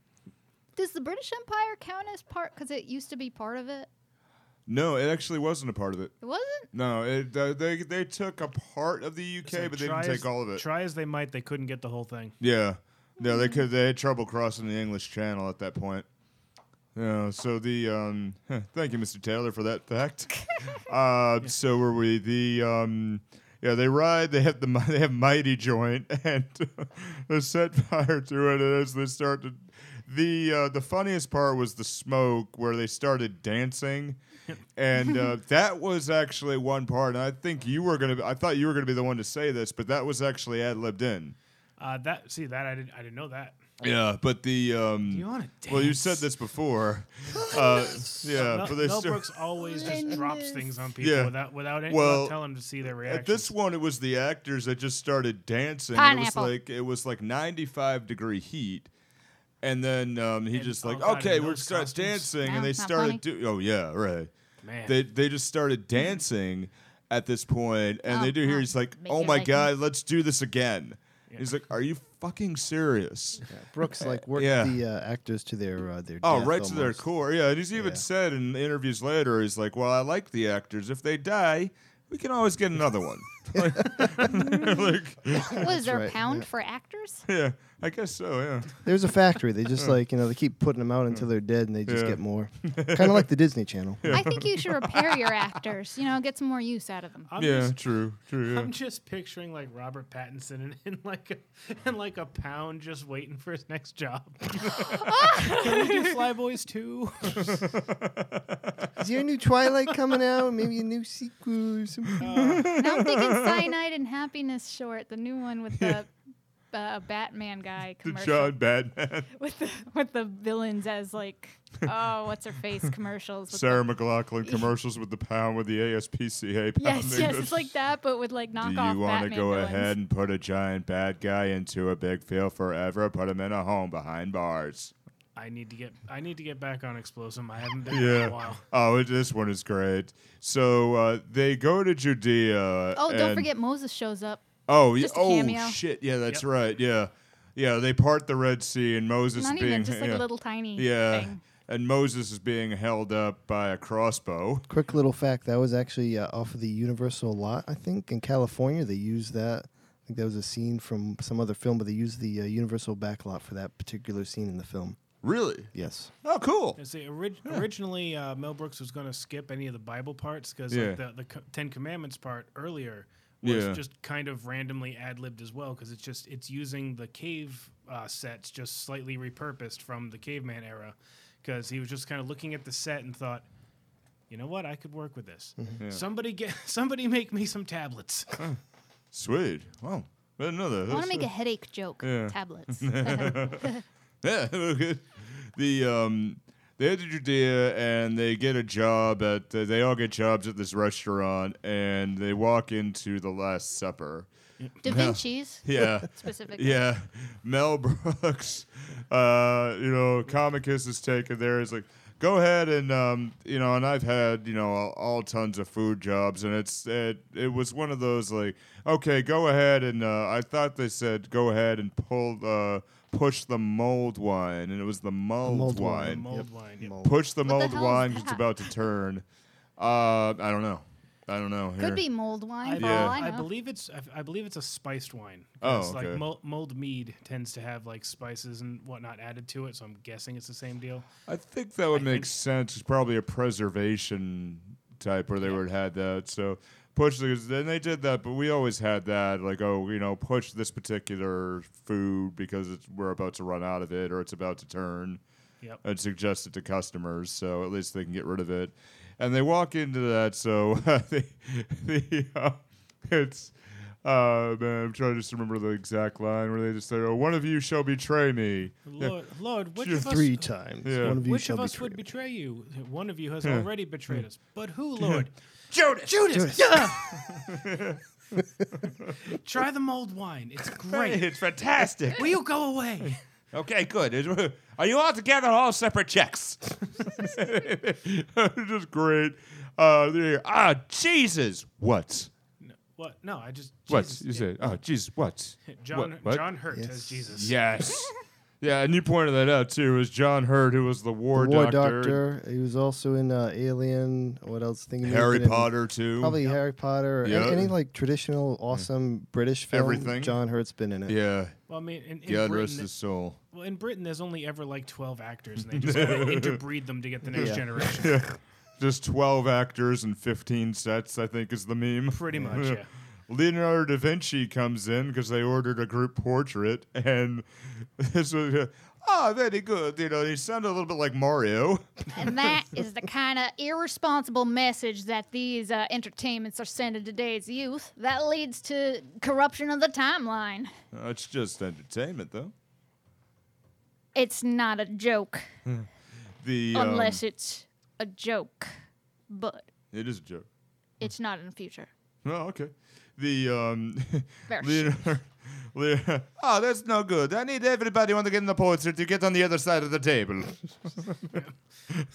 Speaker 3: Does the British Empire count as part? Because it used to be part of it.
Speaker 2: No, it actually wasn't a part of it.
Speaker 3: It wasn't.
Speaker 2: No, it, uh, they they took a part of the UK,
Speaker 5: So
Speaker 2: but they
Speaker 5: try
Speaker 2: didn't
Speaker 5: as-
Speaker 2: take all of it.
Speaker 5: Try as they might, they couldn't get the whole thing.
Speaker 2: yeah, no, they could. They had trouble crossing the English Channel at that point. Yeah, so the um, thank you, Mr. Taylor, for that fact. uh, so were we the um, yeah they ride they have the mi- they have mighty joint and they set fire to it as they start to the uh, the funniest part was the smoke where they started dancing. And uh, that was actually one part, and I think you were gonna. I thought you were gonna be the one to say this, but that was actually ad libbed in.
Speaker 5: Uh, that see that I didn't I didn't know that.
Speaker 2: Yeah, but the um,
Speaker 5: You wanna
Speaker 2: well, you
Speaker 5: dance?
Speaker 2: said this before. Uh, yeah,
Speaker 5: Mel,
Speaker 2: but they
Speaker 5: Mel
Speaker 2: start-
Speaker 5: Brooks always just drops things on people
Speaker 2: Yeah.
Speaker 5: without without, any,
Speaker 2: Well,
Speaker 5: without telling them to see their reaction.
Speaker 2: At this one, it was the actors that just started dancing.
Speaker 3: Pineapple.
Speaker 2: It was like it was like 95 degree heat, and then um, he
Speaker 5: And
Speaker 2: just
Speaker 5: all
Speaker 2: like,
Speaker 5: of a sudden
Speaker 2: okay, we're
Speaker 5: those
Speaker 2: start
Speaker 5: costumes-
Speaker 2: dancing,
Speaker 3: No,
Speaker 2: and they
Speaker 3: it's not
Speaker 2: started.
Speaker 3: funny.
Speaker 2: Do- oh yeah, right.
Speaker 5: Man.
Speaker 2: They they just started dancing at this point, and
Speaker 3: Oh,
Speaker 2: they do hear
Speaker 3: oh,
Speaker 2: he's like,
Speaker 3: make
Speaker 2: oh
Speaker 3: it
Speaker 2: my
Speaker 3: like
Speaker 2: god, let's do this again. He's like, are you fucking serious?
Speaker 4: Brooks like worked
Speaker 2: Yeah.
Speaker 4: the uh, actors to their uh, their.
Speaker 2: Oh,
Speaker 4: death
Speaker 2: right to their
Speaker 4: almost.
Speaker 2: core. Yeah, and he's even
Speaker 4: Yeah.
Speaker 2: said in interviews later, he's like, "Well, I like the actors. If they die, we can always get another one." like, like,
Speaker 3: Was there a
Speaker 4: right,
Speaker 3: pound for actors?
Speaker 2: yeah, I guess so. Yeah,
Speaker 4: There's a factory. They just like you know they keep putting them out until they're dead, and they just
Speaker 2: Yeah.
Speaker 4: get more. kind of like the Disney Channel.
Speaker 3: I think you should repair your actors. You know, get some more use out of them.
Speaker 5: I'm
Speaker 2: yeah,
Speaker 5: just,
Speaker 2: true, true. Yeah.
Speaker 5: I'm just picturing like Robert Pattinson in, in like a in like a pound just waiting for his next job. Can we do Flyboys too?
Speaker 4: Is there a new Twilight coming out? Maybe a new sequel or something?
Speaker 3: Now I'm thinking Cyanide and Happiness short, the new one with the uh, Batman guy
Speaker 2: The
Speaker 3: commercial
Speaker 2: John Batman,
Speaker 3: with the with the villains as like oh what's her face commercials. With
Speaker 2: Sarah McLaughlin commercials with the pound with the ASPCA.
Speaker 3: the, yes,
Speaker 2: pounding
Speaker 3: yes,
Speaker 2: the-
Speaker 3: it's like that, but with like
Speaker 2: Do
Speaker 3: knockoff.
Speaker 2: you want
Speaker 3: Batman
Speaker 2: to go
Speaker 3: villains.
Speaker 2: ahead and put a giant bad guy into a big field forever? Put him in a home behind bars.
Speaker 5: I need to get I need to get back on Explosive. I haven't been in a
Speaker 2: Yeah.
Speaker 5: while.
Speaker 2: Oh, it- this one is great. So uh, they go to Judea.
Speaker 3: Oh, don't
Speaker 2: and-
Speaker 3: forget Moses shows up.
Speaker 2: Oh, yeah.
Speaker 3: Just a
Speaker 2: Oh,
Speaker 3: cameo.
Speaker 2: shit. Yeah, that's
Speaker 5: Yep.
Speaker 2: right. Yeah. Yeah, they part the Red Sea and Moses
Speaker 3: Not
Speaker 2: being
Speaker 3: even just like
Speaker 2: yeah.
Speaker 3: a little tiny
Speaker 2: Yeah.
Speaker 3: thing.
Speaker 2: And Moses is being held up by a crossbow.
Speaker 4: Quick little fact that was actually uh, off of the Universal lot, I think, in California. They used that. I think that was a scene from some other film, but they used the uh, Universal backlot for that particular scene in the film.
Speaker 2: Really?
Speaker 4: Yes.
Speaker 2: Oh, cool.
Speaker 5: And see, orig- originally uh, Mel Brooks was going to skip any of the Bible parts because
Speaker 2: Yeah.
Speaker 5: like, the, the co- Ten Commandments part earlier was
Speaker 2: Yeah.
Speaker 5: just kind of randomly ad libbed as well because it's just it's using the cave uh, sets just slightly repurposed from the caveman era because he was just kind of looking at the set and thought. You know what? I could work with this.
Speaker 2: Mm-hmm.
Speaker 5: Somebody get somebody make me some tablets.
Speaker 2: Sweet. Wow. I didn't know that.
Speaker 3: I want
Speaker 2: That's-
Speaker 3: to make a headache joke.
Speaker 2: Yeah.
Speaker 3: Tablets.
Speaker 2: Yeah, okay. the um, they head to Judea and they get a job at. Uh, they all get jobs at this restaurant, and they walk into the Last Supper.
Speaker 3: da Vinci's
Speaker 2: Yeah,
Speaker 3: specifically.
Speaker 2: yeah. Mel Brooks, uh, you know, Comicus is taken there. He's like, go ahead and um, you know, and I've had you know all, all tons of food jobs, and it's it, it was one of those like, okay, go ahead and uh, I thought they said go ahead and pull. Uh, push the mold wine, and it was the mulled
Speaker 4: mulled wine,
Speaker 2: wine.
Speaker 5: Mold wine. yep.
Speaker 4: Mold.
Speaker 2: Push the
Speaker 3: What the
Speaker 2: mulled
Speaker 3: hell is
Speaker 2: wine 'cause it's
Speaker 3: that?
Speaker 2: about to turn. Uh, I don't know. I don't know.
Speaker 3: Could
Speaker 2: here.
Speaker 3: be mold wine. for
Speaker 2: Yeah.
Speaker 3: all I,
Speaker 5: I,
Speaker 3: know.
Speaker 5: believe it's I- I believe it's a spiced wine.
Speaker 2: Oh,
Speaker 5: 'Cause,
Speaker 2: okay.
Speaker 5: like mold, mulled mead tends to have like spices and whatnot added to it, so I'm guessing it's the same deal.
Speaker 2: I think that would make
Speaker 5: think-
Speaker 2: sense. It's probably a preservation type where they would have had that. So push the then they did that, but we always had that like oh you know push this particular food because it's, we're about to run out of it or it's about to turn
Speaker 5: Yep.
Speaker 2: and suggest it to customers so at least they can get rid of it. And they walk into that so the, the uh, it's. Uh, man, I'm trying to just remember the exact line where they just said, "Oh, one of you shall betray me." Yeah.
Speaker 5: Lord, Lord, which
Speaker 2: Sure.
Speaker 5: of us
Speaker 4: Three times.
Speaker 2: Yeah.
Speaker 4: One of you
Speaker 5: which
Speaker 4: shall
Speaker 5: of us
Speaker 4: betray Hmm.
Speaker 5: would
Speaker 4: me.
Speaker 5: betray you? One of you has already betrayed us. But who, Lord?
Speaker 1: Judas.
Speaker 5: Judas. Yeah. Try the mulled wine. It's great.
Speaker 1: It's fantastic.
Speaker 5: Will you go away?
Speaker 1: Okay, good. Is- Are you all together? All separate checks.
Speaker 2: just great. Uh, there- ah, Jesus, what?
Speaker 5: What? No, I just
Speaker 2: What
Speaker 5: Jesus.
Speaker 2: you said? Oh, Jesus, what?
Speaker 5: John
Speaker 2: What- what?
Speaker 5: John Hurt
Speaker 4: Yes.
Speaker 5: as Jesus.
Speaker 2: Yes. yeah, and you pointed that out too. It was John Hurt who was the war,
Speaker 4: War
Speaker 2: doctor,
Speaker 4: Doctor. He was also in uh, Alien. What else? Thing
Speaker 2: Harry Potter too.
Speaker 4: Probably Harry Potter. or a-
Speaker 2: Yeah.
Speaker 4: Any, like traditional, awesome British film.
Speaker 2: Everything.
Speaker 4: John Hurt's been in it.
Speaker 2: Yeah.
Speaker 5: Well, I mean, in, in
Speaker 2: God rest
Speaker 5: Britain,
Speaker 2: his soul.
Speaker 5: well, in Britain, there's only ever like 12 actors, and they just gotta interbreed them to get the next generation.
Speaker 2: Just twelve actors and fifteen sets, I think, is the meme.
Speaker 5: Pretty much, yeah.
Speaker 2: Leonardo da Vinci comes in because they ordered a group portrait, and this was, uh, oh, very good. You know, he sounded a little bit like Mario.
Speaker 3: And that is the kind of irresponsible message that these uh, entertainments are sending today's youth. That leads to corruption of the timeline.
Speaker 2: Uh, it's just entertainment, though.
Speaker 3: It's not a joke,
Speaker 2: The
Speaker 3: unless
Speaker 2: um,
Speaker 3: it's a joke, but
Speaker 2: it is a joke.
Speaker 3: it's not in the future.
Speaker 2: Oh, okay. The um,
Speaker 3: There.
Speaker 2: Leonardo, Leonardo, oh, that's no good. I need everybody want to get in the portrait to get on the other side of the table.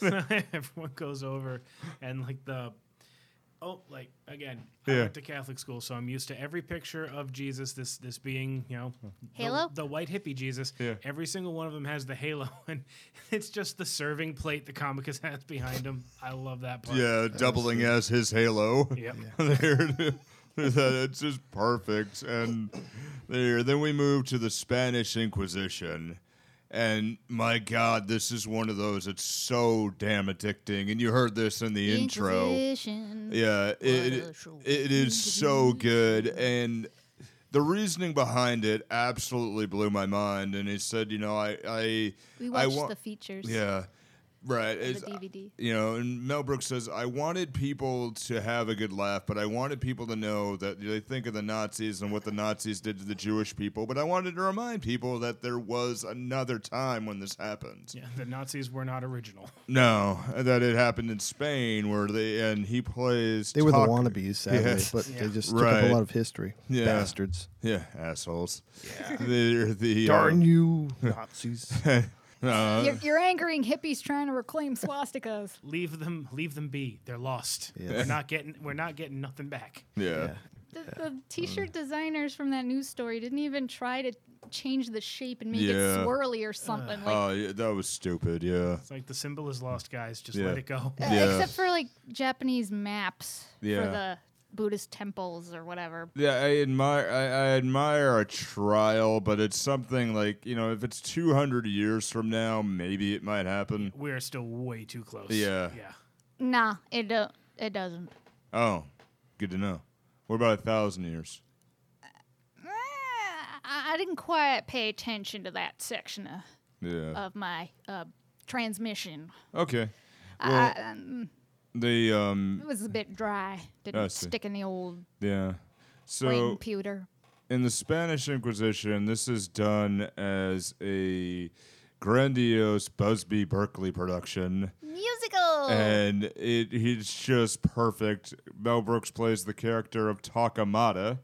Speaker 5: Everyone goes over, and like the. Oh, like again, I
Speaker 2: Yeah.
Speaker 5: went to Catholic school, so I'm used to every picture of Jesus. This this being, you know, the-
Speaker 3: Halo?
Speaker 5: the, white hippie Jesus.
Speaker 2: Yeah.
Speaker 5: Every single one of them has the halo, and it's just the serving plate the comicus has behind him. I love that part.
Speaker 2: yeah, doubling as his halo.
Speaker 5: Yep.
Speaker 2: there, it is. it's just perfect. And there, then we move to the Spanish Inquisition. And my God, this is one of those that's so damn addicting. And you heard this in the intro.
Speaker 3: Inquisition.
Speaker 2: Yeah, it, it,
Speaker 3: Wonderful.
Speaker 2: it is so good. And the reasoning behind it absolutely blew my mind. And he said, you know, I, I,
Speaker 3: We
Speaker 2: I
Speaker 3: watched
Speaker 2: want,
Speaker 3: the features.
Speaker 2: yeah, right.
Speaker 3: The
Speaker 2: It's, uh,
Speaker 3: DVD.
Speaker 2: you know, and Mel Brooks says, I wanted people to have a good laugh, but I wanted people to know that they think of the Nazis and what the Nazis did to the Jewish people. But I wanted to remind people that there was another time when this happened.
Speaker 5: Yeah, the Nazis were not original.
Speaker 2: No, that it happened in Spain where they, and he plays.
Speaker 4: They were the
Speaker 2: Tuck-
Speaker 4: wannabes, sadly,
Speaker 2: Yes.
Speaker 4: but they just took up
Speaker 2: Right.
Speaker 4: a lot of history.
Speaker 2: Yeah.
Speaker 4: Bastards.
Speaker 2: Yeah, assholes. Yeah. They're the.
Speaker 4: Darn
Speaker 2: uh,
Speaker 4: you, Nazis.
Speaker 2: uh,
Speaker 3: You're, you're angering hippies trying to reclaim swastikas.
Speaker 5: Leave them, leave them be. They're lost.
Speaker 4: Yeah.
Speaker 5: We're not getting, we're not getting nothing back.
Speaker 2: yeah. Mm.
Speaker 3: The, the t-shirt designers from that news story didn't even try to change the shape and make
Speaker 2: Yeah.
Speaker 3: it swirly or something. like,
Speaker 2: Oh, yeah, that was stupid. Yeah.
Speaker 5: It's like the symbol is lost, guys. Just
Speaker 2: Yeah.
Speaker 5: let it go.
Speaker 3: Uh,
Speaker 2: Yeah.
Speaker 3: Except for like Japanese maps
Speaker 2: Yeah.
Speaker 3: for the Buddhist temples or whatever.
Speaker 2: Yeah, I admire I, I admire a trial, but it's something like you know, if it's two hundred years from now, maybe it might happen.
Speaker 5: We are still way too close.
Speaker 2: Yeah.
Speaker 5: Yeah.
Speaker 3: Nah, it do- it doesn't.
Speaker 2: Oh, good to know. What about a thousand years?
Speaker 3: Eh, I I didn't quite pay attention to that section of,
Speaker 2: Yeah.
Speaker 3: of my uh, transmission.
Speaker 2: okay.
Speaker 3: I-
Speaker 2: Well,
Speaker 3: I, um,
Speaker 2: the
Speaker 3: it
Speaker 2: um
Speaker 3: was a bit dry.
Speaker 2: I
Speaker 3: Didn't
Speaker 2: see.
Speaker 3: stick in the old
Speaker 2: yeah. So
Speaker 3: brain pewter.
Speaker 2: in the Spanish Inquisition, this is done as a grandiose Busby Berkeley production.
Speaker 3: Musical.
Speaker 2: and it he's just perfect. Mel Brooks plays the character of Takamata,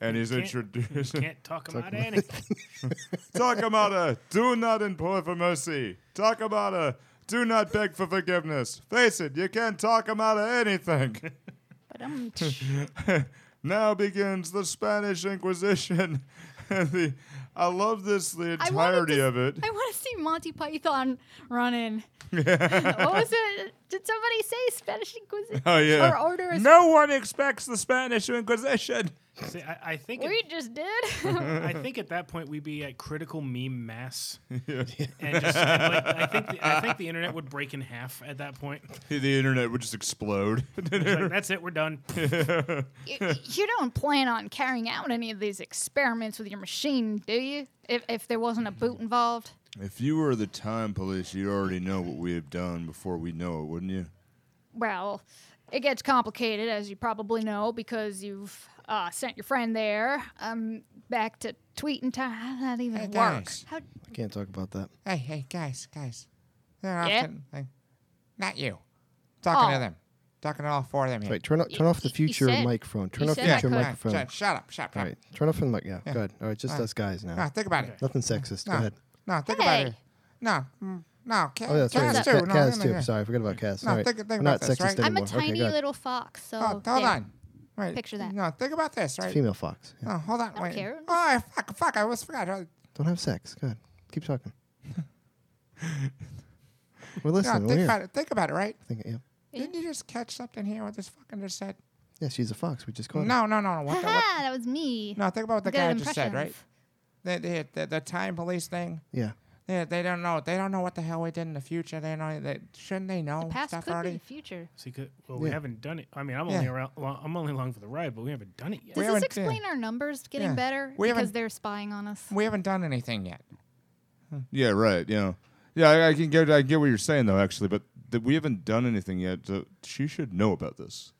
Speaker 2: and he's
Speaker 5: Can't-
Speaker 2: introduced.
Speaker 5: Can't talk about anything.
Speaker 2: Takamata, do not implore for mercy. Takamata, do not beg for forgiveness. Face it, you can't talk about anything.
Speaker 3: but um, I'm t-
Speaker 2: now begins the Spanish Inquisition. and the I love this the
Speaker 3: I wanted
Speaker 2: entirety
Speaker 3: to-
Speaker 2: of it.
Speaker 3: I want to see Monty Python running. what was it? Did somebody say Spanish Inquisition?
Speaker 2: oh yeah.
Speaker 3: Or order is
Speaker 2: no one expects the Spanish Inquisition.
Speaker 5: See, I, I think
Speaker 3: we
Speaker 5: it,
Speaker 3: just did.
Speaker 5: I think at that point we'd be at critical meme mass, and just and, like, I think the, I think the internet would break in half at that point.
Speaker 2: The internet would just explode.
Speaker 5: It's like, That's it. We're done.
Speaker 3: you, you don't plan on carrying out any of these experiments with your machine, do you? If, if there wasn't a boot involved.
Speaker 2: if you were the time police, you'd already know what we have done before we know it, wouldn't you?
Speaker 3: Well, it gets complicated, as you probably know, because you've uh, sent your friend there um, back to tweeting time. How did that even
Speaker 1: Hey,
Speaker 3: work?
Speaker 1: guys.
Speaker 3: How,
Speaker 4: I can't talk about that.
Speaker 1: Hey, hey, guys, guys. They're
Speaker 3: Yeah?
Speaker 1: often, like, not you. Talking
Speaker 3: Oh.
Speaker 1: to them. Talking to all four of them here.
Speaker 4: Right, turn, o- turn off the
Speaker 3: you- you
Speaker 4: future
Speaker 3: said-
Speaker 4: microphone. Turn
Speaker 3: you
Speaker 4: off
Speaker 3: said I
Speaker 4: future
Speaker 3: could.
Speaker 1: All right,
Speaker 4: microphone.
Speaker 1: shut, shut up, shut up.
Speaker 4: All right, turn off the mic. Yeah,
Speaker 1: Yeah.
Speaker 4: good. All right, just
Speaker 1: All right.
Speaker 4: us guys now.
Speaker 1: No, think about it.
Speaker 4: Nothing sexist.
Speaker 1: No,
Speaker 4: Go ahead.
Speaker 1: no, think
Speaker 3: Hey.
Speaker 1: about it. No, mm, no, cats
Speaker 4: Oh, yeah, that's right.
Speaker 1: cats
Speaker 4: Ca-
Speaker 1: too. no,
Speaker 4: Cass
Speaker 1: no,
Speaker 4: too.
Speaker 1: no, no.
Speaker 4: Sorry, I forgot about Cass.
Speaker 1: No,
Speaker 4: All right.
Speaker 1: think- think
Speaker 4: We're
Speaker 1: about
Speaker 4: not
Speaker 1: this,
Speaker 4: sexist
Speaker 1: right?
Speaker 3: I'm
Speaker 4: anymore.
Speaker 3: a tiny
Speaker 4: okay, go ahead.
Speaker 3: little fox, so
Speaker 1: Oh, hold
Speaker 3: there.
Speaker 1: on. Wait.
Speaker 3: Picture that.
Speaker 1: No, think about this, right?
Speaker 4: Female fox. Yeah.
Speaker 1: Oh, hold on.
Speaker 3: don't
Speaker 1: Wait.
Speaker 3: care.
Speaker 1: Oh, I, fuck, fuck, I almost forgot. Oh,
Speaker 4: Don't have sex. Go ahead. Keep talking.
Speaker 1: No,
Speaker 4: We're listening. We're
Speaker 1: think
Speaker 4: here.
Speaker 1: about it. Think about it, right?
Speaker 4: Think- yeah.
Speaker 1: Didn't you just catch something here? What this fucking just said?
Speaker 4: yeah, she's a fox. We just called her.
Speaker 1: No, no, no, no. What the, what?
Speaker 3: Haha, that was me.
Speaker 1: No, think about what the
Speaker 3: Good
Speaker 1: guy just said, right?
Speaker 3: impressions.
Speaker 1: The, the, the, the time police thing.
Speaker 4: Yeah.
Speaker 1: They, they don't know. They don't know what the hell we did in the future. They know. They, shouldn't they know
Speaker 3: Past
Speaker 1: stuff
Speaker 3: could be
Speaker 1: already?
Speaker 3: the future.
Speaker 5: So you could, well, we
Speaker 4: Yeah.
Speaker 5: haven't done it. I mean, I'm only
Speaker 1: Yeah.
Speaker 5: around. Well, I'm only along for the ride, but we haven't done it yet.
Speaker 1: We
Speaker 3: Does
Speaker 1: haven't,
Speaker 3: this
Speaker 1: uh,
Speaker 3: explain our numbers getting
Speaker 1: yeah.
Speaker 3: better
Speaker 1: We
Speaker 3: because
Speaker 1: haven't-
Speaker 3: they're spying on us?
Speaker 1: We haven't done anything yet.
Speaker 2: Yeah, right. Yeah, yeah. I, I can get. I get what you're saying though, actually, but th- we haven't done anything yet. So she should know about this.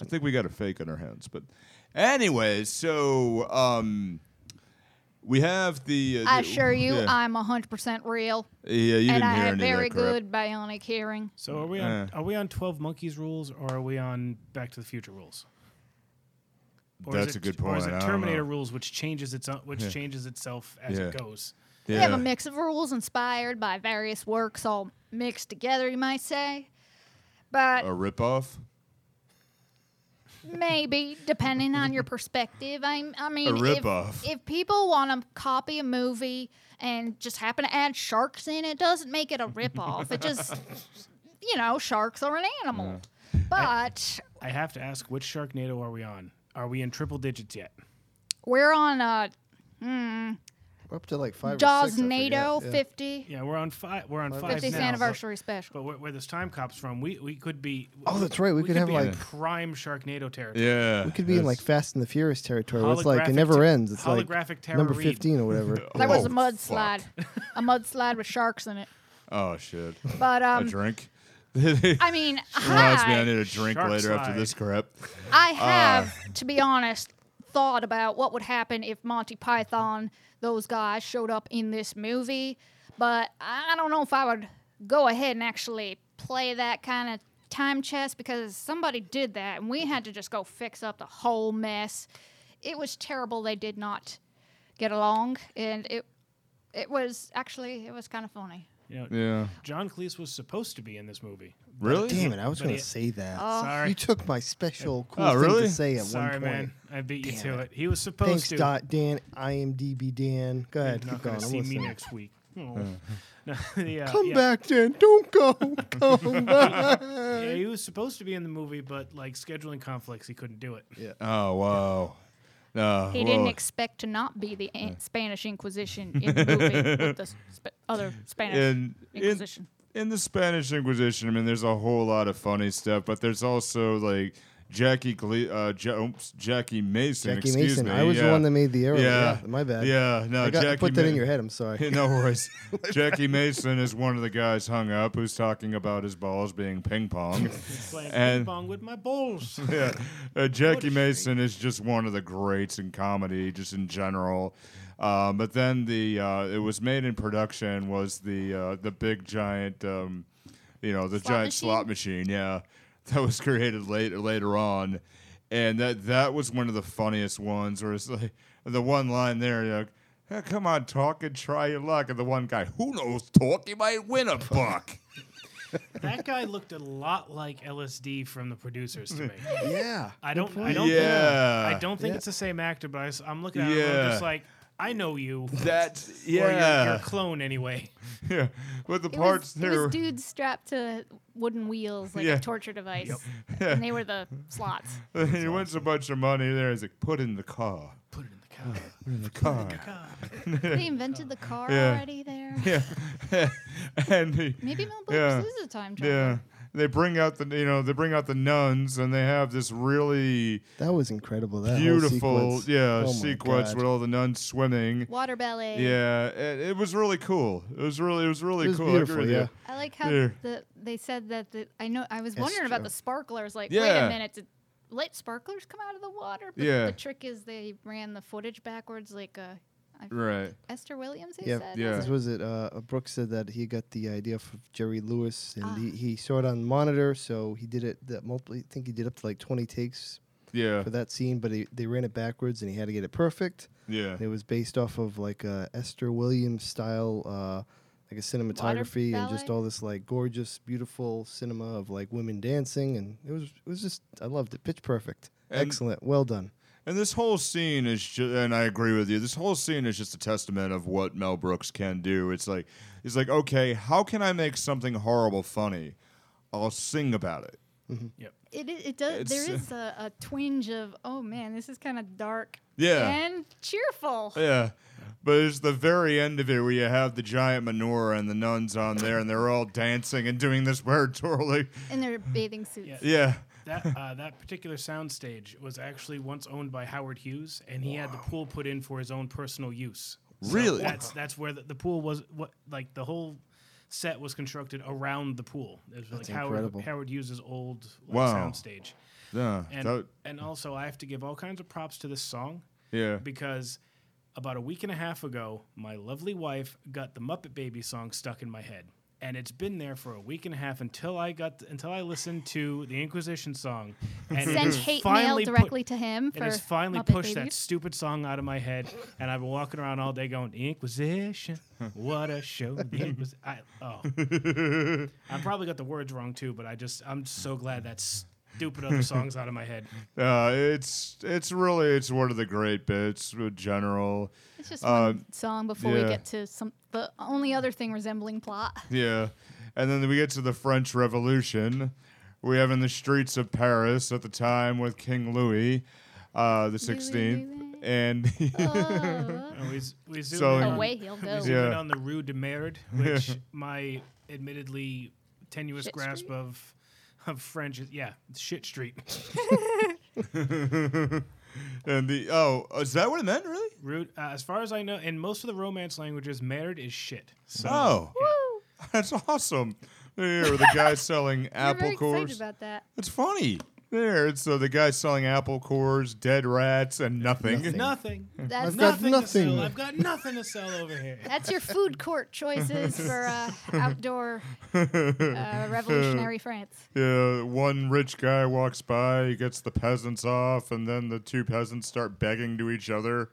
Speaker 2: I think we got a fake on our hands. But anyway, so um, we have the. Uh,
Speaker 3: I
Speaker 2: the-
Speaker 3: assure you,
Speaker 2: yeah.
Speaker 3: I'm 100% real,
Speaker 2: Yeah, you didn't
Speaker 3: and I
Speaker 2: hear
Speaker 3: have
Speaker 2: any of
Speaker 3: very
Speaker 2: that crap.
Speaker 3: good bionic hearing.
Speaker 4: Mm,
Speaker 5: So are we on?
Speaker 4: eh.
Speaker 2: Uh.
Speaker 5: Are we on Twelve Monkeys rules, or are we on Back to the Future rules? Or is
Speaker 2: That's
Speaker 5: it,
Speaker 2: a good
Speaker 5: Or is
Speaker 2: point. I
Speaker 5: it
Speaker 2: don't
Speaker 5: Terminator
Speaker 2: know.
Speaker 5: rules, which changes its own, which changes itself as it
Speaker 2: Yeah.
Speaker 5: goes?
Speaker 2: Yeah.
Speaker 3: We have a mix of rules inspired by various works, all mixed together, you might say. But
Speaker 2: A ripoff.
Speaker 3: maybe, depending on your perspective, I, I mean,
Speaker 2: ripoff.
Speaker 3: if, if people want to copy a movie and just happen to add sharks in, it doesn't make it a ripoff. it just, you know, sharks are an animal. But
Speaker 5: I have to ask, which Sharknado are we on? Are we in triple digits yet?
Speaker 3: we're on uh, a
Speaker 4: We're up to like five or
Speaker 3: Dawes
Speaker 4: six. I forget.
Speaker 3: NATO
Speaker 4: Yeah.
Speaker 3: 50.
Speaker 5: Yeah, we're on five. We're on five
Speaker 3: 50th
Speaker 5: now.
Speaker 3: anniversary
Speaker 5: But, but
Speaker 3: special.
Speaker 5: where, where this time cop's from, we, we could be.
Speaker 4: Oh, that's right, we could
Speaker 5: could,
Speaker 4: have,
Speaker 5: be
Speaker 4: like-
Speaker 5: in prime Sharknado territory.
Speaker 2: Yeah.
Speaker 4: We could be in like Fast and the Furious territory. Where it's like it
Speaker 5: Holographic
Speaker 4: never
Speaker 5: ter-
Speaker 4: ends. It's like
Speaker 5: holographic Tara
Speaker 4: number
Speaker 5: Reid.
Speaker 4: 15 or whatever.
Speaker 3: There was a
Speaker 2: Oh,
Speaker 3: mudslide. A mudslide with sharks in it.
Speaker 2: Oh shit.
Speaker 3: But
Speaker 2: a
Speaker 3: um,
Speaker 2: drink.
Speaker 3: I mean,
Speaker 2: Reminds me,
Speaker 3: hi.
Speaker 2: I need a drink
Speaker 5: Shark
Speaker 2: later after
Speaker 5: slide.
Speaker 2: this crap.
Speaker 3: I have, to be honest, thought about what would happen if Monty Python, those guys, showed up in this movie, but I don't know if I would go ahead and actually play that kind of time chess because somebody did that and we had to just go fix up the whole mess. It was terrible. They did not get along, and it it was actually it was kind of funny.
Speaker 5: You know,
Speaker 2: Yeah.
Speaker 5: John Cleese was supposed to be in this movie.
Speaker 2: Really?
Speaker 4: Damn it, I was going
Speaker 5: it-
Speaker 4: to say that.
Speaker 5: Sorry.
Speaker 4: You took my special cool
Speaker 2: Oh,
Speaker 4: thing
Speaker 2: really?
Speaker 4: to say Oh, at
Speaker 5: Sorry,
Speaker 4: one point.
Speaker 5: man. I beat you to it. He was supposed
Speaker 4: Thanks,
Speaker 5: to.
Speaker 4: Dot Dan, IMDb Dan. Go ahead, keep
Speaker 5: You're
Speaker 4: going.
Speaker 5: not going
Speaker 4: I'm
Speaker 5: to see me
Speaker 4: listening.
Speaker 5: next week. Oh. No, the, uh,
Speaker 4: Come
Speaker 5: yeah.
Speaker 4: back, Dan. Don't go. Come back.
Speaker 5: Yeah, he was supposed to be in the movie, but like scheduling conflicts, he couldn't do it.
Speaker 2: Oh wow. No.
Speaker 3: He
Speaker 2: well,
Speaker 3: didn't expect to not be the an- Spanish Inquisition in the movie with the sp- other Spanish
Speaker 2: in, in
Speaker 3: Inquisition.
Speaker 2: in the Spanish Inquisition, I mean, there's a whole lot of funny stuff, but there's also like Jackie Gle- uh, Ja- oops, Jackie Mason.
Speaker 4: Jackie
Speaker 2: excuse
Speaker 4: Mason.
Speaker 2: me.
Speaker 4: I was the
Speaker 2: yeah.
Speaker 4: one that made the error.
Speaker 2: Yeah.
Speaker 4: Yeah, my bad.
Speaker 2: Yeah, no,
Speaker 4: I, got, I
Speaker 2: Jackie
Speaker 4: put that in
Speaker 2: Ma-
Speaker 4: your head. I'm sorry.
Speaker 2: no worries. Jackie Mason is one of the guys hung up who's talking about his balls being ping pong.
Speaker 5: Playing
Speaker 2: And-
Speaker 5: ping pong with my balls.
Speaker 2: yeah. Uh, Jackie Mason is just one of the greats in comedy, just in general. Uh, but then the uh, it was made in production was the uh, the big giant, um, you know, the
Speaker 3: Slot
Speaker 2: giant
Speaker 3: machine?
Speaker 2: slot machine. Yeah, that was created later later on, and that that was one of the funniest ones. Where it's like the one line there. you know, "Eh, Come on, talk and try your luck. And the one guy, who knows, talk, you might win a buck.
Speaker 5: that guy looked a lot like LSD from the producers to me.
Speaker 4: Yeah.
Speaker 5: I don't. I don't.
Speaker 2: Yeah.
Speaker 5: Think, I don't think it's the same actor, but I, am looking at him. and I'm
Speaker 2: Yeah.
Speaker 5: just like, I know you.
Speaker 2: That
Speaker 5: Or your, your
Speaker 2: yeah,
Speaker 5: clone, anyway.
Speaker 2: yeah. But the
Speaker 3: It
Speaker 2: parts
Speaker 3: was, it
Speaker 2: there,
Speaker 3: was dudes strapped to wooden wheels like
Speaker 2: Yeah.
Speaker 3: a torture device, and they were the slots.
Speaker 2: he wins a bunch of money there. He's like, put in the car,
Speaker 5: Put it in the car.
Speaker 2: put in the car.
Speaker 3: They invented the car
Speaker 2: Yeah.
Speaker 3: already there.
Speaker 2: Yeah, and the,
Speaker 3: Maybe Mel Brooks
Speaker 2: Yeah.
Speaker 3: is a time traveler.
Speaker 2: yeah, they bring out the you know they bring out the nuns and they have this really
Speaker 4: That was incredible. That whole
Speaker 2: beautiful
Speaker 4: sequence.
Speaker 2: yeah
Speaker 4: Oh my
Speaker 2: sequence
Speaker 4: God.
Speaker 2: with all the nuns swimming.
Speaker 3: Water ballet.
Speaker 2: Yeah, it, it was really cool. It was really, it was really
Speaker 4: It was
Speaker 2: cool. I
Speaker 4: beautiful,
Speaker 2: agree with you.
Speaker 4: yeah.
Speaker 3: I like how
Speaker 2: There.
Speaker 3: the they said that the I know I was wondering about
Speaker 4: true.
Speaker 3: the sparklers. Like, wait
Speaker 2: Yeah.
Speaker 3: a minute, did let sparklers come out of the water? But
Speaker 2: Yeah.
Speaker 3: the trick is they ran the footage backwards, like uh, I-
Speaker 2: Right.
Speaker 3: Esther Williams. Who
Speaker 4: Yeah,
Speaker 3: said
Speaker 2: yeah.
Speaker 4: This
Speaker 3: Was it?
Speaker 4: was it. Uh, Brooks said that he got the idea from Jerry Lewis, and he, he saw it on monitor, so he did it that multiple. I think he did up to like twenty takes
Speaker 2: Yeah.
Speaker 4: for that scene, but he, they ran it backwards, and he had to get it perfect.
Speaker 2: Yeah.
Speaker 4: And it was based off of like uh, Esther Williams style, uh, like a cinematography and just
Speaker 3: ballet?
Speaker 4: all this like gorgeous, beautiful cinema of like women dancing, and it was it was just I loved it, pitch perfect,
Speaker 2: And-
Speaker 4: excellent, well done.
Speaker 2: And this whole scene is, ju- and I agree with you. This whole scene is just a testament of what Mel Brooks can do. It's like, it's like, okay, how can I make something horrible funny? I'll sing about it.
Speaker 3: It, i- it does. There
Speaker 2: It's,
Speaker 3: is a, a twinge of oh man, this is kind of dark.
Speaker 2: Yeah.
Speaker 3: And cheerful.
Speaker 2: Yeah. But it's the very end of it where you have the giant menorah and the nuns on there, and they're all dancing and doing this weird twirling.
Speaker 3: In their bathing suits.
Speaker 5: Yeah.
Speaker 2: Yeah.
Speaker 5: That uh, that particular soundstage was actually once owned by Howard Hughes, and he had the pool put in for his own personal use.
Speaker 2: Really?
Speaker 5: That's that's where the, the pool was. What like the whole set was constructed around the pool. It was like
Speaker 4: incredible.
Speaker 5: Howard Howard Hughes' old like,
Speaker 2: Wow.
Speaker 5: soundstage.
Speaker 2: Yeah.
Speaker 5: And
Speaker 2: that-
Speaker 5: and also I have to give all kinds of props to this song
Speaker 2: yeah.
Speaker 5: because about a week and a half ago, my lovely wife got the Muppet Baby song stuck in my head. And it's been there for a week and a half until I got until I listened to the Inquisition song. And it
Speaker 3: Send
Speaker 5: has
Speaker 3: hate mail
Speaker 5: finally put-
Speaker 3: directly to him
Speaker 5: It
Speaker 3: for
Speaker 5: has finally
Speaker 3: Muppet
Speaker 5: pushed that
Speaker 3: Babies.
Speaker 5: stupid song out of my head, and I've been walking around all day going Inquisition. What a show! The Inquis- I, oh, I probably got the words wrong too, but I just I'm so glad that stupid other song's out of my head.
Speaker 2: Uh, it's it's really it's one of the great bits in general.
Speaker 3: It's just
Speaker 2: Um,
Speaker 3: one song before
Speaker 2: yeah.
Speaker 3: we get to some the only other thing resembling plot.
Speaker 2: Yeah, and then we get to the French Revolution. We have in the streets of Paris at the time with King Louis, uh, the Sixteenth,
Speaker 3: Louis.
Speaker 2: and
Speaker 3: Oh,
Speaker 5: And we, z- we zoomed
Speaker 2: So-
Speaker 5: in
Speaker 2: Oh,
Speaker 5: on-
Speaker 3: away he'll go.
Speaker 5: Zoom
Speaker 2: Yeah.
Speaker 5: in on the Rue de Merde, which my admittedly tenuous
Speaker 3: Shit
Speaker 5: grasp
Speaker 3: street?
Speaker 5: of of French is yeah, shit street.
Speaker 2: and the oh is that what it meant really?
Speaker 5: Rue, uh, as far as I know, in most of the Romance languages, Merde is shit. So
Speaker 2: Oh, that's awesome. There, the guy selling
Speaker 3: I'm
Speaker 2: apple
Speaker 3: very
Speaker 2: cores.
Speaker 3: excited about that.
Speaker 2: It's funny. There, it's so the guy selling apple cores, dead rats, and nothing.
Speaker 5: nothing,
Speaker 3: That's
Speaker 4: I've got
Speaker 5: nothing, to sell.
Speaker 4: nothing.
Speaker 5: I've got nothing to sell over here.
Speaker 3: That's your food court choices for uh, outdoor uh, revolutionary France.
Speaker 2: Yeah, Uh, one rich guy walks by, he gets the peasants off, and then the two peasants start begging to each other.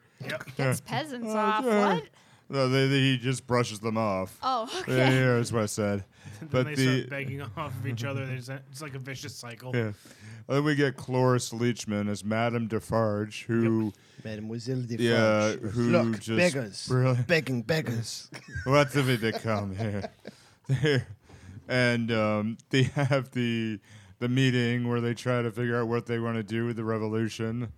Speaker 3: Gets peasants off.
Speaker 2: Oh, yeah.
Speaker 3: What?
Speaker 2: No, they, they- he just brushes them off.
Speaker 3: Oh,
Speaker 2: Yeah,
Speaker 3: okay.
Speaker 2: yeah, that's what I said.
Speaker 5: Then
Speaker 2: but
Speaker 5: they
Speaker 2: the
Speaker 5: start begging off of each other. There's a, it's like a vicious cycle.
Speaker 2: yeah. then we get Cloris Leachman as Madame Defarge, who
Speaker 4: Mademoiselle de
Speaker 2: Yeah,
Speaker 4: Franche.
Speaker 2: who
Speaker 4: Look,
Speaker 2: just
Speaker 4: beggars,
Speaker 2: really-
Speaker 4: begging beggars.
Speaker 2: wants me to come here, there, and um, they have the the meeting where they try to figure out what they want to do with the revolution.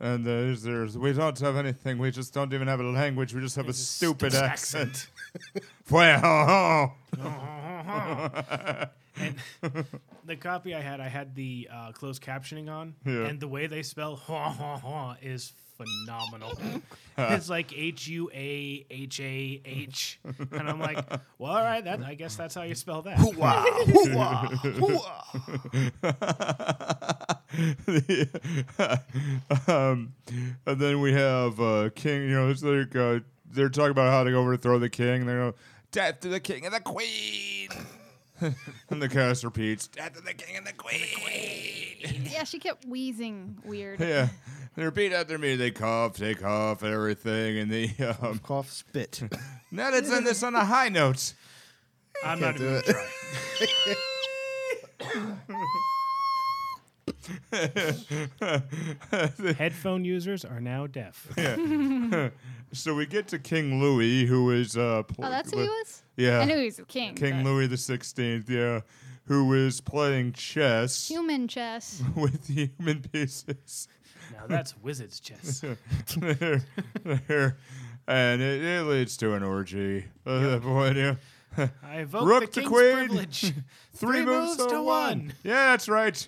Speaker 2: And there's, there's, we don't have anything. We just don't even have a language. We just have a stupid accent. Well,
Speaker 5: and the copy I had, I had the uh, closed captioning on,
Speaker 2: Yeah.
Speaker 5: and the way they spell "haw haw haw" is phenomenal. it's like H U A H A H, and I'm like, well, all right, that I guess that's how you spell that.
Speaker 2: um, and then we have uh, King. You know, it's like uh, they're talking about how to overthrow the king. They go, "Death to the king and the queen." and the cast repeats, "Death to the king and the queen."
Speaker 3: Yeah, she kept wheezing weird.
Speaker 2: yeah, they repeat after me. They cough, they cough, and everything, and they um,
Speaker 4: Cough, spit.
Speaker 2: now let's end this on a high note.
Speaker 5: I'm not
Speaker 4: do
Speaker 5: even
Speaker 4: it.
Speaker 5: trying. Headphone users are now deaf.
Speaker 2: so we get to King Louis, who is uh. pl-
Speaker 3: Oh, that's who he was?
Speaker 2: Yeah.
Speaker 3: I knew he was a king.
Speaker 2: King
Speaker 3: but-
Speaker 2: Louis the Sixteenth, yeah, who is playing chess
Speaker 3: Human chess.
Speaker 2: with human pieces.
Speaker 5: Now that's wizard's chess.
Speaker 2: There- there. and it, it leads to an orgy. Uh, that point, yeah.
Speaker 5: I evoke
Speaker 2: Rook
Speaker 5: the
Speaker 2: to
Speaker 5: king's
Speaker 2: queen.
Speaker 5: privilege.
Speaker 2: Three, moves, to one. Yeah, that's right.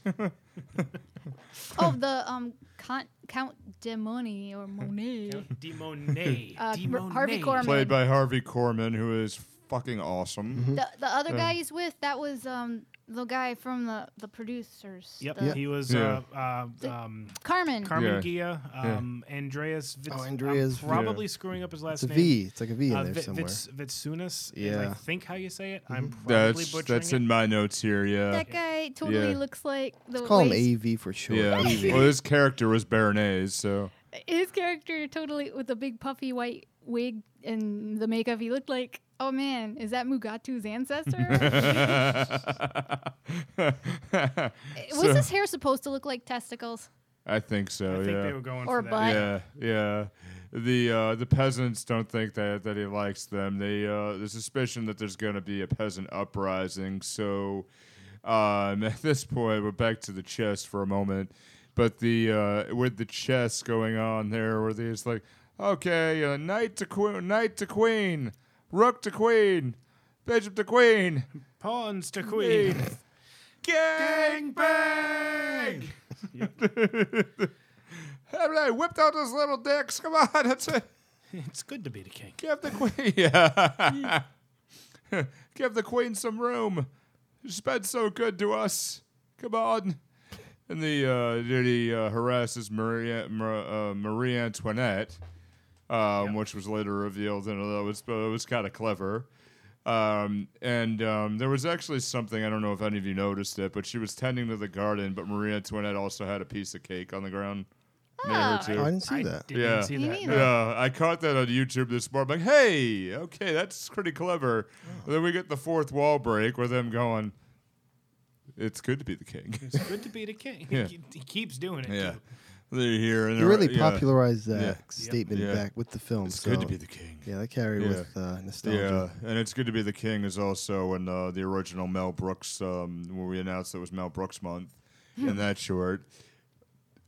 Speaker 3: Oh, the um Count, Count de Money or Monet.
Speaker 5: De Monet.
Speaker 3: Uh,
Speaker 5: De
Speaker 3: R-
Speaker 5: Monet.
Speaker 3: Harvey Korman.
Speaker 2: Played by Harvey Korman, who is fucking awesome.
Speaker 3: the, the other
Speaker 2: Uh.
Speaker 3: guy he's with, that was um the guy from the the producers.
Speaker 5: Yep,
Speaker 3: the-
Speaker 5: he was
Speaker 2: Yeah.
Speaker 5: uh, uh, um,
Speaker 3: Carmen.
Speaker 5: Carmen
Speaker 2: Yeah.
Speaker 5: Gia, um, Andreas. Vitz-
Speaker 4: Oh, Andreas-
Speaker 5: I'm probably screwing up his last
Speaker 4: It's a
Speaker 5: name.
Speaker 4: V. It's like a V in
Speaker 5: Uh,
Speaker 4: there
Speaker 5: Vi-
Speaker 4: somewhere.
Speaker 5: Vits- Vitsunas is, I
Speaker 4: Yeah. Mm-hmm.
Speaker 5: think, how you say it. I'm probably
Speaker 2: That's
Speaker 5: butchering
Speaker 2: that's
Speaker 5: it.
Speaker 2: in my notes here. Yeah,
Speaker 3: that guy totally
Speaker 2: Yeah.
Speaker 3: looks like the
Speaker 4: Let's call him
Speaker 3: way
Speaker 4: AV for short.
Speaker 2: yeah.
Speaker 4: AV.
Speaker 2: well, his character was Baronese, so
Speaker 3: his character totally with the big puffy white wig and the makeup he looked like oh man is that mugatu's ancestor was
Speaker 2: So-
Speaker 3: his hair supposed to look like testicles
Speaker 2: I think so.
Speaker 5: I think
Speaker 2: yeah.
Speaker 5: they were going
Speaker 3: Or
Speaker 5: for
Speaker 3: butt.
Speaker 5: that.
Speaker 2: Yeah, yeah. The uh, the peasants don't think that that he likes them. They uh, the suspicion that there's going to be a peasant uprising. So um, at this point, we're back to the chess for a moment. But the uh, with the chess going on there, where they just like, okay, uh, knight to queen, knight to queen, rook to queen, bishop to queen,
Speaker 5: Pawns to queen.
Speaker 2: gang bang. All right, whipped out those little dicks. Come on, that's it.
Speaker 5: it's good to be the king.
Speaker 2: Give the queen, yeah. Give the queen some room. She's been so good to us. Come on. And the uh, he uh, harasses Maria Mar- uh, Marie Antoinette, um, which was later revealed, and that was uh, was kind of clever. Um, and um, there was actually something I don't know if any of you noticed it, but she was tending to the garden, but Marie Antoinette also had a piece of cake on the ground near her
Speaker 3: Oh.
Speaker 2: too.
Speaker 4: Oh, I didn't see that.
Speaker 5: Didn't
Speaker 2: Yeah.
Speaker 5: see
Speaker 3: Me
Speaker 5: that.
Speaker 3: neither.
Speaker 5: no.
Speaker 2: Yeah, I caught that on YouTube this morning. I'm like, hey, okay, that's pretty clever.
Speaker 4: Oh.
Speaker 2: Then we get the fourth wall break with them going, it's good to be the king.
Speaker 5: It's good to be the king.
Speaker 2: Yeah.
Speaker 5: He, he keeps doing it.
Speaker 2: yeah.
Speaker 5: too.
Speaker 2: They're here. And
Speaker 4: They
Speaker 2: they're,
Speaker 4: really
Speaker 2: yeah.
Speaker 4: popularized that
Speaker 2: Yeah.
Speaker 4: statement
Speaker 2: Yeah.
Speaker 4: back with the film.
Speaker 2: It's
Speaker 4: so
Speaker 2: good to be the king.
Speaker 4: yeah, they carry
Speaker 2: Yeah.
Speaker 4: with uh, nostalgia.
Speaker 2: Yeah, and it's good to be the king is also in uh, the original Mel Brooks um, when we announced it was Mel Brooks month
Speaker 4: Hmm.
Speaker 2: in that short.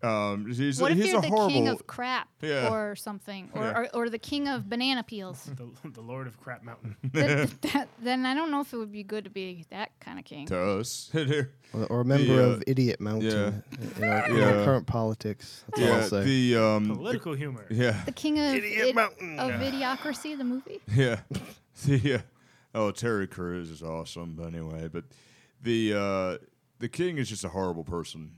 Speaker 2: Um, he's
Speaker 3: what if
Speaker 2: he's
Speaker 3: you're
Speaker 2: a
Speaker 3: the
Speaker 2: horrible
Speaker 3: king of crap
Speaker 2: Yeah.
Speaker 3: or something or,
Speaker 2: Yeah.
Speaker 3: or, or the king of banana peels
Speaker 5: The, the Lord of Crap Mountain.
Speaker 3: Th- that- then i don't know if it would be good to be that kind of king
Speaker 2: to us.
Speaker 4: Or, or a member
Speaker 2: uh,
Speaker 4: of Idiot Mountain uh, in, our, in
Speaker 2: Yeah.
Speaker 4: our current politics. That's all I'll
Speaker 2: yeah,
Speaker 4: say.
Speaker 2: the um,
Speaker 5: Political humor.
Speaker 2: yeah.
Speaker 3: the king of, id- of idiocracy the movie
Speaker 2: Yeah. The uh, oh Terry Crews is awesome but anyway, but the uh, the king is just a horrible person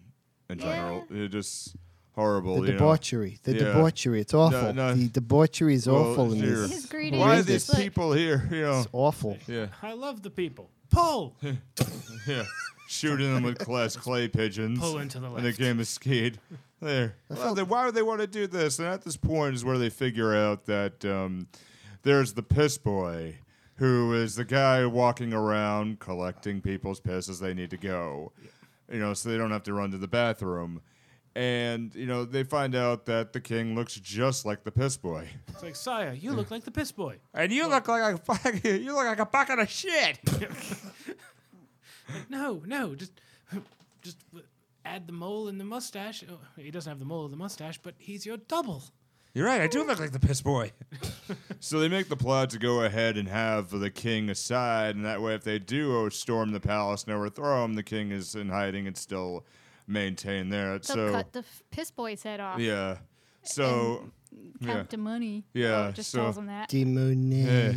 Speaker 2: in general. It just horrible.
Speaker 4: the
Speaker 2: you know.
Speaker 4: debauchery. The
Speaker 2: Yeah.
Speaker 4: debauchery. It's awful.
Speaker 2: no.
Speaker 4: The debauchery is
Speaker 2: Well,
Speaker 4: awful in
Speaker 2: here.
Speaker 4: this.
Speaker 3: His greedy
Speaker 2: Why are
Speaker 3: is
Speaker 2: these
Speaker 3: just like-
Speaker 2: people here? You know.
Speaker 4: It's awful.
Speaker 2: Yeah.
Speaker 5: I love the people. Pull.
Speaker 2: Yeah. Shooting them with class clay pigeons.
Speaker 5: Pull into the
Speaker 2: And a
Speaker 5: left.
Speaker 2: game of skid. There. Well, then why would they want to do this? And at this point is where they figure out that um, there's the piss boy, who is the guy walking around collecting people's piss as they need to go. You know, so they don't have to run to the bathroom. And, you know, they find out that the king looks just like the piss boy.
Speaker 5: It's like, Saya, you look like the piss boy.
Speaker 2: And you look like a fuck- you look like a bucket of shit.
Speaker 5: No, no, just, just w- add the mole and the mustache. Oh, he doesn't have the mole or the mustache, but he's your double.
Speaker 2: You're right. I do look like the piss boy. so they make the plot to go ahead and have the king aside, and that way, if they do oh, storm the palace and overthrow him, the king is in hiding and still maintained there.
Speaker 3: they'll
Speaker 2: so
Speaker 3: cut the f- piss boy's head off
Speaker 2: yeah. So
Speaker 3: count
Speaker 2: yeah.
Speaker 3: to money
Speaker 2: Yeah,
Speaker 3: oh, just
Speaker 2: so-
Speaker 3: tells him that
Speaker 4: De Monet.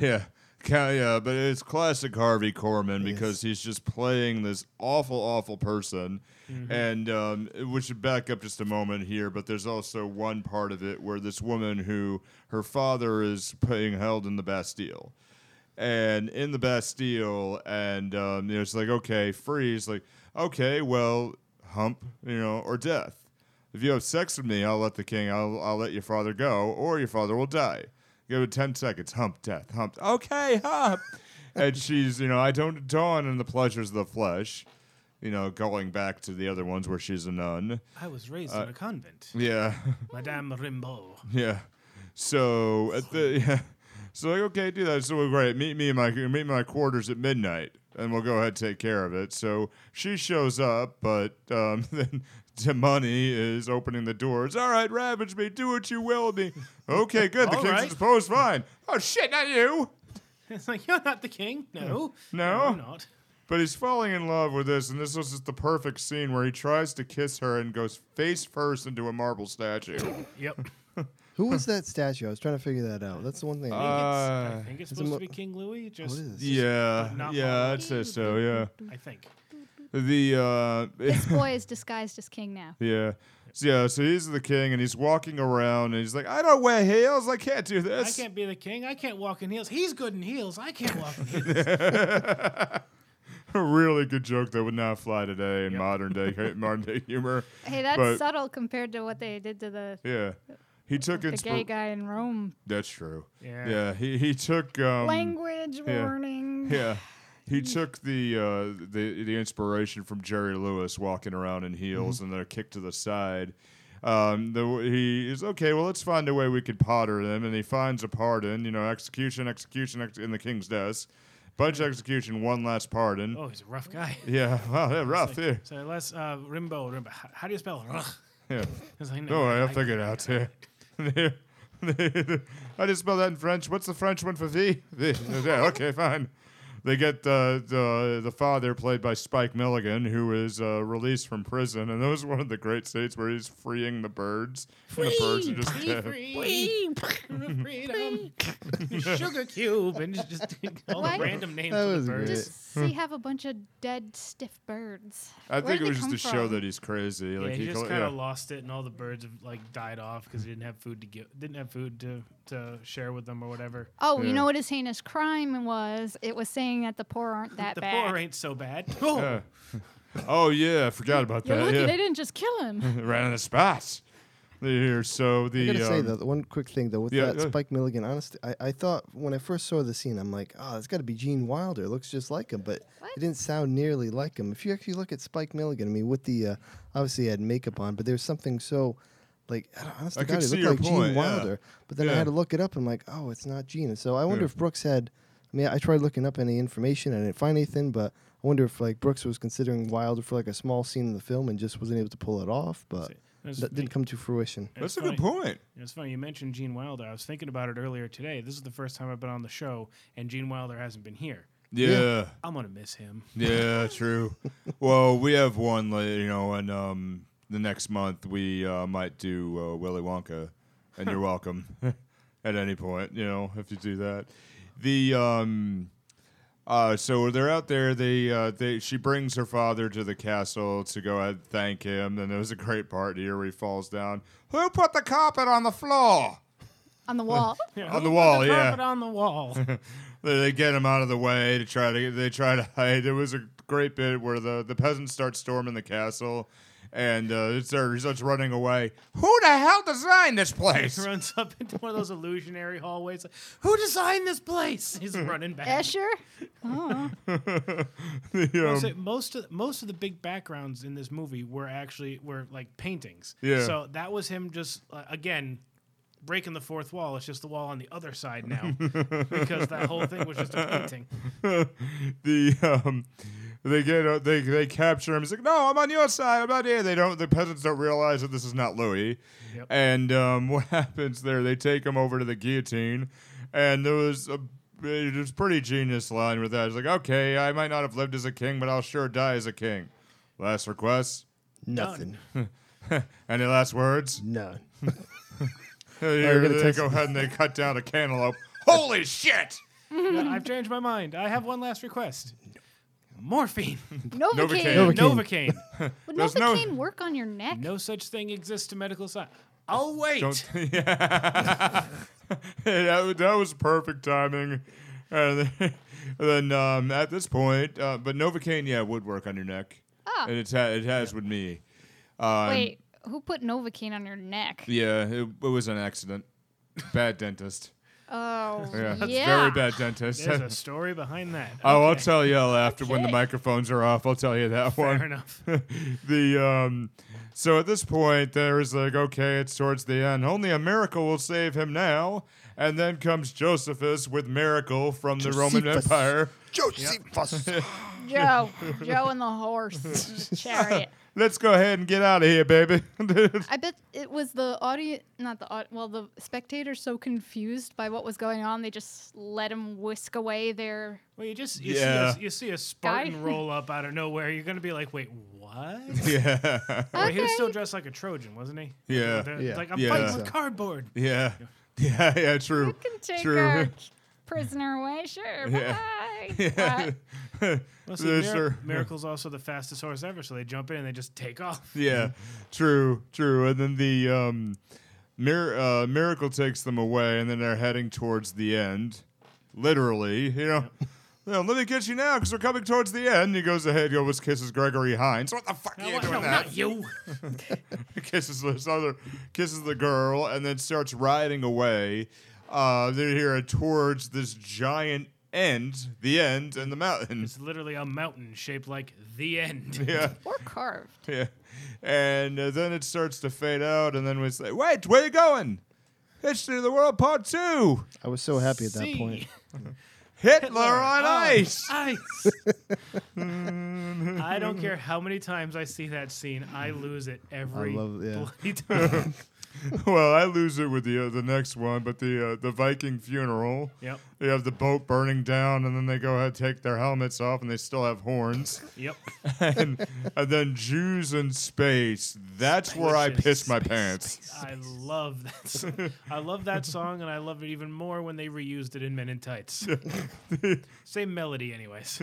Speaker 2: yeah. Ca- Yeah, but it's classic Harvey Korman because he's just playing this awful, awful person. And um, we should back up just a moment here, but there's also one part of it where this woman who her father is being held in the Bastille. And in the Bastille, and um, you know, it's like, okay, freeze. Like, okay, well, hump, you know, or death. If you have sex with me, I'll let the king, I'll, I'll let your father go, or your father will die. Give it 10 seconds. Hump, death, hump. Okay, hump. and she's, you know, I don't dawn in the pleasures of the flesh. you know, going back to the other ones where she's a nun.
Speaker 5: I was raised in a convent.
Speaker 2: Yeah,
Speaker 5: Madame Rimbaud.
Speaker 2: yeah. So at the yeah, so like okay, do that. So well, great. Meet me in my meet me in my quarters at midnight, and we'll go ahead and take care of it. So she shows up, but um, then Demoni is opening the doors. All right, ravage me. Do what you will with me. Okay, good. The
Speaker 5: All
Speaker 2: king's
Speaker 5: right.
Speaker 2: supposed fine. Oh shit, not you.
Speaker 5: It's like you're not the king. No.
Speaker 2: No.
Speaker 5: I'm not.
Speaker 2: But he's falling in love with this, and this was just the perfect scene where he tries to kiss her and goes face first into a marble statue.
Speaker 5: Yep.
Speaker 4: Who was that statue? I was trying to figure that out. That's the one thing.
Speaker 2: Uh,
Speaker 5: It's-
Speaker 2: Uh,
Speaker 5: I think it's
Speaker 4: It's a
Speaker 5: supposed
Speaker 4: mo-
Speaker 5: to be King Louis. Just
Speaker 4: what is this?
Speaker 2: yeah,
Speaker 5: But not
Speaker 2: yeah, I'd say so. Yeah,
Speaker 5: I think.
Speaker 2: the uh,
Speaker 3: This boy is disguised as king now.
Speaker 2: yeah, so, yeah. So he's the king, and he's walking around, and he's like, "I don't wear heels. I can't do
Speaker 5: I
Speaker 2: this."
Speaker 5: can't be the king. I can't walk in heels. He's good in heels. I can't walk in heels.
Speaker 2: A really good joke that would not fly today in modern day modern day humor.
Speaker 3: Hey, that's
Speaker 2: But-
Speaker 3: subtle compared to what they did to the,
Speaker 2: Yeah, he took
Speaker 3: the gay
Speaker 2: inspiration.
Speaker 3: guy in Rome.
Speaker 2: That's true.
Speaker 5: Yeah.
Speaker 2: yeah. He he took um,
Speaker 3: Language
Speaker 2: yeah.
Speaker 3: warning.
Speaker 2: Yeah. He took the uh, the the inspiration from Jerry Lewis walking around in heels and then a kick to the side. Um, the, he is okay. Well, let's find a way we could potter them, and he finds a pardon. You know, execution, execution, ex- in the king's desk, bunch of execution, one last pardon.
Speaker 5: oh, he's a rough guy.
Speaker 2: Yeah, wow, yeah, rough. Yeah.
Speaker 5: So let's uh, Rimbo. Rimbo. How, how do you spell? Ugh.
Speaker 2: yeah.
Speaker 5: It's like,
Speaker 2: Don't worry, I'll
Speaker 5: I-
Speaker 2: figure it out. Yeah. I just spell that in French. What's the French one for V? V. Yeah, okay, fine. They get uh, the the father played by Spike Milligan, who is uh, released from prison, and that was one of the great states where he's freeing the birds. and the birds are just
Speaker 5: Be
Speaker 2: dead.
Speaker 5: free. Freedom. Sugar cube and it's just all the
Speaker 3: Why-
Speaker 5: random names
Speaker 4: That
Speaker 5: of
Speaker 4: was
Speaker 5: the birds.
Speaker 4: great.
Speaker 3: Does he have a bunch of dead stiff birds?
Speaker 2: hmm. I
Speaker 3: Where
Speaker 2: think
Speaker 3: did
Speaker 2: it
Speaker 3: they
Speaker 2: was just
Speaker 3: come
Speaker 2: to show
Speaker 3: from?
Speaker 2: that he's crazy.
Speaker 5: Yeah,
Speaker 2: like
Speaker 5: he,
Speaker 2: he
Speaker 5: just
Speaker 2: col-
Speaker 5: kind
Speaker 2: yeah.
Speaker 5: of lost it, and all the birds have like died off because he didn't have food to give, didn't have food to, to share with them or whatever.
Speaker 3: Oh,
Speaker 2: Yeah.
Speaker 3: you know what his heinous crime was? It was saying that the poor aren't that
Speaker 5: the
Speaker 3: bad.
Speaker 5: poor ain't so bad. Oh,
Speaker 2: Yeah. Oh yeah, I forgot about
Speaker 3: You're
Speaker 2: that.
Speaker 3: lucky they
Speaker 2: Yeah.
Speaker 3: didn't just kill him.
Speaker 2: Ran on the spot. Here, so the
Speaker 4: I gotta say
Speaker 2: um,
Speaker 4: though, the one quick thing though with
Speaker 2: yeah,
Speaker 4: that
Speaker 2: yeah.
Speaker 4: Spike Milligan, honestly, I, I thought when I first saw the scene, I'm like, oh, it's got to be Gene Wilder. It looks just like him, but it didn't sound nearly like him. If you actually look at Spike Milligan, I mean, with the uh, obviously he had makeup on, but there's something so like I don't, honestly,
Speaker 2: I could
Speaker 4: God, it
Speaker 2: see
Speaker 4: looked
Speaker 2: your
Speaker 4: like
Speaker 2: point,
Speaker 4: Gene
Speaker 2: yeah.
Speaker 4: Wilder. But then I
Speaker 2: Yeah.
Speaker 4: had to look it up, and I'm like, oh, it's not Gene. And so I wonder if Brooks had. I mean, I tried looking up any information, I didn't find anything, but I wonder if like Brooks was considering Wilder for like a small scene in the film and just wasn't able to pull it off, but
Speaker 5: That's
Speaker 4: that
Speaker 5: funny.
Speaker 4: didn't come to fruition.
Speaker 2: that's
Speaker 5: That's
Speaker 2: a good
Speaker 5: funny.
Speaker 2: point.
Speaker 5: It's funny you mentioned Gene Wilder. I was thinking about it earlier today. This is the first time I've been on the show, and Gene Wilder hasn't been here.
Speaker 2: yeah.
Speaker 5: I'm gonna miss him.
Speaker 2: Yeah, true. well, we have one, la- you know, and um, the next month we uh, might do uh, Willy Wonka, and you're welcome at any point, you know, if you do that. The um, uh, so they're out there. They uh, they she brings her father to the castle to go and thank him, and there was a great part here where he falls down. Who put the carpet on the floor?
Speaker 3: On the wall.
Speaker 2: on the wall,
Speaker 5: The
Speaker 2: Oh, yeah.
Speaker 5: carpet on the wall.
Speaker 2: They- They get him out of the way to try to. They try to hide. There was a great bit where the the peasants start storming the castle, and uh, it starts, he starts running away. Who the hell designed this place?
Speaker 5: runs up into one of those illusionary hallways. Like, Who designed this place? He's running back.
Speaker 3: Escher?
Speaker 2: The,
Speaker 5: I'll
Speaker 2: um,
Speaker 5: say most of most of the big backgrounds in this movie were actually were like paintings.
Speaker 2: Yeah.
Speaker 5: So that was him just uh, again breaking the fourth wall. It's just the wall on the other side now because that whole thing was just a painting.
Speaker 2: the um, they get uh, they they capture him. He's like, no, I'm on your side. I'm not here. They don't. The peasants don't realize that this is not Louis.
Speaker 5: Yep.
Speaker 2: And um, what happens there? They take him over to the guillotine, and there was a it was a pretty genius line with that. It's like, okay, I might not have lived as a king, but I'll sure die as a king. Last request.
Speaker 4: Nothing.
Speaker 2: Any last words?
Speaker 4: None.
Speaker 2: Here,
Speaker 4: gonna
Speaker 2: they
Speaker 4: test-
Speaker 2: go ahead and they cut down a cantaloupe. Holy shit!
Speaker 5: Yeah, I've changed my mind. I have one last request. Morphine,
Speaker 3: Novocaine.
Speaker 2: Novocaine.
Speaker 5: Novocaine.
Speaker 3: Would
Speaker 2: There's no-
Speaker 3: Novocaine work on your neck?
Speaker 5: No such thing exists to medical science. I'll wait.
Speaker 2: Don't. Yeah. Yeah, that, wa- that was perfect timing. And then, and then, um, at this point, uh, but Novocaine, yeah, would work on your neck.
Speaker 3: Ah.
Speaker 2: And it's ha- it has with me. Um,
Speaker 3: Wait, who put Novocaine on your neck?
Speaker 2: Yeah, it, it was an accident. Bad dentist.
Speaker 3: Oh,
Speaker 2: Yeah,
Speaker 3: yeah.
Speaker 2: that's very bad dentist.
Speaker 5: There's a story behind that.
Speaker 2: Oh, I'll
Speaker 5: Okay,
Speaker 2: tell you after when the
Speaker 3: Okay.
Speaker 2: microphones are off. I'll tell you that one.
Speaker 5: Fair enough.
Speaker 2: the um so at this point there is like okay it's towards the end only a miracle will save him now and then comes josephus with miracle from the roman
Speaker 4: Josephus.
Speaker 2: empire
Speaker 4: Josephus.
Speaker 3: Joe, Joe and the horse chariot.
Speaker 2: let's go ahead and get out of here baby
Speaker 9: I bet it was the audience, not the au- well, the spectators so confused by what was going on, they just let him whisk away their.
Speaker 5: Well, you just you,
Speaker 2: Yeah.
Speaker 5: see, a, you see a Spartan roll up out of nowhere. You're gonna be like, wait, what?
Speaker 2: yeah
Speaker 5: Wait, he was still dressed like a Trojan, wasn't he?
Speaker 2: Yeah.
Speaker 5: They're
Speaker 4: Yeah.
Speaker 5: Like I'm
Speaker 2: Yeah.
Speaker 5: fighting with cardboard.
Speaker 2: yeah yeah yeah true
Speaker 3: Can take
Speaker 2: True.
Speaker 3: our prisoner away, sure.
Speaker 2: Yeah.
Speaker 3: Bye.
Speaker 2: yeah
Speaker 5: Well, see,
Speaker 2: There's
Speaker 5: Mir-
Speaker 2: their-
Speaker 5: Miracle's also the fastest horse ever, so they jump in and they just take off.
Speaker 2: yeah
Speaker 5: Mm-hmm.
Speaker 2: true true and then the um Mir- uh, miracle takes them away and then they're heading towards the end literally you know "Well, let me get you now because we're coming towards the end. He goes ahead, he almost kisses Gregory Hines. What the fuck are you
Speaker 5: No,
Speaker 2: doing that?
Speaker 5: not you.
Speaker 2: kisses this other, kisses the girl, and then starts riding away. Uh, they're here towards this giant end, the end, and the mountain.
Speaker 5: It's literally a mountain shaped like the end.
Speaker 2: Yeah.
Speaker 3: Or carved.
Speaker 2: Yeah. And uh, then it starts to fade out, and then we say, "Wait, where you going? History of the World Part Two:
Speaker 4: I was so happy at that point.
Speaker 5: See?
Speaker 2: Hitler,
Speaker 5: on
Speaker 2: on Ice."
Speaker 5: Ice. I don't care how many times I see that scene, I lose it every
Speaker 4: love- yeah.
Speaker 5: bloody time.
Speaker 2: well, I lose it with the uh, the next one, but the uh, the Viking funeral.
Speaker 5: Yep.
Speaker 2: They have the boat burning down, and then they go ahead and take their helmets off, and they still have horns.
Speaker 5: yep.
Speaker 2: and, and then Jews in space. That's where I
Speaker 5: Space,
Speaker 2: piss my pants.
Speaker 5: I love that. Song. I love that song, and I love it even more when they reused it in Men in Tights. Same melody, anyways.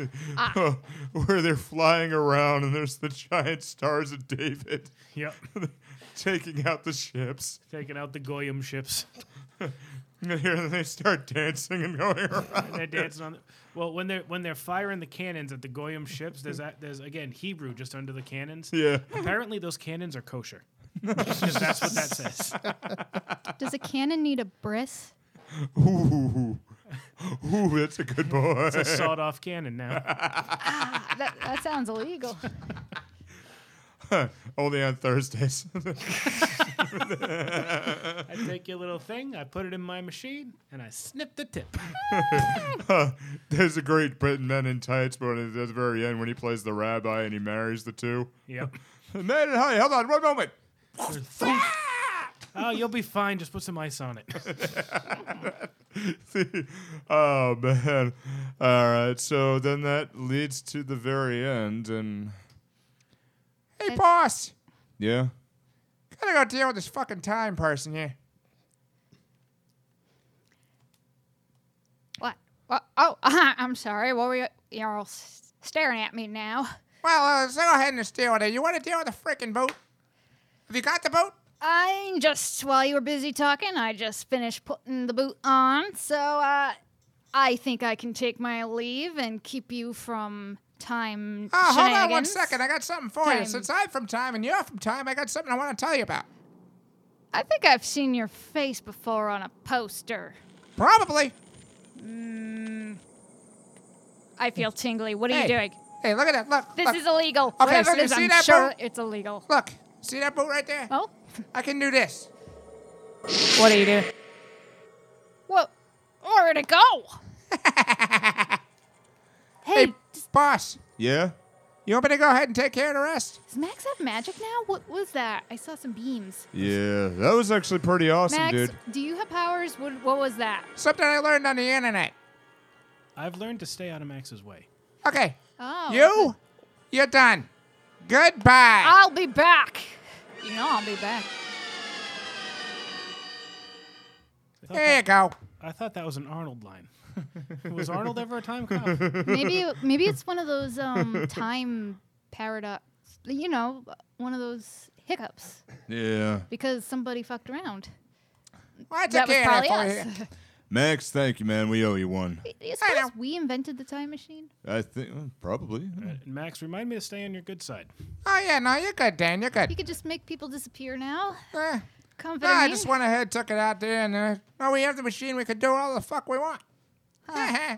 Speaker 2: where they're flying around, and there's the giant stars of David
Speaker 5: Yep.
Speaker 2: taking out the ships.
Speaker 5: Taking out the Goyim ships.
Speaker 2: And here they start dancing and going around.
Speaker 5: They're dancing on. The, well, when they're when they're firing the cannons at the Goyim ships, there's that, there's again Hebrew just under the cannons.
Speaker 2: Yeah.
Speaker 5: Apparently, those cannons are kosher. 'Cause that's what that says.
Speaker 9: Does a cannon need a bris?
Speaker 2: Ooh. Ooh, that's a good boy.
Speaker 5: It's a sawed-off cannon now.
Speaker 3: That, that sounds illegal.
Speaker 2: Only on Thursdays.
Speaker 5: I take your little thing, I put it in my machine, and I snip the tip.
Speaker 2: Uh, There's a great Britain Men in Tights, but at the very end, when he plays the rabbi and he marries the two.
Speaker 5: Yep.
Speaker 2: Man, hi, hold on, one moment.
Speaker 5: Oh, you'll be fine. Just put some ice on it.
Speaker 2: oh man! All right, so then that leads to the very end, and
Speaker 1: Hey, boss.
Speaker 2: yeah,
Speaker 1: Gotta go deal with this fucking time person here.
Speaker 3: What? what? Oh, uh, I'm sorry. What were you? You're all s- staring at me now.
Speaker 1: Well, uh, let's go ahead and just deal with it. You wanna deal with the freaking boat? Have you got the boat?
Speaker 3: I just, while you were busy talking, I just finished putting the boot on. So, uh, I think I can take my leave and keep you from time.
Speaker 1: Oh, hold on one
Speaker 3: shenanigans.
Speaker 1: second. I got something for you.
Speaker 3: Time.
Speaker 1: Since I'm from time and you're from time, I got something I want to tell you about.
Speaker 3: I think I've seen your face before on a poster.
Speaker 1: Probably.
Speaker 3: I feel tingly. What are
Speaker 1: Hey.
Speaker 3: you doing?
Speaker 1: Hey, look at that. Look.
Speaker 3: This
Speaker 1: look.
Speaker 3: is illegal.
Speaker 1: so
Speaker 3: Whatever
Speaker 1: you
Speaker 3: it is,
Speaker 1: see
Speaker 3: I'm
Speaker 1: that
Speaker 3: sure
Speaker 1: boat?
Speaker 3: it's illegal.
Speaker 1: Look. See that boat right there?
Speaker 3: Oh,
Speaker 1: I can do this.
Speaker 3: what are you doing? What? Where'd it go? hey,
Speaker 1: Hey, boss.
Speaker 2: yeah,
Speaker 1: You want me to go ahead and take care of the rest?
Speaker 9: Does Max have magic now? What was that? I saw some beams.
Speaker 2: yeah. That was actually pretty awesome,
Speaker 3: Max,
Speaker 2: dude.
Speaker 3: do you have powers? What, what was that?
Speaker 1: Something I learned on the internet.
Speaker 5: I've learned to stay out of Max's way.
Speaker 1: Okay.
Speaker 3: Oh,
Speaker 1: You? You're done. Goodbye.
Speaker 3: I'll be back. You know I'll be back.
Speaker 5: I thought,
Speaker 1: there you
Speaker 5: that,
Speaker 1: go.
Speaker 5: I thought that was an Arnold line. was Arnold ever a time cop?
Speaker 9: Maybe maybe it's one of those um, time paradox. You know, one of those hiccups
Speaker 2: Yeah,
Speaker 9: because somebody fucked around.
Speaker 1: Well, I took
Speaker 3: That was
Speaker 1: care of
Speaker 3: probably
Speaker 1: for
Speaker 3: us.
Speaker 1: you.
Speaker 2: Max, thank you, man. We owe you one.
Speaker 9: I
Speaker 1: know.
Speaker 9: suppose we invented the time machine.
Speaker 2: I think well, probably.
Speaker 5: Max, remind me to stay on your good side.
Speaker 1: Oh, yeah, no, you're good, Dan. You're
Speaker 9: You
Speaker 1: good.
Speaker 9: could just make people disappear now.
Speaker 1: Eh,
Speaker 3: Come
Speaker 1: No, I
Speaker 3: back.
Speaker 1: just went ahead, took it out there, and uh, now we have the machine. We could do all the fuck we want. Eh,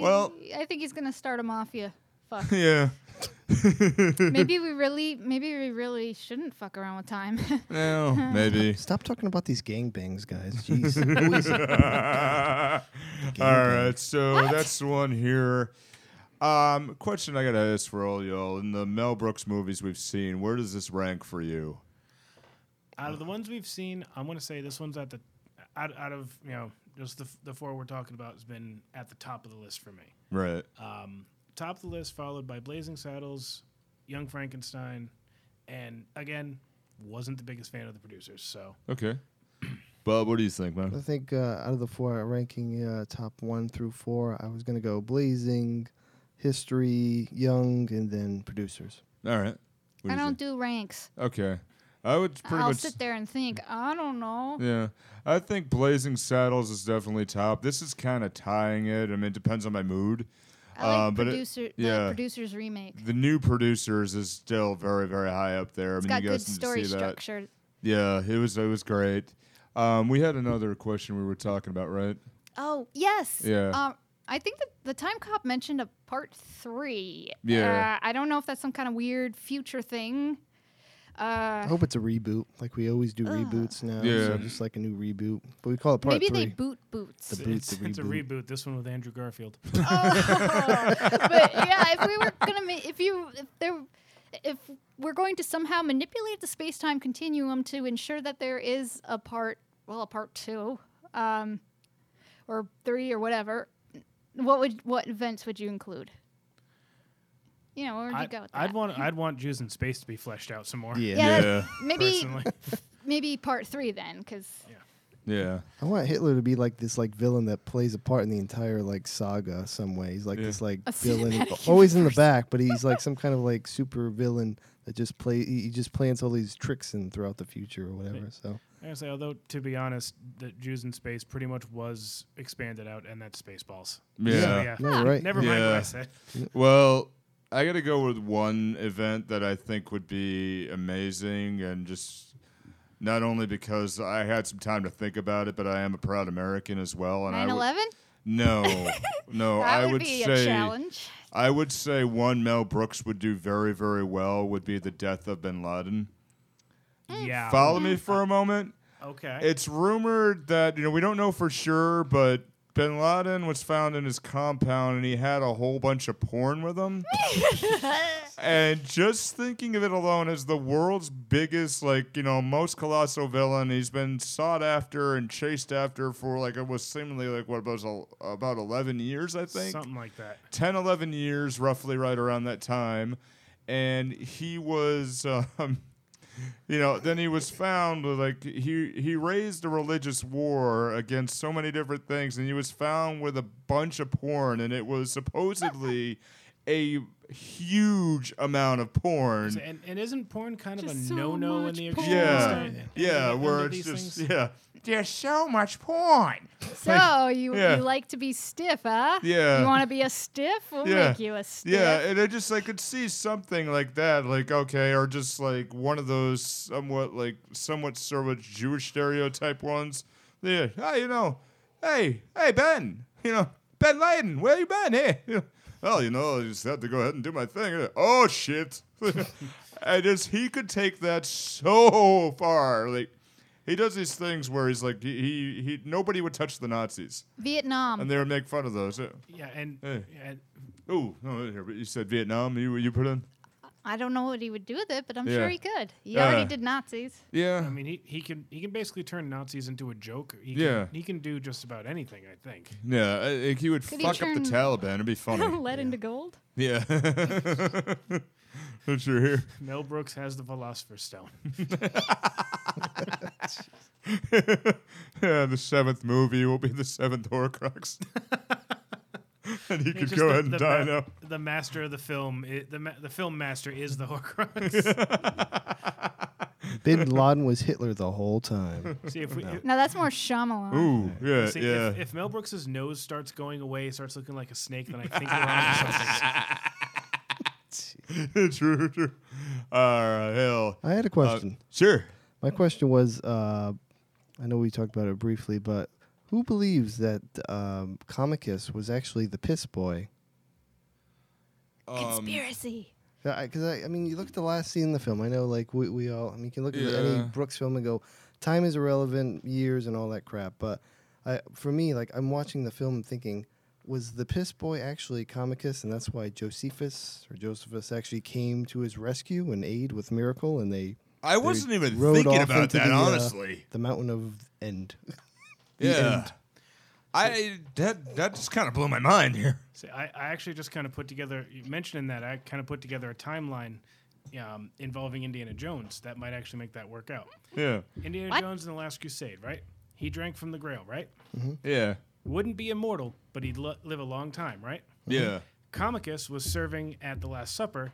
Speaker 2: Well-
Speaker 3: I think he's gonna start a mafia. Fuck.
Speaker 2: Yeah.
Speaker 3: maybe we really, maybe we really shouldn't fuck around with time.
Speaker 2: No, maybe.
Speaker 4: Stop talking about these gangbangs, guys. Jeez. Who is it?
Speaker 2: all right, so that's the one here. Um, question I gotta ask for all y'all: in the Mel Brooks movies we've seen, where does this rank for you?
Speaker 5: Out of the ones we've seen, I'm gonna say this one's at the out, out of you know just the, f- the four we're talking about has been at the top of the list for me.
Speaker 2: Right.
Speaker 5: Um, top of the list, followed by Blazing Saddles, Young Frankenstein, and again, wasn't the biggest fan of the producers. So
Speaker 2: Okay. Bob, what do you think,
Speaker 4: I
Speaker 2: man?
Speaker 4: think uh, out of the four ranking uh, top one through four, I was gonna go Blazing, History, Young, and then producers.
Speaker 2: All right.
Speaker 3: I
Speaker 2: What do you
Speaker 3: don't do ranks.
Speaker 2: think? Okay. I would pretty
Speaker 3: I'll
Speaker 2: much.
Speaker 3: sit there and think. I don't know.
Speaker 2: Yeah, I think Blazing Saddles is definitely top. This is kind of tying it. I mean, it depends on my mood.
Speaker 3: I like
Speaker 2: Uh, but it-
Speaker 3: producer, the
Speaker 2: yeah.
Speaker 3: producer's remake.
Speaker 2: The new producers is still very, very high up there. I
Speaker 3: It's
Speaker 2: mean,
Speaker 3: got
Speaker 2: you
Speaker 3: good
Speaker 2: guys need
Speaker 3: story
Speaker 2: to see that.
Speaker 3: structure.
Speaker 2: Yeah, it was it was great. Um, we had another question we were talking about, right?
Speaker 3: Oh yes.
Speaker 2: Yeah.
Speaker 3: Um, I think that the time cop mentioned a part three. Uh,
Speaker 2: Yeah.
Speaker 3: I don't know if that's some kind of weird future thing.
Speaker 4: I
Speaker 3: Uh,
Speaker 4: hope it's a reboot, like we always do reboots now.
Speaker 2: Yeah.
Speaker 4: so just like a new reboot, but we call it part
Speaker 3: maybe
Speaker 4: three.
Speaker 3: they boot boots.
Speaker 4: The boot,
Speaker 5: it's,
Speaker 4: the
Speaker 5: it's a
Speaker 4: reboot.
Speaker 5: reboot. This one with Andrew Garfield.
Speaker 3: but yeah, if we were gonna, ma- if you, if there, if we're going to somehow manipulate the space-time continuum to ensure that there is a part, well, a part two, um, or three or whatever, what would what events would you include? You know, where would you
Speaker 5: I,
Speaker 3: go with that?
Speaker 5: would want I'd want Jews in Space to be fleshed out some more.
Speaker 4: Yeah.
Speaker 3: yeah,
Speaker 2: Yeah.
Speaker 3: maybe
Speaker 5: Personally,
Speaker 3: maybe part three then, because
Speaker 2: Yeah,
Speaker 4: I want Hitler to be like this, like villain that plays a part in the entire like saga some way. He's like
Speaker 2: Yeah.
Speaker 4: this, like
Speaker 3: A
Speaker 4: villain,
Speaker 3: cinematic
Speaker 4: always in the back, but he's like some kind of like super villain that just play. He he just plans all these tricks in throughout the future or whatever. So
Speaker 5: I gotta say, although to be honest, the Jews in Space pretty much was expanded out, and that's Spaceballs.
Speaker 2: yeah.
Speaker 5: So, yeah.
Speaker 4: no, you're right.
Speaker 5: Never mind what
Speaker 2: Yeah.
Speaker 5: I said.
Speaker 2: Well, I got to go with one event that I think would be amazing and just not only because I had some time to think about it, but I am a proud American as well and I
Speaker 3: nine
Speaker 2: would-
Speaker 3: eleven.
Speaker 2: No. No,
Speaker 3: That
Speaker 2: I
Speaker 3: would,
Speaker 2: would
Speaker 3: be
Speaker 2: say
Speaker 3: a challenge.
Speaker 2: I would say one Mel Brooks would do very very well would be the death of Bin Laden.
Speaker 5: Yeah.
Speaker 2: Follow
Speaker 3: Mm-hmm.
Speaker 2: me for a moment.
Speaker 5: Okay.
Speaker 2: It's rumored that, you know, we don't know for sure, but Bin Laden was found in his compound and he had a whole bunch of porn with him. and just thinking of it alone as the world's biggest, like, you know, most colossal villain, he's been sought after and chased after for, like, it was seemingly, like, what, about, about 11 years, I think?
Speaker 5: Something like that.
Speaker 2: 10, 11 years, roughly right around that time. And he was, um, you know, then he was found with, like he he raised a religious war against so many different things, and he was found with a bunch of porn, and it was supposedly a huge amount of porn.
Speaker 5: And, and isn't porn kind of a
Speaker 3: Just so
Speaker 5: no-no in
Speaker 3: much
Speaker 5: the
Speaker 3: porn.
Speaker 5: extreme?
Speaker 2: Yeah,
Speaker 5: extent?
Speaker 2: yeah,
Speaker 5: Under
Speaker 2: where it's
Speaker 5: these
Speaker 2: just
Speaker 5: things?
Speaker 2: yeah,
Speaker 1: There's so much porn.
Speaker 3: So you,
Speaker 2: Yeah.
Speaker 3: you like to be stiff, huh?
Speaker 2: Yeah.
Speaker 3: You want to be a stiff? We'll
Speaker 2: Yeah.
Speaker 3: make you a stiff.
Speaker 2: Yeah, and I just I could see something like that, like okay, or just like one of those somewhat like somewhat sort of Jewish stereotype ones. Yeah, hey, you know, hey, hey Ben, you know, Ben Laden, where you been? Hey, you know, well, you know, I just had to go ahead and do my thing. Oh shit! and just he could take that so far, like. He does these things where he's like, he, he, he nobody would touch the Nazis,
Speaker 3: Vietnam.
Speaker 2: and they would make fun of those.
Speaker 5: Yeah, and,
Speaker 2: Hey.
Speaker 5: and
Speaker 2: Oh, no, here, but you said Vietnam. You you put in?
Speaker 3: I don't know what he would do with it, but I'm
Speaker 2: Yeah.
Speaker 3: sure he could. He
Speaker 2: Yeah.
Speaker 3: already did Nazis.
Speaker 2: Yeah.
Speaker 5: I mean, he, he can he can basically turn Nazis into a joke. He
Speaker 2: Yeah.
Speaker 5: Can, he can do just about anything, I think.
Speaker 2: Yeah, I think he would
Speaker 3: Could he
Speaker 2: fuck up
Speaker 3: turn-
Speaker 2: the Taliban. It'd be funny.
Speaker 3: Lead into gold.
Speaker 2: yeah. That's your here.
Speaker 5: Mel Brooks has the Philosopher's Stone.
Speaker 2: yeah, the seventh movie will be the seventh Horcrux. and he
Speaker 5: It's
Speaker 2: could
Speaker 5: just
Speaker 2: go
Speaker 5: the-
Speaker 2: ahead and
Speaker 5: the
Speaker 2: die
Speaker 5: ma-
Speaker 2: now.
Speaker 5: The master of the film, i the ma- the film master is the Horcrux.
Speaker 4: Bin Laden was Hitler the whole time.
Speaker 5: See if we. if-
Speaker 3: No, that's more Shyamalan.
Speaker 2: Ooh, yeah,
Speaker 5: see,
Speaker 2: yeah.
Speaker 5: If, if Mel Brooks's nose starts going away, starts looking like a snake, then I think we're on something.
Speaker 2: true, true. All right, hell.
Speaker 4: I had a
Speaker 5: Uh,
Speaker 2: Uh,
Speaker 4: question.
Speaker 2: sure.
Speaker 4: My question was, uh, I know we talked about it briefly, but who believes that um, Comicus was actually the piss boy?
Speaker 2: Um,
Speaker 9: Conspiracy.
Speaker 4: Because I, I, mean, you look at the last scene in the film. I know, like we, we all. I mean, you can look at any
Speaker 2: Yeah.
Speaker 4: Brooks film and go, time is irrelevant, years and all that crap. But I, for me, like I'm watching the film and thinking, was the piss boy actually Comicus, and that's why Josephus or Josephus actually came to his rescue and aid with Miracle, and they
Speaker 2: I wasn't even
Speaker 4: rode
Speaker 2: thinking
Speaker 4: off
Speaker 2: about
Speaker 4: into
Speaker 2: that,
Speaker 4: the, uh,
Speaker 2: honestly.
Speaker 4: the mountain of end.
Speaker 2: yeah. I that that just kind of blew my mind here.
Speaker 5: See, I, I actually just kind of put together, you mentioning that, I kind of put together a timeline um, involving Indiana Jones that might actually make that work out.
Speaker 2: Yeah.
Speaker 5: Indiana
Speaker 3: What?
Speaker 5: Jones in The Last Crusade, right? He drank from the grail, right?
Speaker 2: Yeah.
Speaker 5: Wouldn't be immortal, but he'd li- live a long time, right?
Speaker 2: Yeah.
Speaker 5: Comicus was serving at the Last Supper.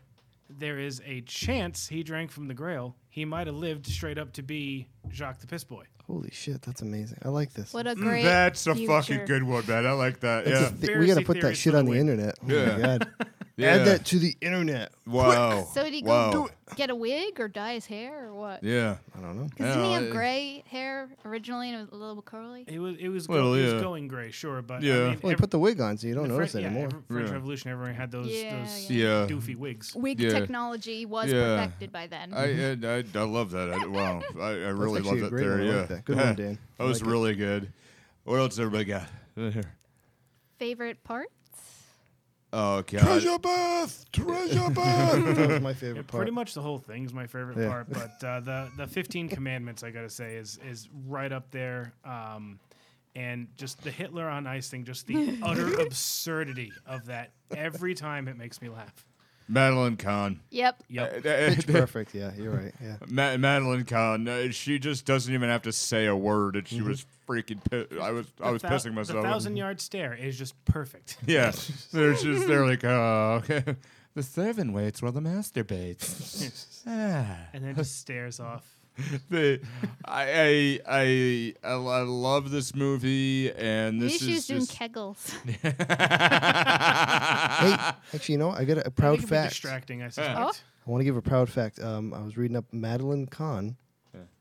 Speaker 5: There is a chance he drank from the grail. He might have lived straight up to be Jacques the Piss Boy.
Speaker 4: Holy shit, that's amazing. I like this.
Speaker 9: What a great.
Speaker 2: Mm, That's a
Speaker 9: future.
Speaker 2: fucking good one, man. I like that.
Speaker 4: That's a
Speaker 2: Yeah.
Speaker 4: thi- we got to
Speaker 5: Conspiracy
Speaker 4: put that
Speaker 5: theories
Speaker 4: shit
Speaker 5: for
Speaker 4: on
Speaker 5: the
Speaker 4: the
Speaker 5: win.
Speaker 4: internet. Oh
Speaker 2: Yeah.
Speaker 4: my god.
Speaker 2: yeah.
Speaker 4: Add that to the internet.
Speaker 2: Wow.
Speaker 9: So did he go
Speaker 2: wow.
Speaker 9: do get a wig or dye his hair or what?
Speaker 2: Yeah.
Speaker 4: I don't know.
Speaker 9: Because didn't he
Speaker 2: Yeah,
Speaker 9: have
Speaker 2: I-
Speaker 9: gray hair originally and it was a little curly?
Speaker 5: It was it was,
Speaker 2: Well,
Speaker 5: go- it
Speaker 2: yeah.
Speaker 5: was going gray, sure, but I
Speaker 2: Yeah.
Speaker 5: mean,
Speaker 4: Well, he
Speaker 5: every-
Speaker 4: put the wig on, so you don't
Speaker 5: the Fran-
Speaker 4: notice
Speaker 5: yeah,
Speaker 4: anymore.
Speaker 5: every- French
Speaker 2: Yeah.
Speaker 5: Revolution, everyone had those,
Speaker 9: Yeah,
Speaker 5: those
Speaker 2: Yeah.
Speaker 5: doofy wigs.
Speaker 9: Wig
Speaker 2: Yeah.
Speaker 9: technology was
Speaker 2: Yeah.
Speaker 9: perfected by then.
Speaker 2: I, I, I I love that. I, wow, I, I really love
Speaker 4: actually a
Speaker 2: that
Speaker 4: great
Speaker 2: there.
Speaker 4: one. I
Speaker 2: Yeah,
Speaker 4: like that. Good one, Dan.
Speaker 2: that
Speaker 4: I
Speaker 2: was
Speaker 4: like it.
Speaker 2: really good. What else everybody got? Here.
Speaker 9: Favorite part?
Speaker 2: Oh God.
Speaker 4: bath, treasure bath. that was my
Speaker 5: Yeah,
Speaker 4: favorite part.
Speaker 5: pretty much the whole thing's my favorite
Speaker 4: Yeah.
Speaker 5: part, but uh, the the 15 commandments I gotta say is is right up there, um, and just the Hitler on ice thing, just the utter absurdity of that. Every time it makes me laugh.
Speaker 2: Madeline Kahn.
Speaker 9: Yep.
Speaker 5: Yep.
Speaker 4: Pitch perfect. Yeah, you're right. Yeah.
Speaker 2: Ma- Madeline Kahn. Uh, she just doesn't even have to say a word, and she
Speaker 4: Mm-hmm.
Speaker 2: was freaking. Pi- I was I was
Speaker 5: Thou-
Speaker 2: pissing myself.
Speaker 5: The thousand yard stare is just perfect.
Speaker 2: yeah, they're just they're like, oh, okay. The servant waits while the master baits. ah.
Speaker 5: And then just stares off.
Speaker 2: the, I, I I I I love this movie, and
Speaker 9: Maybe
Speaker 2: this
Speaker 9: she was
Speaker 2: is
Speaker 9: doing
Speaker 2: just
Speaker 9: kegels.
Speaker 4: Hey, actually, you know, what? I got a, a
Speaker 5: I
Speaker 4: proud
Speaker 5: think it'd be
Speaker 4: fact. I
Speaker 5: distracting, I suspect.
Speaker 9: Oh.
Speaker 4: want to give a proud fact. Um, I was reading up Madeline Kahn.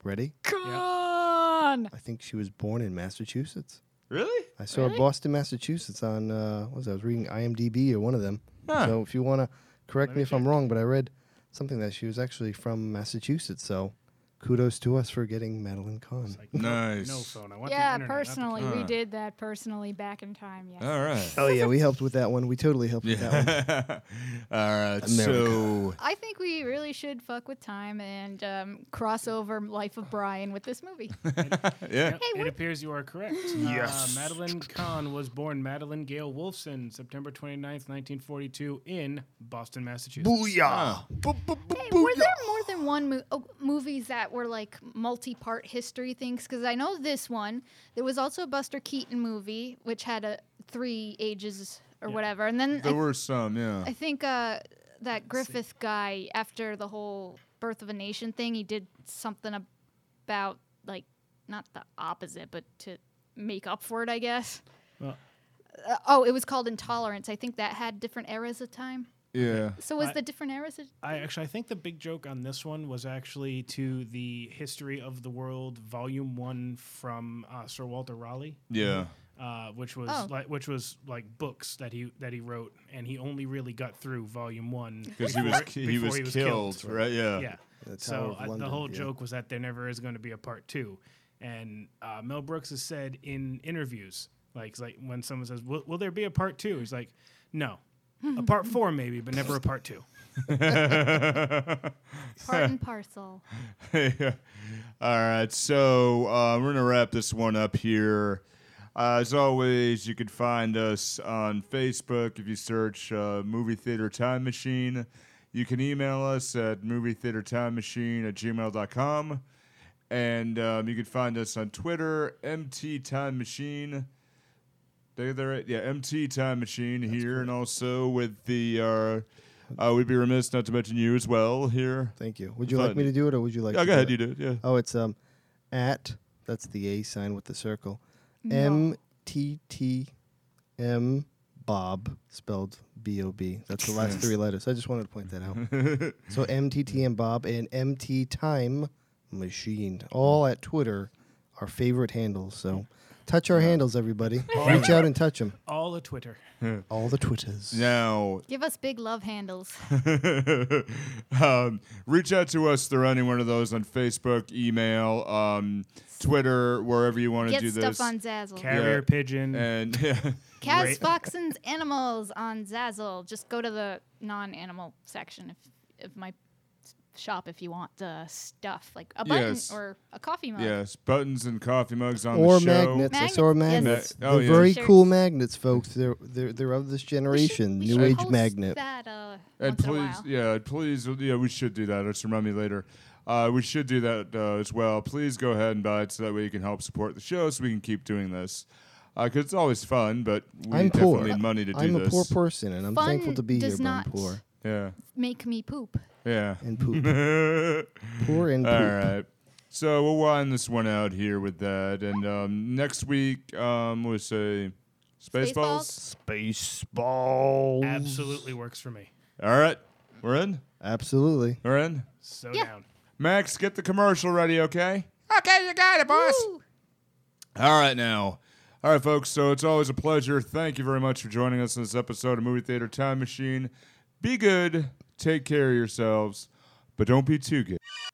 Speaker 4: Ready?
Speaker 9: Con!
Speaker 4: I think she was born in Massachusetts.
Speaker 2: really.
Speaker 4: I saw her Boston, Massachusetts on uh, what was that? I was reading IMDb or one of them.
Speaker 2: Huh.
Speaker 4: So if you want to correct
Speaker 5: Let
Speaker 4: me,
Speaker 5: me
Speaker 4: if I'm wrong, but I read something that she was actually from Massachusetts. So kudos to us for getting Madeline Kahn.
Speaker 5: Like, no-
Speaker 2: Nice.
Speaker 5: No phone. I want the
Speaker 3: Yeah,
Speaker 5: internet, not the
Speaker 3: personally,
Speaker 5: phone.
Speaker 3: we did that personally back in time. Yes.
Speaker 2: All right.
Speaker 4: oh yeah, we helped with that one. We totally helped with that one.
Speaker 2: Yeah. All right. So
Speaker 4: America.
Speaker 9: I think we really should fuck with time and um, cross over Life of Brian with this movie.
Speaker 2: yeah.
Speaker 5: Yep, it appears you are correct. Yes. Uh, Madeline Kahn was born Madeline Gale Wolfson, September 29th, 1942, in Boston, Massachusetts.
Speaker 2: Booyah.
Speaker 9: Hey, were there more than one mo- oh, movies that were like multi-part history things? Because I know this one. There was also a Buster Keaton movie which had a three ages or whatever, and then I,
Speaker 2: There were some, yeah.
Speaker 9: I think uh, that Griffith guy after the whole Birth of a Nation thing, he did something ab- about like not the opposite, but to make up for it, I guess.
Speaker 5: Well-
Speaker 9: Uh, oh, it was called Intolerance. I think that had different eras of time.
Speaker 2: yeah.
Speaker 9: So was
Speaker 5: I-
Speaker 9: the different eras? Of-
Speaker 5: I actually, I think the big joke on this one was actually to the History of the World, Volume One from uh, Sir Walter Raleigh,
Speaker 2: Yeah.
Speaker 5: uh, which was
Speaker 9: Oh.
Speaker 5: like which was like books that he that he wrote, and he only really got through Volume One
Speaker 2: Because he was
Speaker 5: before-
Speaker 2: ki- he
Speaker 5: before
Speaker 2: was, killed, right? Yeah.
Speaker 5: Yeah.
Speaker 4: The Tower
Speaker 5: so
Speaker 4: of
Speaker 5: uh, the
Speaker 4: London,
Speaker 5: whole
Speaker 4: yeah.
Speaker 5: joke was that there never is going to be a part two, and uh, Mel Brooks has said in interviews, like like when someone says, "Will, will there be a part two? He's like, "No, a part four maybe, but never a part two.
Speaker 9: Part and parcel.
Speaker 2: All right, so uh, we're gonna wrap this one up here. Uh, as always, you can find us on Facebook if you search uh, Movie Theater Time Machine. You can email us at movie theater time machine at gmail.com. And um, you can find us on Twitter, MT Time Machine. They there at- yeah, MT Time Machine here, and also with the uh, uh, we'd be remiss not to mention you as well here.
Speaker 4: Thank you. Would you
Speaker 2: Thought-
Speaker 4: like me to do it, or would you like?
Speaker 2: Yeah,
Speaker 4: to
Speaker 2: go
Speaker 4: do
Speaker 2: ahead,
Speaker 4: it?
Speaker 2: you do it. Yeah.
Speaker 4: Oh, it's um, at that's the A sign with the circle. M T T M Bob spelled B O B. That's the last three letters. I just wanted to point that out. so M T T M Bob and M T Time machined. All at Twitter, our favorite handles.
Speaker 2: Mm.
Speaker 4: So touch our handles, everybody. Reach out and touch them.
Speaker 5: All of Twitter.
Speaker 4: All the Twitters.
Speaker 2: Now,
Speaker 3: Give us big love handles.
Speaker 2: um, reach out to us through any one of those on Facebook, email, um, Twitter, wherever you want to
Speaker 3: Get
Speaker 2: do
Speaker 3: stuff
Speaker 2: this.
Speaker 3: on Zazzle.
Speaker 5: Carrier
Speaker 2: Yeah.
Speaker 5: pigeon.
Speaker 2: and yeah,
Speaker 3: Kaz
Speaker 5: Right.
Speaker 3: Foxen's Animals on Zazzle. Just go to the non animal section if, of my s- shop if you want the stuff, like a button
Speaker 2: Yes.
Speaker 3: or a coffee mug.
Speaker 2: yes, buttons and coffee mugs on
Speaker 4: Or
Speaker 2: the show.
Speaker 4: magnets. I
Speaker 3: Magnets,
Speaker 4: saw
Speaker 3: yes.
Speaker 4: magnets.
Speaker 2: Ma- oh,
Speaker 4: they're
Speaker 2: yeah.
Speaker 4: very
Speaker 3: Shirts.
Speaker 4: cool magnets, folks. They're they're they're of this
Speaker 3: We should-
Speaker 4: generation.
Speaker 3: we
Speaker 4: New
Speaker 3: should
Speaker 4: age
Speaker 3: host
Speaker 4: magnet.
Speaker 3: That, uh, once
Speaker 2: And
Speaker 3: in a
Speaker 2: please,
Speaker 3: while.
Speaker 2: yeah, please, yeah, we should do that. Just remind me later. Uh, we should do that uh, as well. Please go ahead and buy it so that way you can help support the show so we can keep doing this. Because it's always fun, but we
Speaker 4: I'm
Speaker 2: definitely
Speaker 4: poor.
Speaker 2: need money to do
Speaker 4: I'm a
Speaker 2: this.
Speaker 4: poor person, and I'm
Speaker 3: Fun
Speaker 4: thankful to be here.
Speaker 3: does
Speaker 4: But I'm
Speaker 3: not
Speaker 4: poor
Speaker 2: yeah,
Speaker 3: Make me poop.
Speaker 2: yeah.
Speaker 4: and poop. poor and poop.
Speaker 2: All right. So we'll wind this one out here with that. And um, next week, um, we'll say Spaceballs.
Speaker 3: Spaceballs.
Speaker 4: Baseball.
Speaker 5: Absolutely works for me.
Speaker 2: All right. We're in.
Speaker 4: Absolutely.
Speaker 2: We're in.
Speaker 5: So
Speaker 3: Yeah.
Speaker 5: down.
Speaker 2: Max, get the commercial ready, okay?
Speaker 1: Okay, you got it, boss.
Speaker 3: Woo!
Speaker 2: All right, now. All right, folks. So it's always a pleasure. Thank you very much for joining us in this episode of Movie Theater Time Machine. Be good. Take care of yourselves, but don't be too good.